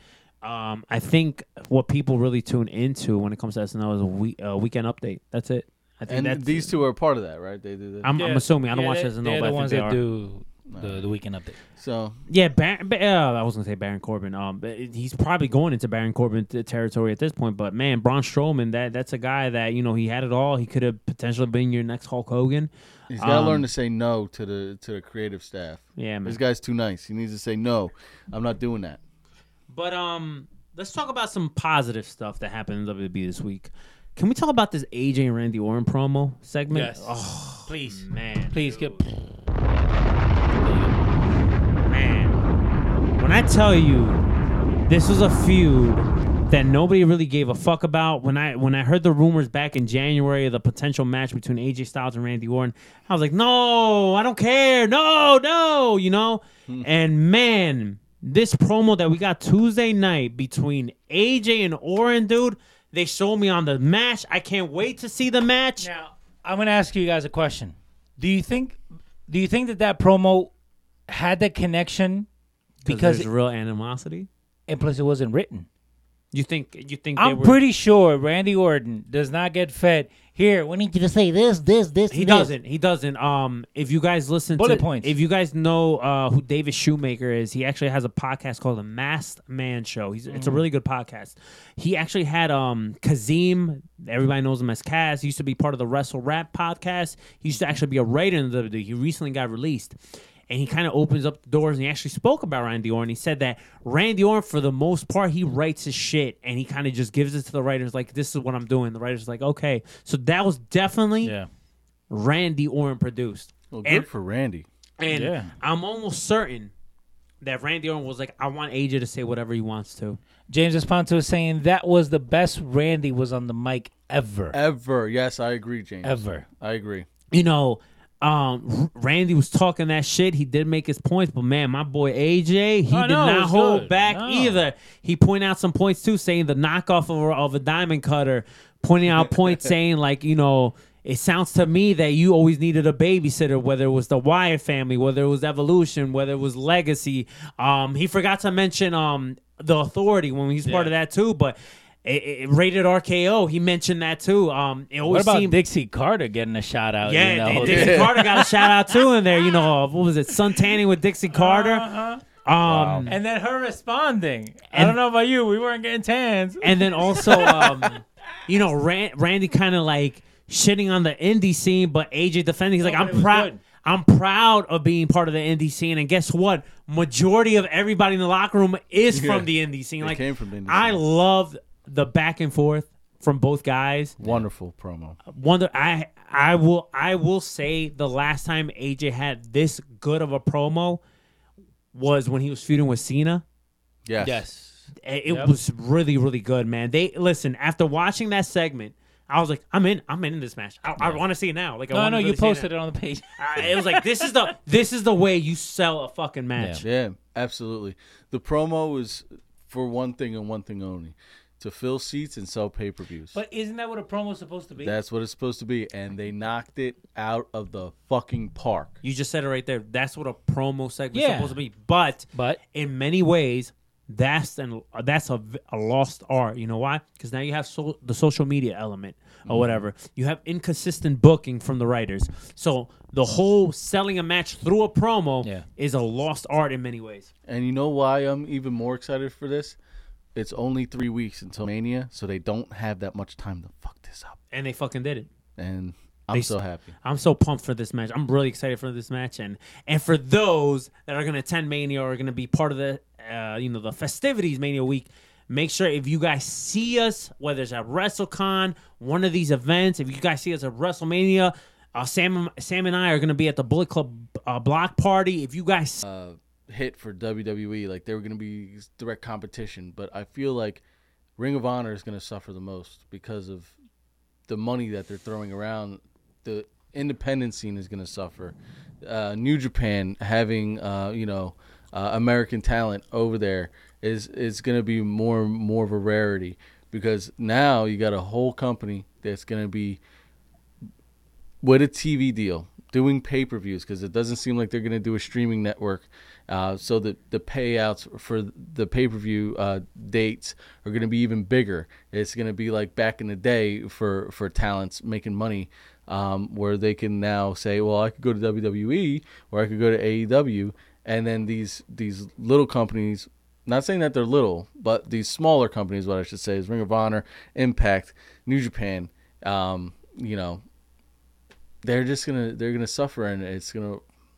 Speaker 1: um, I think what people really tune into when it comes to SNL is a week, uh, weekend update. That's it. I think
Speaker 7: and
Speaker 1: that's
Speaker 7: these two are part of that, right? They do that.
Speaker 1: I'm, I'm assuming I don't
Speaker 6: Yeah,
Speaker 1: watch
Speaker 6: they-
Speaker 1: SNL,
Speaker 6: they're the
Speaker 1: but I think
Speaker 6: ones
Speaker 1: they
Speaker 6: that
Speaker 1: are.
Speaker 6: do the, the weekend update.
Speaker 7: so
Speaker 1: Yeah, Baron, Ba- uh, I was gonna say Baron Corbin. Um, but it- he's probably going into Baron Corbin t- territory at this point. But man, Braun Strowman, that that's a guy that you know he had it all. He could have potentially been your next Hulk Hogan.
Speaker 7: he's got to
Speaker 1: Um,
Speaker 7: learn to say no to the to the creative staff.
Speaker 1: Yeah, man.
Speaker 7: This guy's too nice. He needs to say no. I'm not doing that.
Speaker 1: But um, let's talk about some positive stuff that happened in WWE this week. Can we talk about this AJ and Randy Orton promo segment? Oh
Speaker 6: please,
Speaker 1: man,
Speaker 6: please get.
Speaker 1: man. When I tell you this was a feud that nobody really gave a fuck about, when I when I heard the rumors back in January of the potential match between AJ Styles and Randy Orton, I was like, no, I don't care, no, no, you know. and man, this promo that we got Tuesday night between AJ and Orton, dude. They showed me on the match. I can't wait to see the match.
Speaker 6: Now I'm gonna ask you guys a question. Do you think, do you think that that promo had that connection because
Speaker 1: there's
Speaker 6: it,
Speaker 1: real animosity.
Speaker 6: and plus it wasn't written?
Speaker 1: You think you think they
Speaker 6: I'm
Speaker 1: were,
Speaker 6: pretty sure Randy Orton does not get fed. Here, we need you to say this, this, this.
Speaker 1: He
Speaker 6: and this."
Speaker 1: doesn't. He doesn't. Um, if you guys listen
Speaker 6: Bullet
Speaker 1: to,
Speaker 6: points.
Speaker 1: if you guys know uh, who David Shoemaker is, he actually has a podcast called The Masked Man Show. He's
Speaker 6: Mm.
Speaker 1: it's a really good podcast. He actually had um Kazim. Everybody knows him as Kaz. He used to be part of the Wrestle Rap podcast. He used to actually be a writer in the WWE. He recently got released. And he kind of opens up the doors and he actually spoke about Randy Orton. He said that Randy Orton, for the most part, he writes his shit and he kind of just gives it to the writers, like, this is what I'm doing. The writer's like, okay. So that was definitely
Speaker 6: Yeah.
Speaker 1: Randy Orton produced.
Speaker 7: Well, good
Speaker 1: and
Speaker 7: for Randy.
Speaker 1: and
Speaker 6: Yeah.
Speaker 1: I'm almost certain that Randy Orton was like, I want AJ to say whatever he wants to.
Speaker 6: James Esponto is saying that was the best Randy was on the mic ever.
Speaker 7: Ever. Yes, I agree, James.
Speaker 6: Ever.
Speaker 7: I agree.
Speaker 1: You know, um, R- Randy was talking that shit. He did make his points, but man, my boy
Speaker 6: Oh,
Speaker 1: AJ, he did
Speaker 6: no, it
Speaker 1: not
Speaker 6: was
Speaker 1: hold
Speaker 6: good.
Speaker 1: back
Speaker 6: No.
Speaker 1: either. He pointed out some points too, saying the knockoff of, a- of a diamond cutter, pointing out points saying, like, you know, it sounds to me that you always needed a babysitter, whether it was the Wyatt family, whether it was Evolution, whether it was Legacy. Um, he forgot to mention um the Authority when he's part of that too, but it, it, rated RKO. He mentioned that too. Um, it always
Speaker 6: What about
Speaker 1: seemed,
Speaker 6: Dixie Carter getting a shout
Speaker 7: Oh,
Speaker 6: out?
Speaker 1: yeah,
Speaker 6: you know?
Speaker 1: and Dixie Carter got a shout out too in there. You know, uh, what was it? Sun tanning with Dixie Carter.
Speaker 7: Uh-huh.
Speaker 1: Um,
Speaker 6: And then her responding. I
Speaker 1: And-
Speaker 6: don't know about you. We weren't getting tans.
Speaker 1: and then also, um, you know, Ran- Randy kind of like shitting on the indie scene, but AJ defending. He's like,
Speaker 6: No,
Speaker 7: Oh,
Speaker 6: but it
Speaker 1: I'm
Speaker 6: was
Speaker 1: proud.
Speaker 6: good.
Speaker 1: I'm proud of being part of the indie scene, and guess what? Majority of everybody in the locker room is from the indie scene.
Speaker 7: They
Speaker 1: Like,
Speaker 7: came from the indie
Speaker 1: I
Speaker 7: scene.
Speaker 1: love the back and forth from both guys.
Speaker 7: Wonderful promo.
Speaker 1: wonder I I will I will say the last time AJ had this good of a promo was when he was feuding with Cena.
Speaker 7: Yes.
Speaker 1: It it was really really good, man. They listen after watching that segment. I was like, I'm in, I'm in this match. I, I want to see it now. Like, I
Speaker 6: No,
Speaker 1: wanna
Speaker 6: no,
Speaker 1: really
Speaker 6: you
Speaker 1: see
Speaker 6: posted
Speaker 1: now.
Speaker 6: it on the page.
Speaker 1: I- it was like this is the this is the way you sell a fucking match.
Speaker 7: Yeah, absolutely. The promo was for one thing and one thing only to fill seats and sell pay per views.
Speaker 6: But isn't that what a promo's supposed to be?
Speaker 7: That's what it's supposed to be. And they knocked it out of the fucking park.
Speaker 1: You just said it right there. That's what a promo segment is
Speaker 6: Yeah.
Speaker 1: supposed to be. But
Speaker 6: But-
Speaker 1: in many ways, that's an that's a, v- a lost art. You know why? Because now you have so, the social media element or whatever. You have inconsistent booking from the writers. So the whole selling a match through a promo
Speaker 6: Yeah.
Speaker 1: is a lost art in many ways.
Speaker 7: And you know why I'm even more excited for this? It's only three weeks until Mania, so they don't have that much time to fuck this up.
Speaker 1: And they fucking did it.
Speaker 7: And I'm
Speaker 1: They
Speaker 7: so
Speaker 1: st-
Speaker 7: happy.
Speaker 1: I'm so pumped for this match. I'm really excited for this match, and and for those that are gonna attend Mania or are gonna be part of the uh, you know the festivities Mania week. Make sure if you guys see us, whether it's at WrestleCon, one of these events, if you guys see us at WrestleMania, uh, Sam Sam and I are gonna be at the Bullet Club uh, block party. If you guys,
Speaker 7: hit for WWE. Like they were going to be direct competition, but I feel like Ring of Honor is going to suffer the most because of the money that they're throwing around. The independent scene is going to suffer. Uh, New Japan having uh, you know uh, American talent over there is is going to be more more of a rarity because now you got a whole company that's going to be with a TV deal, doing pay per views because it doesn't seem like they're going to do a streaming network. Uh, so the the payouts for the pay per view uh, dates are going to be even bigger. It's going to be like back in the day for for talents making money, um, where they can now say, well, I could go to WWE or I could go to AEW, and then these these little companies. Not saying that they're little, but these smaller companies, what I should say is Ring of Honor, Impact, New Japan, um, you know, they're just gonna they're gonna suffer and it's gonna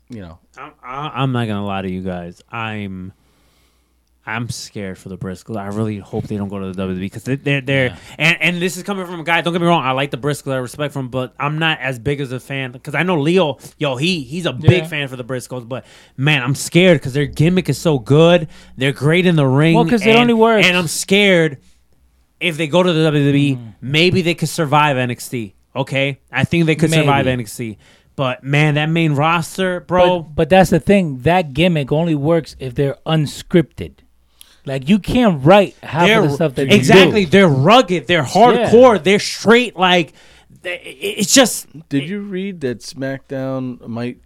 Speaker 7: you know
Speaker 1: I'm, I- I'm not gonna lie to you guys. I'm I'm scared for the Briscoes. I really hope they don't go to the WWE because they- they're they're and and this is coming from a guy. Don't get me wrong. I like the Briscoes. I respect them, but I'm not as big as a fan because I know Leo. Yo, he he's a big
Speaker 6: Yeah.
Speaker 1: fan for the Briscoes, but man, I'm scared because their gimmick is so good. They're great in the ring.
Speaker 6: Well, 'cause it
Speaker 1: and-
Speaker 6: only works.
Speaker 1: And I'm scared if they go to the WWE,
Speaker 6: Mm-hmm.
Speaker 1: maybe they could survive NXT. Okay, I think they could survive
Speaker 6: Maybe.
Speaker 1: NXT. But man, that main roster, bro.
Speaker 6: But, but that's the thing. That gimmick only works if they're unscripted. Like you can't write half of the stuff that you
Speaker 1: exactly.
Speaker 6: do.
Speaker 1: They're rugged. They're hardcore. They're straight. Like th- it- it's just
Speaker 7: did you read that smackdown might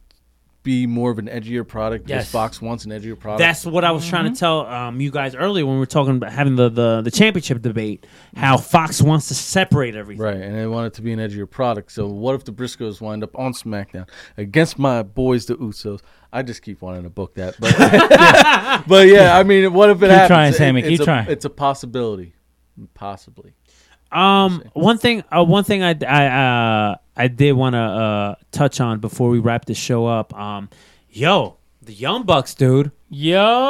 Speaker 7: be more of an edgier product because
Speaker 6: Yes.
Speaker 7: fox wants an edgier product
Speaker 1: that's what I was trying
Speaker 6: Mm-hmm.
Speaker 1: to tell um, you guys earlier when we were talking about having the, the the championship debate. How Fox wants to separate everything.
Speaker 7: right and they want it to be an edgier product so what if the briscoes wind up on smackdown against my boys the usos i just keep wanting to book that but but yeah i mean what if it keep happens
Speaker 6: trying,
Speaker 7: It-
Speaker 6: Sammy,
Speaker 7: it's
Speaker 6: keep
Speaker 7: a-
Speaker 6: trying.
Speaker 7: it's a possibility possibly
Speaker 1: Um, one thing, uh, one thing I I uh, I did want to uh, touch on before we wrap this show up. Um, yo, the Young Bucks, dude.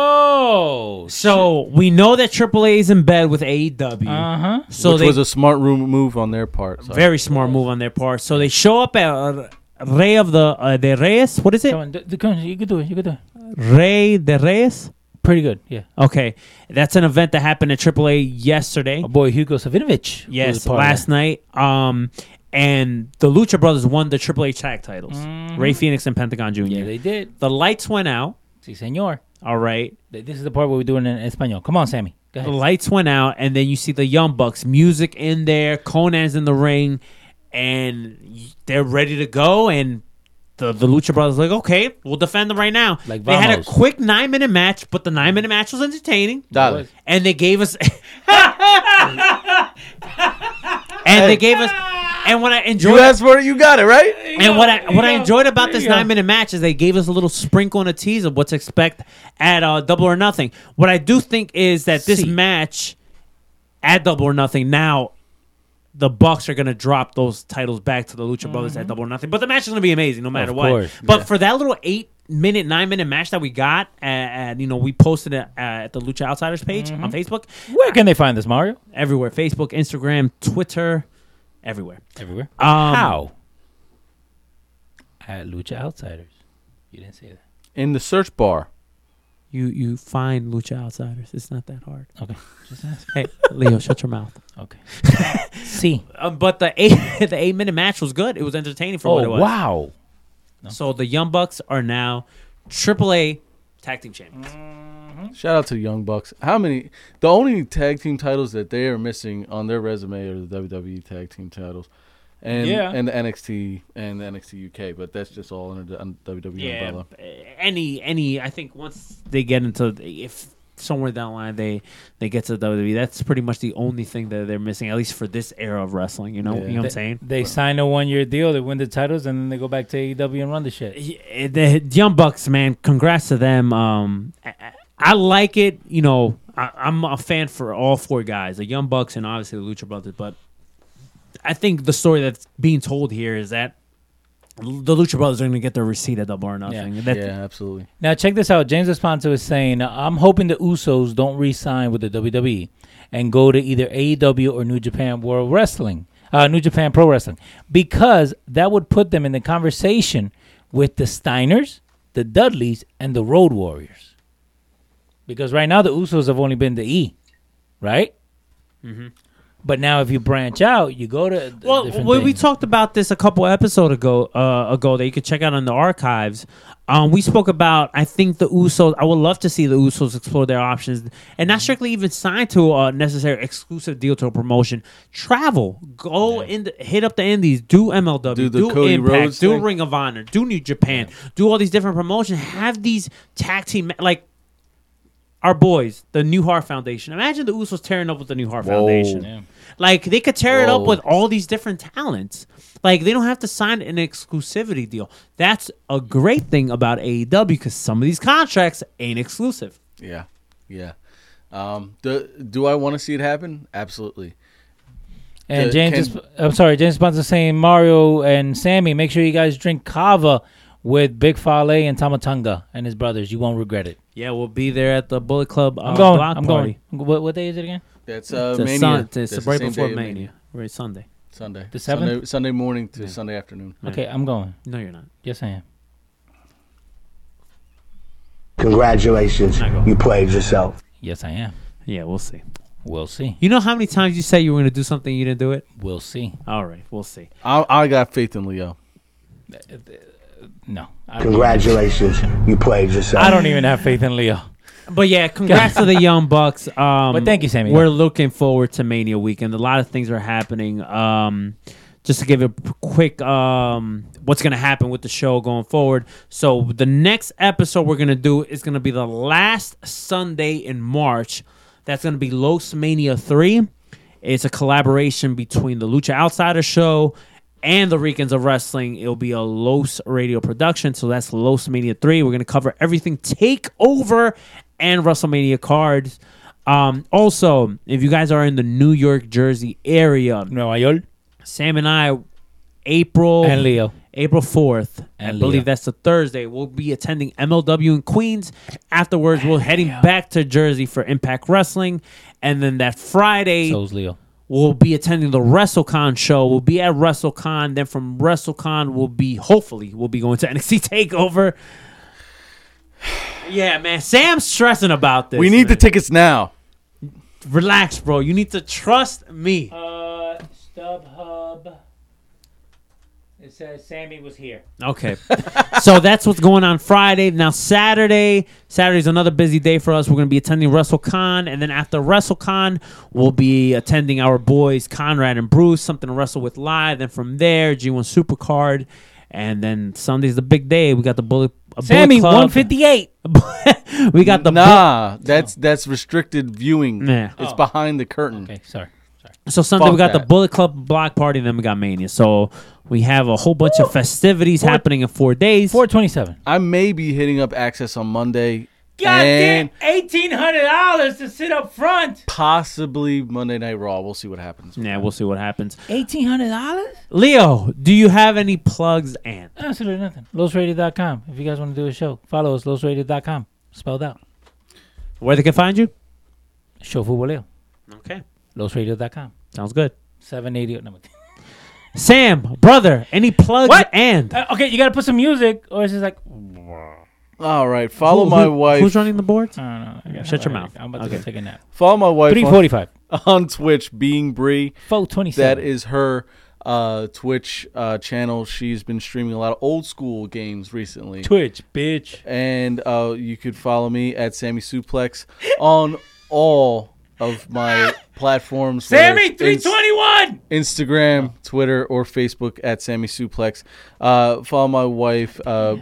Speaker 6: Yo.
Speaker 1: So we know that AAA is in bed with AEW.
Speaker 6: Uh huh.
Speaker 1: So
Speaker 7: Uh-huh. which
Speaker 1: they
Speaker 7: was a smart room move on their part so
Speaker 1: very smart move on their part. So they show up at uh, Rey of the uh, de Reyes. What is it?
Speaker 6: Come on, d- d- come on, you could do it. You could do it.
Speaker 1: Rey de Reyes.
Speaker 6: Pretty good. Yeah.
Speaker 1: Okay, that's an event that happened at AAA yesterday.
Speaker 6: Our boy Hugo Savinovich. was
Speaker 1: Yes,
Speaker 6: a part of
Speaker 1: last
Speaker 6: that.
Speaker 1: night. Um, and the Lucha Brothers won the AAA tag titles. Ray Phoenix and Pentagon Jr.
Speaker 6: Mm-hmm. Yeah, they did.
Speaker 1: the lights went out.
Speaker 6: Si, senor.
Speaker 1: All right.
Speaker 6: Th- This is the part where we're doing it in Espanol. Come on, Sammy. Go
Speaker 1: The
Speaker 6: ahead.
Speaker 1: lights went out, and then you see the Young Bucks music in there. Conan's in the ring, and y- they're ready to go. And the, the Lucha Brothers like, okay, we'll defend them right now.
Speaker 6: Like
Speaker 1: they had a
Speaker 6: vamos.
Speaker 1: quick nine minute match, but the nine minute match was entertaining.
Speaker 7: Dale.
Speaker 1: and they gave us and they gave us and what I
Speaker 7: you
Speaker 1: enjoyed
Speaker 7: asked for it you got it right
Speaker 1: and what I
Speaker 6: There you
Speaker 1: what I
Speaker 6: go.
Speaker 1: enjoyed about
Speaker 6: There
Speaker 1: this
Speaker 6: you go.
Speaker 1: nine minute match is they gave us a little sprinkle and a tease of what to expect at uh, Double or Nothing. What I do think is that this
Speaker 6: See.
Speaker 1: match at Double or Nothing now. The Bucks are gonna drop those titles back to the Lucha Brothers at Double or Nothing, but the match is gonna be amazing no matter what.
Speaker 6: Mm-hmm. course.
Speaker 1: But for that little eight minute, nine minute match that we got, and, and you know we posted it uh, at the Lucha Outsiders page
Speaker 6: Mm-hmm.
Speaker 1: on Facebook,
Speaker 6: Where can they find this, Mario?
Speaker 1: everywhere Facebook, Instagram, Twitter, everywhere.
Speaker 6: Everywhere.
Speaker 1: Um,
Speaker 6: How? At Lucha Outsiders. You didn't say that.
Speaker 7: in the search bar
Speaker 1: You you find Lucha Outsiders. It's not that hard.
Speaker 6: Okay. Just ask.
Speaker 1: Hey, Leo, shut your mouth.
Speaker 6: Okay. See.
Speaker 1: Um, but the eight the eight minute match was good. It was entertaining for what it
Speaker 6: Oh
Speaker 1: was.
Speaker 6: wow.
Speaker 1: So the Young Bucks are now AAA tag team champions.
Speaker 6: Mm-hmm.
Speaker 7: Shout out to the Young Bucks. How many? The only tag team titles that they are missing on their resume are the WWE tag team titles, and
Speaker 6: Yeah.
Speaker 7: and the NXT and the NXT UK. But that's just all under the un- WWE
Speaker 1: Yeah,
Speaker 7: umbrella.
Speaker 1: uh, any any I think once they get into if somewhere down the line they they get to WWE, that's pretty much the only thing that they're missing at least for this era of wrestling. You know,
Speaker 7: Yeah.
Speaker 1: you know what I'm
Speaker 6: They-
Speaker 1: saying?
Speaker 6: They sign a one year deal, they win the titles, and then they go back to AEW and run the shit.
Speaker 1: Yeah, eh, the Young Bucks, man, congrats to them. Um, I, I- I like it. You know, I, I'm a fan for all four guys, the Young Bucks and obviously the Lucha Brothers. But I think the story that's being told here is that the Lucha Brothers are going to get their receipt at Double or Nothing. That-
Speaker 7: yeah, absolutely.
Speaker 6: Now check this out. James Esponto is saying, "I'm hoping the Usos don't re-sign with the WWE and go to either AEW or New Japan World Wrestling, uh, New Japan Pro Wrestling, because that would put them in the conversation with the Steiners, the Dudleys, and the Road Warriors. Because right now the Usos have only been the E, right? But now if you branch out, you go to
Speaker 1: Mm-hmm. Well,
Speaker 6: different
Speaker 1: we, we
Speaker 6: things.
Speaker 1: talked about this a couple episodes ago, uh, ago that you could check out on the archives. Um, we spoke about, I think the Usos. I would love to see the Usos explore their options and
Speaker 7: Mm-hmm.
Speaker 1: not strictly even sign to a necessary exclusive deal to a promotion. Travel, go in, the, hit up the Indies, do MLW, do,
Speaker 7: Do the Cody
Speaker 1: Impact,
Speaker 7: Rhodes
Speaker 1: do
Speaker 7: thing.
Speaker 1: Ring of Honor, do New Japan, do all these different promotions. Have these tag team ma- like. Our boys, the New Heart Foundation. Imagine the Usos tearing up with the New Heart Foundation. Like they could tear it up
Speaker 7: Whoa.
Speaker 1: with all these different talents. Like they don't have to sign an exclusivity deal. That's a great thing about AEW because some of these contracts ain't exclusive.
Speaker 7: Yeah, yeah. Um, do, do I want to see it happen? Absolutely.
Speaker 6: And
Speaker 7: Uh,
Speaker 6: James,
Speaker 7: can-
Speaker 6: is- I'm sorry, James Sponsor saying Mario and Sammy, make sure you guys drink kava with Big Fale and Tamatanga and his brothers. You won't regret it.
Speaker 1: Yeah, we'll be there at the Bullet Club. Uh,
Speaker 6: I'm going.
Speaker 1: Block
Speaker 6: I'm
Speaker 1: party.
Speaker 6: going. What, what day is it again?
Speaker 7: That's uh,
Speaker 1: It's a
Speaker 7: Mania.
Speaker 1: Sun- it's
Speaker 7: That's the
Speaker 1: right
Speaker 7: same
Speaker 1: before
Speaker 7: day of
Speaker 1: Mania. Right, Sunday.
Speaker 7: Sunday.
Speaker 6: The
Speaker 7: Sunday-
Speaker 6: 7th?
Speaker 7: Sunday morning to Sunday afternoon.
Speaker 6: Okay, I'm going.
Speaker 1: No, you're not.
Speaker 6: Yes, I am.
Speaker 4: Congratulations, you played yourself.
Speaker 6: Yes, I am.
Speaker 1: Yeah, we'll see.
Speaker 6: We'll see.
Speaker 1: You know how many times you said you were going to do something you didn't do it?
Speaker 6: We'll see.
Speaker 1: All right, we'll see.
Speaker 7: I, I got faith in Leo.
Speaker 6: No, I,
Speaker 4: Congratulations, you played yourself.
Speaker 6: I don't even have faith in Leo.
Speaker 1: But yeah, congrats to the Young Bucks. Um, but
Speaker 6: thank you, Sammy.
Speaker 1: We're looking forward to Mania weekend. A lot of things are happening. Um, just to give a p- quick um, what's going to happen with the show going forward. So the next episode we're going to do is going to be the last Sunday in March. That's going to be Los Mania 3. It's a collaboration between the Lucha Outsider show and the Ricans of Wrestling. It'll be a Los radio production. So that's Los Mania 3. We're going to cover everything TakeOver and WrestleMania cards. Um, also, if you guys are in the New York, Jersey area,
Speaker 6: Nueva York
Speaker 1: Sam and I, April
Speaker 6: and Leo.
Speaker 1: April fourth. I
Speaker 6: And Leo.
Speaker 1: believe that's the Thursday. We'll be attending MLW in Queens. Afterwards, we're heading back to Jersey for Impact Wrestling, and then that Friday
Speaker 6: So's Leo.
Speaker 1: we'll be attending the WrestleCon show. We'll be at WrestleCon. Then from WrestleCon, we'll be hopefully we'll be going to NXT Takeover. Yeah, man. Sam's stressing about this.
Speaker 7: We need the
Speaker 1: man.
Speaker 7: tickets now.
Speaker 1: relax, bro. You need to trust me.
Speaker 6: Uh, StubHub. It says Sammy was here.
Speaker 1: Okay. so that's what's going on Friday. Now Saturday, Saturday's another busy day for us. We're going to be attending WrestleCon and then after WrestleCon, we'll be attending our boys Conrad and Bruce, something to wrestle with live. Then from there, G1 Supercard and then Sunday's the big day. We got the Bullet a
Speaker 6: Sammy,
Speaker 1: Bullet Club.
Speaker 6: 158.
Speaker 1: we got the Bullet-
Speaker 7: nah, that's that's restricted viewing.
Speaker 1: Yeah.
Speaker 7: It's behind the curtain.
Speaker 6: Okay, sorry. Sorry.
Speaker 1: So Sunday
Speaker 7: Fuck
Speaker 1: we got the
Speaker 7: that.
Speaker 1: Bullet Club block party and then we got Mania. So we have a whole bunch of festivities happening in 4 days.
Speaker 6: 427.
Speaker 7: I may be hitting up access on Monday.
Speaker 6: God
Speaker 7: and
Speaker 6: damn, eighteen hundred dollars to sit up front.
Speaker 7: possibly Monday Night Raw. We'll see what happens.
Speaker 1: yeah, we'll see what happens.
Speaker 6: Eighteen hundred dollars?
Speaker 1: Leo, do you have any plugs and
Speaker 6: Absolutely nothing. Losrated.com. If you guys want to do a show, follow us. Losrated.com. Spelled out.
Speaker 1: where they can find you?
Speaker 6: Show Futboleo.
Speaker 1: Okay.
Speaker 6: Losradio.com.
Speaker 1: Sounds good.
Speaker 6: Seven eighty. No,
Speaker 1: Sam, brother, any plugs
Speaker 6: What?
Speaker 1: and
Speaker 6: uh, okay, you gotta put some music, or it's just like
Speaker 7: All right, follow
Speaker 1: Oh, Who-
Speaker 7: oh, my
Speaker 1: who-
Speaker 7: wife.
Speaker 1: Who's running the boards?
Speaker 6: I don't know. I got-
Speaker 1: Shut your
Speaker 6: I'm
Speaker 1: mouth.
Speaker 6: about to- I'm about to go
Speaker 1: Okay.
Speaker 6: take a nap.
Speaker 7: follow my wife
Speaker 6: Three
Speaker 7: on,
Speaker 6: forty-five.
Speaker 7: on Twitch, being Bree.
Speaker 6: Four twenty-seven.
Speaker 7: That is her uh, Twitch uh, channel. She's been streaming a lot of old school games recently.
Speaker 6: Twitch, bitch.
Speaker 7: and uh, you could follow me at Sammy Suplex on all of my platforms.
Speaker 6: Sammy,
Speaker 7: whether
Speaker 6: three
Speaker 7: it's Inst-
Speaker 6: twenty-one.
Speaker 7: Instagram, Twitter, or Facebook at Sammy Suplex. Uh, follow my wife, uh,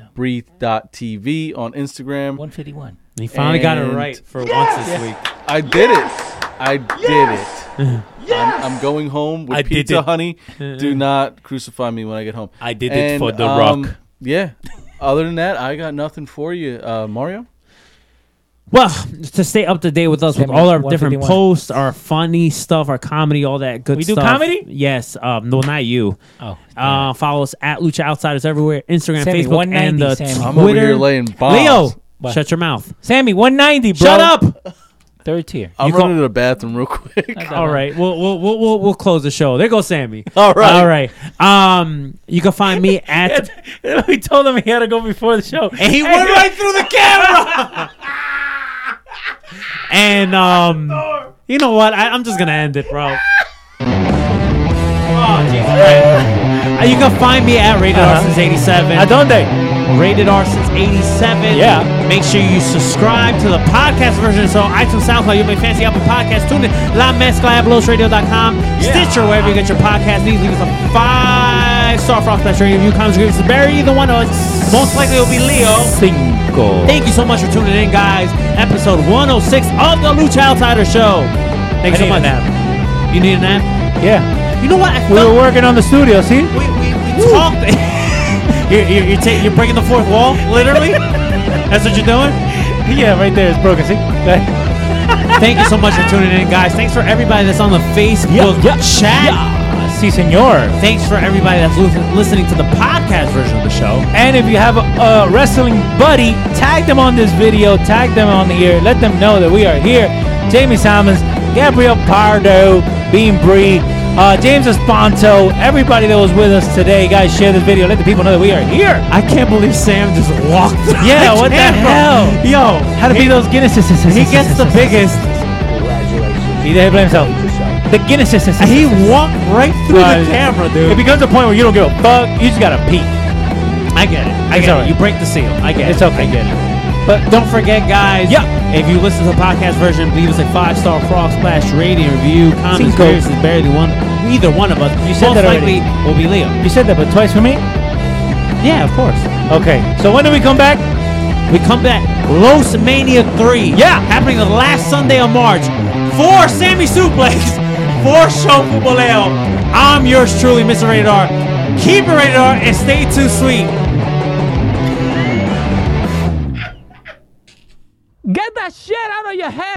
Speaker 7: Breathe.tv on Instagram.
Speaker 6: One fifty-one.
Speaker 1: He finally got it
Speaker 7: And-
Speaker 1: right for once this week.
Speaker 7: I did it. I did it. I'm, I'm going home with
Speaker 6: I did
Speaker 7: pizza,
Speaker 6: it.
Speaker 7: honey. Do not crucify me when I get home. um,
Speaker 6: I did it for The Rock.
Speaker 7: Yeah. Other than that, I got nothing for you, uh, Mario.
Speaker 1: Well, to stay up to date with us with
Speaker 9: Sammy,
Speaker 1: all our different
Speaker 9: 151.
Speaker 1: posts, our funny stuff, our comedy, all that good
Speaker 6: We do
Speaker 1: stuff.
Speaker 6: comedy?
Speaker 1: Yes. Um, no, not you.
Speaker 6: Oh,
Speaker 1: Uh, follow us at Lucha Outsiders everywhere, Instagram,
Speaker 6: Sammy,
Speaker 1: Facebook,
Speaker 6: 190,
Speaker 1: and the
Speaker 6: Sammy.
Speaker 1: Twitter.
Speaker 6: I'm
Speaker 7: over here laying bombs.
Speaker 1: Leo,
Speaker 6: What?
Speaker 1: shut your mouth.
Speaker 6: Sammy, 190, bro.
Speaker 1: Shut up.
Speaker 6: Third tier.
Speaker 7: I'm
Speaker 1: You
Speaker 7: running
Speaker 1: call-
Speaker 7: to the bathroom real quick.
Speaker 1: All right, we'll we'll, we'll we'll we'll close the show. There goes Sammy.
Speaker 7: All right.
Speaker 1: all right. Um, you can find me at.
Speaker 6: we told him he had to go before the show.
Speaker 1: and he went right through the camera. and um, you know what? I, I'm just gonna end it, bro. Oh, Jesus Christ. Uh, You can find me at Rated R
Speaker 6: Uh-huh.
Speaker 1: since 87.
Speaker 6: I don't think.
Speaker 1: Rated R since 87.
Speaker 6: Yeah.
Speaker 1: Make sure you subscribe to the podcast version. So iTunes, SoundCloud, you'll be fancy Apple Podcasts. Tune in. La Mezcla at BlowsRadio.com. Stitcher, wherever you get your podcast needs. Leave us a five star for off that review, comments, grievances. Bury either one of us. Most likely it'll be Leo.
Speaker 6: Cinco.
Speaker 1: Thank you so much for tuning in, guys. Episode 106 of the Lucha Outsider Show. Thanks
Speaker 6: I
Speaker 1: so
Speaker 6: need a
Speaker 1: much. You need a nap?
Speaker 6: Yeah.
Speaker 1: You know what? I
Speaker 6: We were
Speaker 1: felt
Speaker 6: working on the studio, see?
Speaker 1: we, we, we talked. you're, you're, you're, ta- you're breaking the fourth wall, literally? That's what you're doing?
Speaker 6: Yeah, right there. It's broken, see?
Speaker 1: Thank you so much for tuning in, guys. Thanks for everybody that's on the Facebook
Speaker 6: yeah,
Speaker 1: chat.
Speaker 6: see, senor.
Speaker 1: Thanks for everybody that's lis- listening to the podcast version of the show.
Speaker 6: And if you have a, a uh, wrestling buddy, tag them on this video, tag them on here, let them know that we are here. Jamie Simons, Gabriel Pardo, Bean Bree, uh, James Esponto, everybody that was with us today, guys, share this video, let the people know that we are here.
Speaker 1: I can't believe Sam just walked through
Speaker 6: Yeah, what the hell?
Speaker 1: Yo,
Speaker 6: How to be those Guinnesses.
Speaker 1: he gets the biggest.
Speaker 4: Congratulations.
Speaker 6: He didn't blame himself.
Speaker 4: yourself.
Speaker 6: The Guinnesses.
Speaker 1: He walked right through the
Speaker 6: Guys,
Speaker 1: camera,
Speaker 6: It
Speaker 1: dude.
Speaker 6: becomes a point where you don't give a fuck. You just gotta pee.
Speaker 1: I get it.
Speaker 6: It's
Speaker 1: I get
Speaker 6: alright.
Speaker 1: it. You break the seal. I get
Speaker 6: It's
Speaker 1: it.
Speaker 6: okay.
Speaker 1: I get it. But don't forget, guys.
Speaker 6: Yeah.
Speaker 1: If you listen to the podcast version, leave us a five star frog splash rating review. Comments,
Speaker 6: Cinco.
Speaker 1: experiences, barely one, either one of us. You
Speaker 6: said that
Speaker 1: most likely
Speaker 6: already.
Speaker 1: will be Leo.
Speaker 6: You said that, but twice for me.
Speaker 1: Yeah, of course.
Speaker 6: Okay. So when do we come back?
Speaker 1: We come back. Los Mania 3.
Speaker 6: Yeah.
Speaker 1: Happening the last Sunday of March. For Sammy Suplex. For Show Fuboleo. I'm yours truly, Mr. Radar. Keep it radar and stay too sweet.
Speaker 9: Get that shit out of your head.